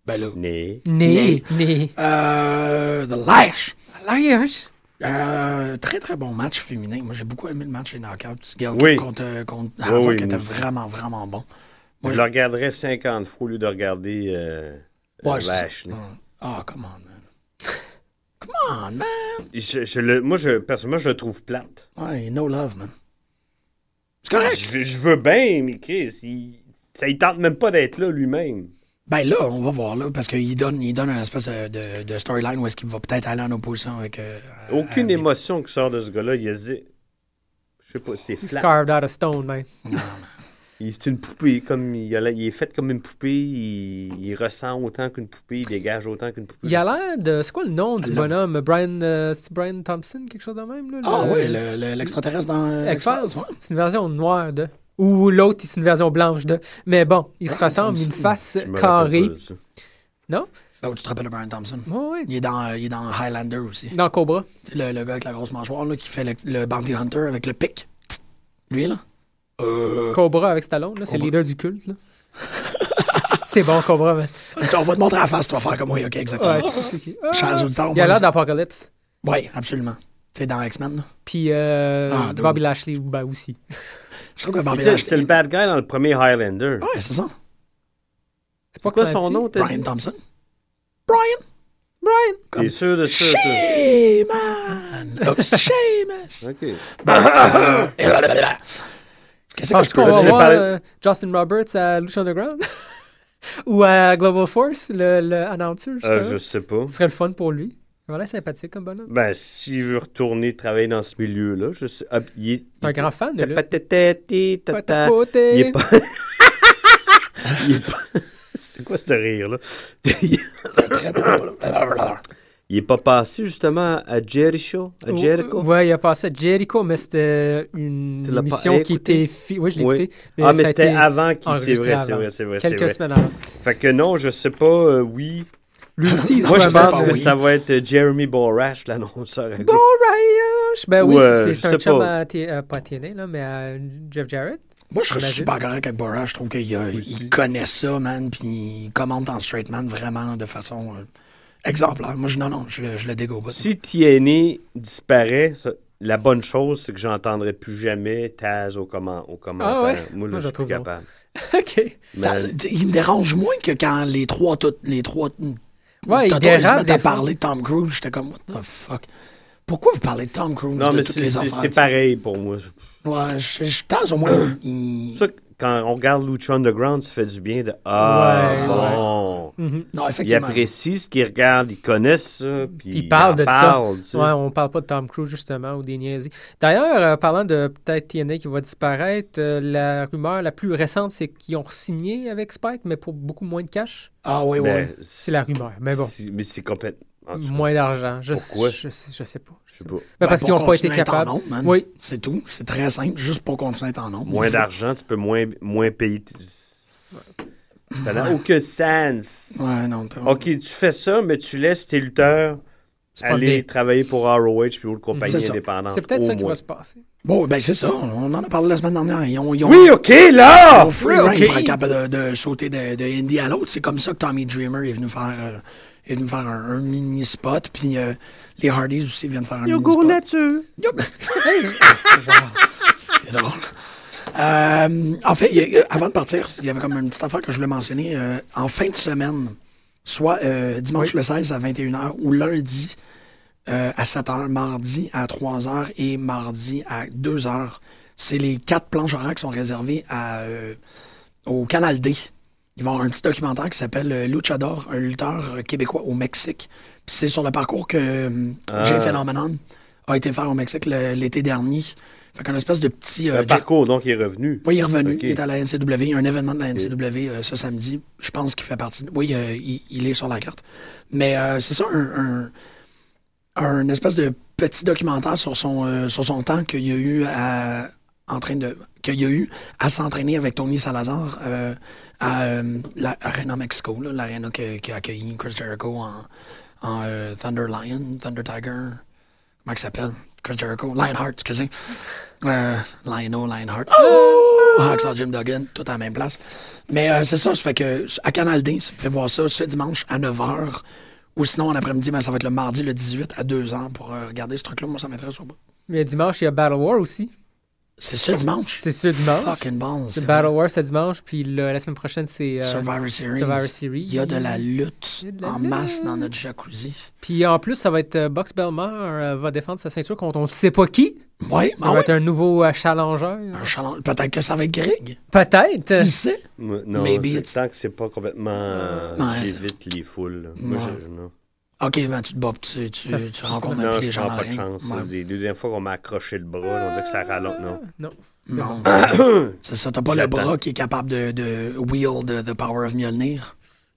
Speaker 11: Ben là.
Speaker 18: Né.
Speaker 12: Né, né.
Speaker 11: Euh, the Lash.
Speaker 12: Lash.
Speaker 11: Euh, très très bon match féminin. Moi j'ai beaucoup aimé le match des knockouts. Gail
Speaker 18: Oui.
Speaker 11: Kim contre, euh, contre
Speaker 18: Oui,
Speaker 11: Havoc
Speaker 18: oui,
Speaker 11: était
Speaker 18: nous-
Speaker 11: vraiment vraiment bon.
Speaker 18: Je le regarderais 50 fois au lieu de regarder euh,
Speaker 11: Ouais,
Speaker 18: euh,
Speaker 11: c'est
Speaker 18: Lash,
Speaker 11: ça.
Speaker 18: là.
Speaker 11: Ah, come on, man. Come on, man.
Speaker 18: Je- je le- moi, je, personnellement, je le trouve plate.
Speaker 11: Ouais, no love, man. C'est correct.
Speaker 18: Ah, Je, je veux bien, mais Chris, il, ça, il tente même pas d'être là lui-même.
Speaker 11: Ben là, on va voir, là, parce qu'il donne, il donne un espèce de, de- de storyline où est-ce qu'il va peut-être aller en opposition avec. euh,
Speaker 12: Ah,
Speaker 18: Aucune
Speaker 11: euh,
Speaker 18: émotion qui sort de ce gars-là. Il a zé- Je sais pas, c'est
Speaker 12: He's
Speaker 18: flat.
Speaker 12: carved out of stone, man.
Speaker 18: Il- C'est une poupée. Comme, il, a la- il est fait comme une poupée. Il, il ressent autant qu'une poupée. Il dégage autant qu'une poupée.
Speaker 12: Il a l'air de. C'est quoi le nom du
Speaker 11: Là.
Speaker 12: bonhomme Brian, euh, c'est Brian Thompson, quelque chose de même là,
Speaker 11: Ah
Speaker 12: le-
Speaker 11: oui, le- le- l'extraterrestre dans. euh,
Speaker 12: X-Files.
Speaker 11: X-Files, ouais.
Speaker 12: C'est une version noire de. Ou l'autre, c'est une version blanche de. Mais bon, il se
Speaker 11: Brian
Speaker 12: ressemble, une
Speaker 11: Thompson.
Speaker 12: face
Speaker 18: Je me
Speaker 12: carrée.
Speaker 18: rappelle pas de ça.
Speaker 12: Non?
Speaker 11: Ah, tu te rappelles de Brian Thompson?
Speaker 12: Ouais, ouais.
Speaker 11: Il est dans, euh, il est dans Highlander aussi.
Speaker 12: Dans Cobra.
Speaker 11: C'est Le, le gars avec la grosse mâchoire là, qui fait le, le Bounty Hunter avec le pic. Lui, là. Euh.
Speaker 12: Cobra avec Stallone, là, c'est le leader du culte. là. c'est bon, Cobra, mais.
Speaker 11: Tu sais, on va te montrer la face, tu vas faire comme moi, ok,
Speaker 12: Ouais,
Speaker 11: exactement.
Speaker 12: tu sais c'est qui. Ah!
Speaker 11: Chers auditeurs,
Speaker 12: il a l'air
Speaker 11: moi,
Speaker 12: d'Apocalypse.
Speaker 11: Oui, absolument. C'est dans X-Men. là.
Speaker 12: Puis euh,
Speaker 11: Ah, dude.
Speaker 12: Bobby Lashley, ben aussi.
Speaker 11: Je trouve que Barbie
Speaker 18: C'était-
Speaker 11: Lash-
Speaker 18: C'était le bad guy dans le premier Highlander.
Speaker 11: Ouais, c'est ça.
Speaker 12: C'est pas
Speaker 18: quoi
Speaker 12: Clancy.
Speaker 18: son nom? t'as
Speaker 11: Brian
Speaker 18: dit?
Speaker 11: Thompson. Brian. Brian.
Speaker 18: T'es sûr de ça? ça?
Speaker 11: Seamus. Oops, Bah, euh, Seamus.
Speaker 18: OK.
Speaker 11: Qu'est-ce que
Speaker 12: Parce
Speaker 11: je peux
Speaker 12: qu'on va
Speaker 18: dire?
Speaker 12: voir
Speaker 18: Parler-
Speaker 12: euh, Justin Roberts à Lucha Underground ou à Global Force, le, le announcer,
Speaker 18: Euh,
Speaker 12: justement.
Speaker 18: je sais pas.
Speaker 12: Ce serait le fun pour lui. Voilà, sympathique comme bonhomme.
Speaker 18: Ben, s'il veut retourner travailler dans ce milieu-là, je sais. ah, il est-
Speaker 12: C'est un grand fan de lui.
Speaker 18: Tapatatati, tata. Il est pas. Il est pas- C'est quoi ce rire-là? Il est pas passé justement à Jericho? À Jericho?
Speaker 12: Oh, Ouais, il a passé à Jericho, mais c'était une
Speaker 18: Tu l'as pas
Speaker 12: émission qui
Speaker 18: écouté?
Speaker 12: était. fi- Oui, je l'ai
Speaker 18: Oui.
Speaker 12: écouté.
Speaker 18: ah,
Speaker 12: ça
Speaker 18: mais
Speaker 12: a
Speaker 18: c'était
Speaker 12: été
Speaker 18: avant qu'il. C'est
Speaker 12: enregistré
Speaker 18: vrai, c'est
Speaker 12: avant.
Speaker 18: vrai, c'est vrai. c'est
Speaker 12: Quelques
Speaker 18: vrai.
Speaker 12: semaines avant.
Speaker 18: Fait que non, je sais pas, euh, oui.
Speaker 12: Lui aussi, il se
Speaker 18: Moi, je
Speaker 12: voit mal.
Speaker 18: pense
Speaker 11: pas,
Speaker 18: que
Speaker 11: oui.
Speaker 18: ça va être euh, Jeremy Borash, l'annonceur à gauche.
Speaker 12: Bon, Ryan! Ben
Speaker 18: Ou,
Speaker 12: oui,
Speaker 18: euh,
Speaker 12: c'est-
Speaker 18: je
Speaker 12: c'est un
Speaker 18: sais
Speaker 12: chum
Speaker 18: pas.
Speaker 12: à, T- euh, pas à TNA, là, mais à Jeff Jarrett.
Speaker 11: Moi, je serais super correct avec Bora. Je trouve qu'il a- il connaît ça, man, puis il commente en straight man vraiment de façon euh, exemplaire. Moi, je, non, non, je, je le dégo pas.
Speaker 12: Si Tierney disparaît, ça- la bonne chose, c'est que j'entendrai plus jamais Taz au, comment, au commentaire.
Speaker 11: ouais?
Speaker 12: Moi,
Speaker 11: Moi,
Speaker 12: là,
Speaker 11: je
Speaker 12: Ah je suis plus
Speaker 11: trouve bon.
Speaker 12: capable.
Speaker 3: OK.
Speaker 12: Mais-
Speaker 11: T'as- t'sais, Il me dérange moins que quand les trois... toutes- les trois
Speaker 3: Ouais, il
Speaker 11: Tonton,
Speaker 3: dérape
Speaker 11: se mettent
Speaker 3: des
Speaker 11: à
Speaker 3: fois.
Speaker 11: parler de Tom Cruise. J'étais comme, what the fuck? Pourquoi vous parlez de Tom Cruise
Speaker 12: Non,
Speaker 11: de
Speaker 12: mais
Speaker 11: toutes
Speaker 12: c'est
Speaker 11: les
Speaker 12: c'est-
Speaker 11: affaires?
Speaker 12: c'est pareil pour moi.
Speaker 11: Ouais, je, je Taz, au moins, il...
Speaker 12: C'est pour ça que quand on regarde Lucha Underground, ça fait du bien de Ah,
Speaker 11: Ouais,
Speaker 12: bon.
Speaker 11: ouais. Mhm. Non,
Speaker 12: Ils
Speaker 11: effectivement.
Speaker 12: apprécient ce qu'ils regardent, ils connaissent ça. Puis
Speaker 3: Ils parlent
Speaker 12: en
Speaker 3: de
Speaker 12: parlent, tu sais.
Speaker 3: ça. Ouais, on parle pas de Tom Cruise, justement, ou des niaiseries. D'ailleurs, euh, parlant de peut-être TNA qui va disparaître, euh, la rumeur la plus récente, c'est qu'ils ont signé avec Spike, mais pour beaucoup moins de cash.
Speaker 11: Ah oui, oui.
Speaker 12: Ben,
Speaker 3: C'est la rumeur, mais bon.
Speaker 12: c'est- Mais c'est complètement. en tout cas,
Speaker 3: Moins d'argent. Je,
Speaker 12: Pourquoi?
Speaker 3: Je, sais- je sais pas.
Speaker 12: Je sais pas.
Speaker 3: Ben, parce
Speaker 11: pour
Speaker 3: qu'ils n'ont pas été
Speaker 11: continuer à être en
Speaker 3: capables.
Speaker 11: nombre, man.
Speaker 3: oui.
Speaker 11: C'est tout. C'est très simple. Juste pour continuer à être en nombre.
Speaker 12: Moins d'argent, tu peux moins, moins payer. tes- Ça n'a aucun sens.
Speaker 11: Ouais, non. t'as-
Speaker 12: OK, tu fais ça, mais tu laisses tes lutteurs
Speaker 11: pas
Speaker 12: aller
Speaker 11: bien.
Speaker 12: travailler pour ROH puis autre compagnie
Speaker 11: C'est ça.
Speaker 12: indépendante.
Speaker 3: C'est peut-être
Speaker 12: au
Speaker 3: ça qui
Speaker 12: moins.
Speaker 3: va se passer.
Speaker 11: Bon, ben c'est ça. On en a parlé la semaine dernière. Ils ont, ils ont-
Speaker 12: Oui, OK, là!
Speaker 11: Ils ont free
Speaker 12: Oui,
Speaker 11: rein
Speaker 12: OK.
Speaker 11: pour être capable de, de sauter de, de Indy à l'autre. C'est comme ça que Tommy Dreamer est venu faire, euh, est venu faire un, un mini-spot. Puis euh, les Hardys aussi viennent faire un
Speaker 12: Yogourt
Speaker 11: mini-spot.
Speaker 12: nature.
Speaker 11: C'est drôle. Euh, en fait, il y a- avant de partir, il y avait comme une petite affaire que je voulais mentionner. euh, en fin de semaine, soit euh, dimanche le 16 à 21h ou lundi euh, à 7h, mardi à 3h et mardi à 2h, c'est les quatre planches horaires qui sont réservées à, euh, au Canal D. Ils vont avoir un petit documentaire qui s'appelle euh, Luchador, un lutteur euh, québécois au Mexique. Puis c'est sur le parcours que euh,
Speaker 12: Ah.
Speaker 11: Jay Phenomenon a été faire au Mexique le- l'été dernier. Fait qu'un espèce de petit... euh,
Speaker 12: Le
Speaker 11: Jay-
Speaker 12: parcours, donc, il est revenu.
Speaker 11: oui, il est revenu.
Speaker 12: OK.
Speaker 11: Il est à la NCW. Il y a un événement de la NCW euh, ce samedi. Je pense qu'il fait partie. de- Oui, euh, il, il est sur la carte. Mais euh, c'est ça, un, un, un espèce de petit documentaire sur son, euh, sur son temps qu'il y a eu à en train de qu'il y a eu à s'entraîner avec Tony Salazar euh, à euh, la Arena Mexico, là, l'arena que- qui a accueilli Chris Jericho en, en, euh, Thunder Lion, Thunder Tiger. Comment il s'appelle? Chris Jericho. Lionheart, excusez. Euh, Lionel, Lionheart. Oh! Hacksaw Jim Duggan, tout à la même place. Mais euh, c'est ça, ça fait que à Canal D, ça fait voir ça ce dimanche à 9h. Ou sinon, en après-midi, ben, ça va être le mardi, le 18 à 2h pour euh, regarder ce truc-là. Moi, ça m'intéresse au bout.
Speaker 3: Mais dimanche, il y a Battle War aussi.
Speaker 11: C'est ce dimanche?
Speaker 3: C'est ce dimanche.
Speaker 11: Fucking balls, c'est
Speaker 3: C'est Battle War ce dimanche, puis le- la semaine prochaine, c'est. euh,
Speaker 11: Survivor Series.
Speaker 3: Survivor Series.
Speaker 11: Il y a de la lutte
Speaker 3: Il y a de la
Speaker 11: en masse dans notre jacuzzi.
Speaker 3: Puis en plus, ça va être euh, Box Belmar euh, va défendre sa ceinture contre on ne sait pas qui.
Speaker 11: Ouais,
Speaker 3: ça
Speaker 11: ah
Speaker 3: va
Speaker 11: ouais.
Speaker 3: être un nouveau euh, challenger.
Speaker 11: Un challenge- Peut-être que ça va être Greg.
Speaker 3: Peut-être.
Speaker 11: Qui sait?
Speaker 12: Moi, Non,
Speaker 11: Maybe
Speaker 12: c'est
Speaker 11: it's-
Speaker 12: tant que c'est pas complètement. euh,
Speaker 11: Ouais,
Speaker 12: j'évite
Speaker 11: ça-
Speaker 12: les foules. là. Moi,
Speaker 11: Ouais.
Speaker 12: je- non.
Speaker 11: Ok, ben, tu te bats, tu, tu,
Speaker 3: Ça,
Speaker 11: tu
Speaker 3: c'est-
Speaker 11: rencontres même
Speaker 12: Non,
Speaker 11: plus les
Speaker 12: je
Speaker 11: gens
Speaker 12: prends
Speaker 11: dans
Speaker 12: pas
Speaker 11: la
Speaker 12: de
Speaker 11: ring.
Speaker 12: chance.
Speaker 11: Ouais.
Speaker 12: là. Les deux dernières fois qu'on m'a accroché le bras, là, on dirait que ça rallonge. Non.
Speaker 3: Euh, Non.
Speaker 11: Non.
Speaker 12: bon.
Speaker 11: C'est ça, t'as pas le
Speaker 12: J'attends.
Speaker 11: bras qui est capable de, de wield the power of Mjolnir.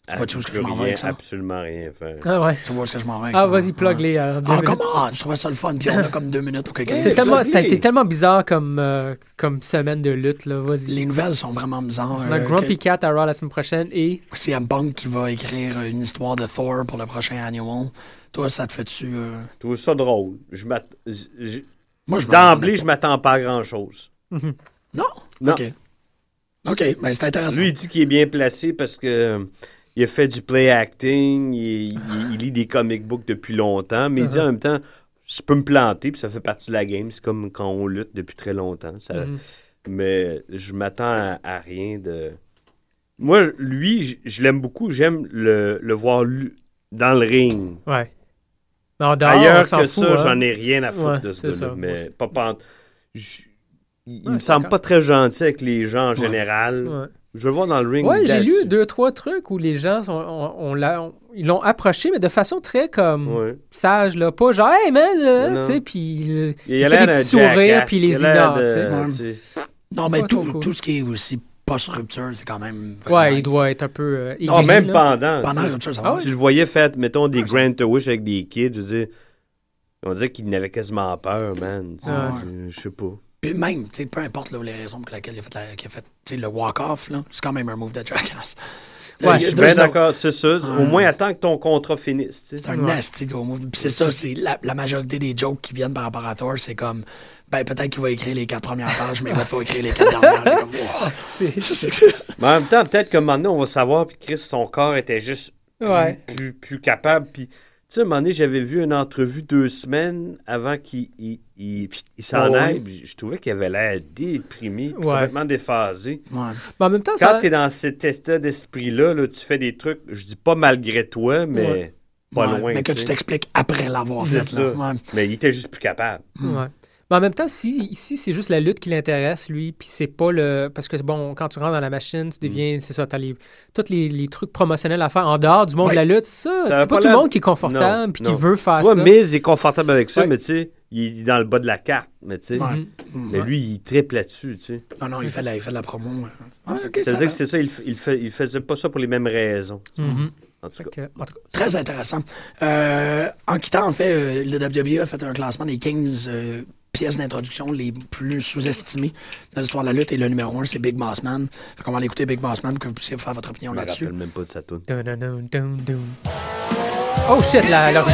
Speaker 11: Tu vois
Speaker 12: Ah,
Speaker 11: tout ce que
Speaker 12: je
Speaker 11: je
Speaker 12: peux
Speaker 11: m'en vais
Speaker 12: rien,
Speaker 11: avec ça.
Speaker 12: absolument rien faire.
Speaker 3: Ah ouais.
Speaker 11: Tu vois ce que je m'en vais avec
Speaker 3: Ah,
Speaker 11: ça.
Speaker 3: vas-y, plug les. euh, deux
Speaker 11: Ah,
Speaker 3: minutes.
Speaker 11: come on! Je trouvais ça le fun, puis on a comme deux minutes pour que quelqu'un
Speaker 3: C'est
Speaker 11: dise
Speaker 3: tellement,
Speaker 11: ça.
Speaker 3: ça a été tellement bizarre comme, euh, comme semaine de lutte, là. Vas-y.
Speaker 11: Les nouvelles sont vraiment bizarres.
Speaker 3: On a
Speaker 11: euh,
Speaker 3: Grumpy Cat à Raw la semaine prochaine et.
Speaker 11: que- C'est M. Punk qui va écrire une histoire de Thor pour le prochain annual. Toi, ça te fait-tu... euh,
Speaker 12: Je trouve ça drôle. Je m'att- je- je-
Speaker 11: Moi, je m'en
Speaker 12: D'emblée, je m'attends pas à grand-chose.
Speaker 11: Non?
Speaker 12: Non.
Speaker 11: OK. OK, ben c'est intéressant.
Speaker 12: Lui, il dit qu'il est bien placé parce que euh, il a fait du play acting, il, il- il lit des comic books depuis longtemps, mais il
Speaker 3: Uh-huh.
Speaker 12: dit en même temps, je peux me planter, puis ça fait partie de la game. C'est comme quand on lutte depuis très longtemps. ça-
Speaker 3: Mhm.
Speaker 12: Mais je m'attends à, à rien de. Moi, je- lui, je, je l'aime beaucoup. J'aime le, le voir lu- dans le ring.
Speaker 3: Ouais. Mais en dehors, on
Speaker 12: Ailleurs
Speaker 3: s'en
Speaker 12: que
Speaker 3: fout,
Speaker 12: ça,
Speaker 3: hein.
Speaker 12: j'en ai rien à foutre
Speaker 3: Ouais,
Speaker 12: de
Speaker 3: c'est
Speaker 12: ce là
Speaker 3: ça. Moi
Speaker 12: Mais
Speaker 3: aussi.
Speaker 12: pas pan- je- Il
Speaker 3: Ouais,
Speaker 12: me semble
Speaker 3: d'accord.
Speaker 12: pas très gentil avec les gens en général.
Speaker 3: Ouais.
Speaker 12: Je le vois dans le ring.
Speaker 3: Ouais, j'ai lu
Speaker 12: là-dessus.
Speaker 3: deux, trois trucs où les gens sont, on, on l'a- on- ils l'ont approché, mais de façon très comme sage, là. Pas genre, hey man, là,
Speaker 12: Non.
Speaker 3: tu sais, puis il,
Speaker 12: Il
Speaker 3: il
Speaker 12: a
Speaker 3: fait
Speaker 12: l'air
Speaker 3: des
Speaker 12: d'un
Speaker 3: petits sourires,
Speaker 12: jackass.
Speaker 3: puis il les
Speaker 12: Il a l'air
Speaker 3: ignore, tu sais.
Speaker 12: de- tu sais.
Speaker 11: Non, mais
Speaker 3: Pas
Speaker 11: tout,
Speaker 3: trop cool.
Speaker 11: tout ce qui est aussi post-rupture, c'est quand même...
Speaker 3: Ouais, il doit être un peu. euh,
Speaker 12: Non,
Speaker 3: aigri,
Speaker 12: même
Speaker 3: là.
Speaker 12: pendant.
Speaker 11: Pendant
Speaker 12: tu-
Speaker 11: la rupture, ça
Speaker 3: Ah
Speaker 11: va.
Speaker 3: ouais.
Speaker 12: Tu le voyais faire, mettons, des Grand Wish avec des kids. Je veux dire, on dirait qu'il n'avait quasiment peur, man. tu sais.
Speaker 11: Ah
Speaker 12: Je- Je sais pas.
Speaker 11: Puis même, tu sais, peu importe là, les raisons pour lesquelles il a fait, la- qu'il a fait tu sais, le walk-off, là, c'est quand même un move de jackass.
Speaker 12: Ouais, je suis bien d'accord, c'est ça. Au moins, attends que ton contrat finisse.
Speaker 11: Ah C'est un nasty gros move. Puis c'est ça, c'est la, la majorité des jokes qui viennent par rapport à Thor, c'est comme ben peut-être qu'il va écrire les quatre premières pages, mais il va pas écrire les quatre dernières. T'es comme, wow.
Speaker 12: Mais en même temps, peut-être que maintenant, on va savoir, puis Chris, son corps était juste plus,
Speaker 1: Ouais.
Speaker 12: plus, plus capable. Puis, tu sais, à un moment donné, j'avais vu une entrevue deux semaines avant qu'il il, il- puis il s'en
Speaker 1: Ouais.
Speaker 12: aille. puis Je trouvais qu'il avait l'air déprimé, puis
Speaker 1: Ouais.
Speaker 12: complètement déphasé.
Speaker 1: Mais en même temps,
Speaker 12: Quand
Speaker 1: ça-
Speaker 12: tu es dans cet état d'esprit-là, là, tu fais des trucs, je dis pas malgré toi, mais
Speaker 11: Ouais.
Speaker 12: pas
Speaker 11: Ouais,
Speaker 12: loin.
Speaker 11: mais que
Speaker 12: sais.
Speaker 11: tu t'expliques après l'avoir
Speaker 12: C'est
Speaker 11: fait, là.
Speaker 12: ça.
Speaker 11: Ouais.
Speaker 12: Mais il était juste plus capable.
Speaker 1: Ouais. Mais en même temps, si, si c'est juste la lutte qui l'intéresse, lui, puis c'est pas le. Parce que, bon, quand tu rentres dans la machine, tu deviens. C'est ça, t'as les, tous les, les trucs promotionnels à faire en dehors du monde
Speaker 12: Ouais.
Speaker 1: de la lutte. Ça,
Speaker 12: Ça a
Speaker 1: Ah, c'est pas, tout
Speaker 12: l'air-
Speaker 1: le monde qui est confortable
Speaker 12: Non,
Speaker 1: puis qui
Speaker 12: non.
Speaker 1: veut faire
Speaker 12: tu vois,
Speaker 1: ça.
Speaker 12: Miz est confortable avec ça,
Speaker 1: Ouais.
Speaker 12: mais tu sais, il est dans le bas de la carte. Mais tu sais,
Speaker 11: Ouais.
Speaker 12: mais lui, il triple là-dessus, tu sais.
Speaker 11: Non, non, il fait de la, il fait de la promo. ouais. Ouais, ok,
Speaker 12: Ça veut
Speaker 11: ça
Speaker 12: dire que c'est ça, il, f- il, fait, il faisait pas ça pour les mêmes raisons.
Speaker 1: Mm-hmm.
Speaker 11: Mhm.
Speaker 12: En tout cas.
Speaker 11: Très intéressant. Euh, en quittant, en fait, euh, le WWE a fait un classement des 15 euh, pièces d'introduction les plus sous-estimées dans l'histoire de la lutte. Et le numéro 1, c'est Big Boss Man. Fait qu'on va aller écouter Big Boss Man, que vous puissiez faire votre
Speaker 12: Je
Speaker 11: opinion
Speaker 12: me
Speaker 11: là-dessus.
Speaker 12: rappelle même pas de sa toune.
Speaker 1: Dun, dun, dun, dun, dun. Oh shit, la- l'origine.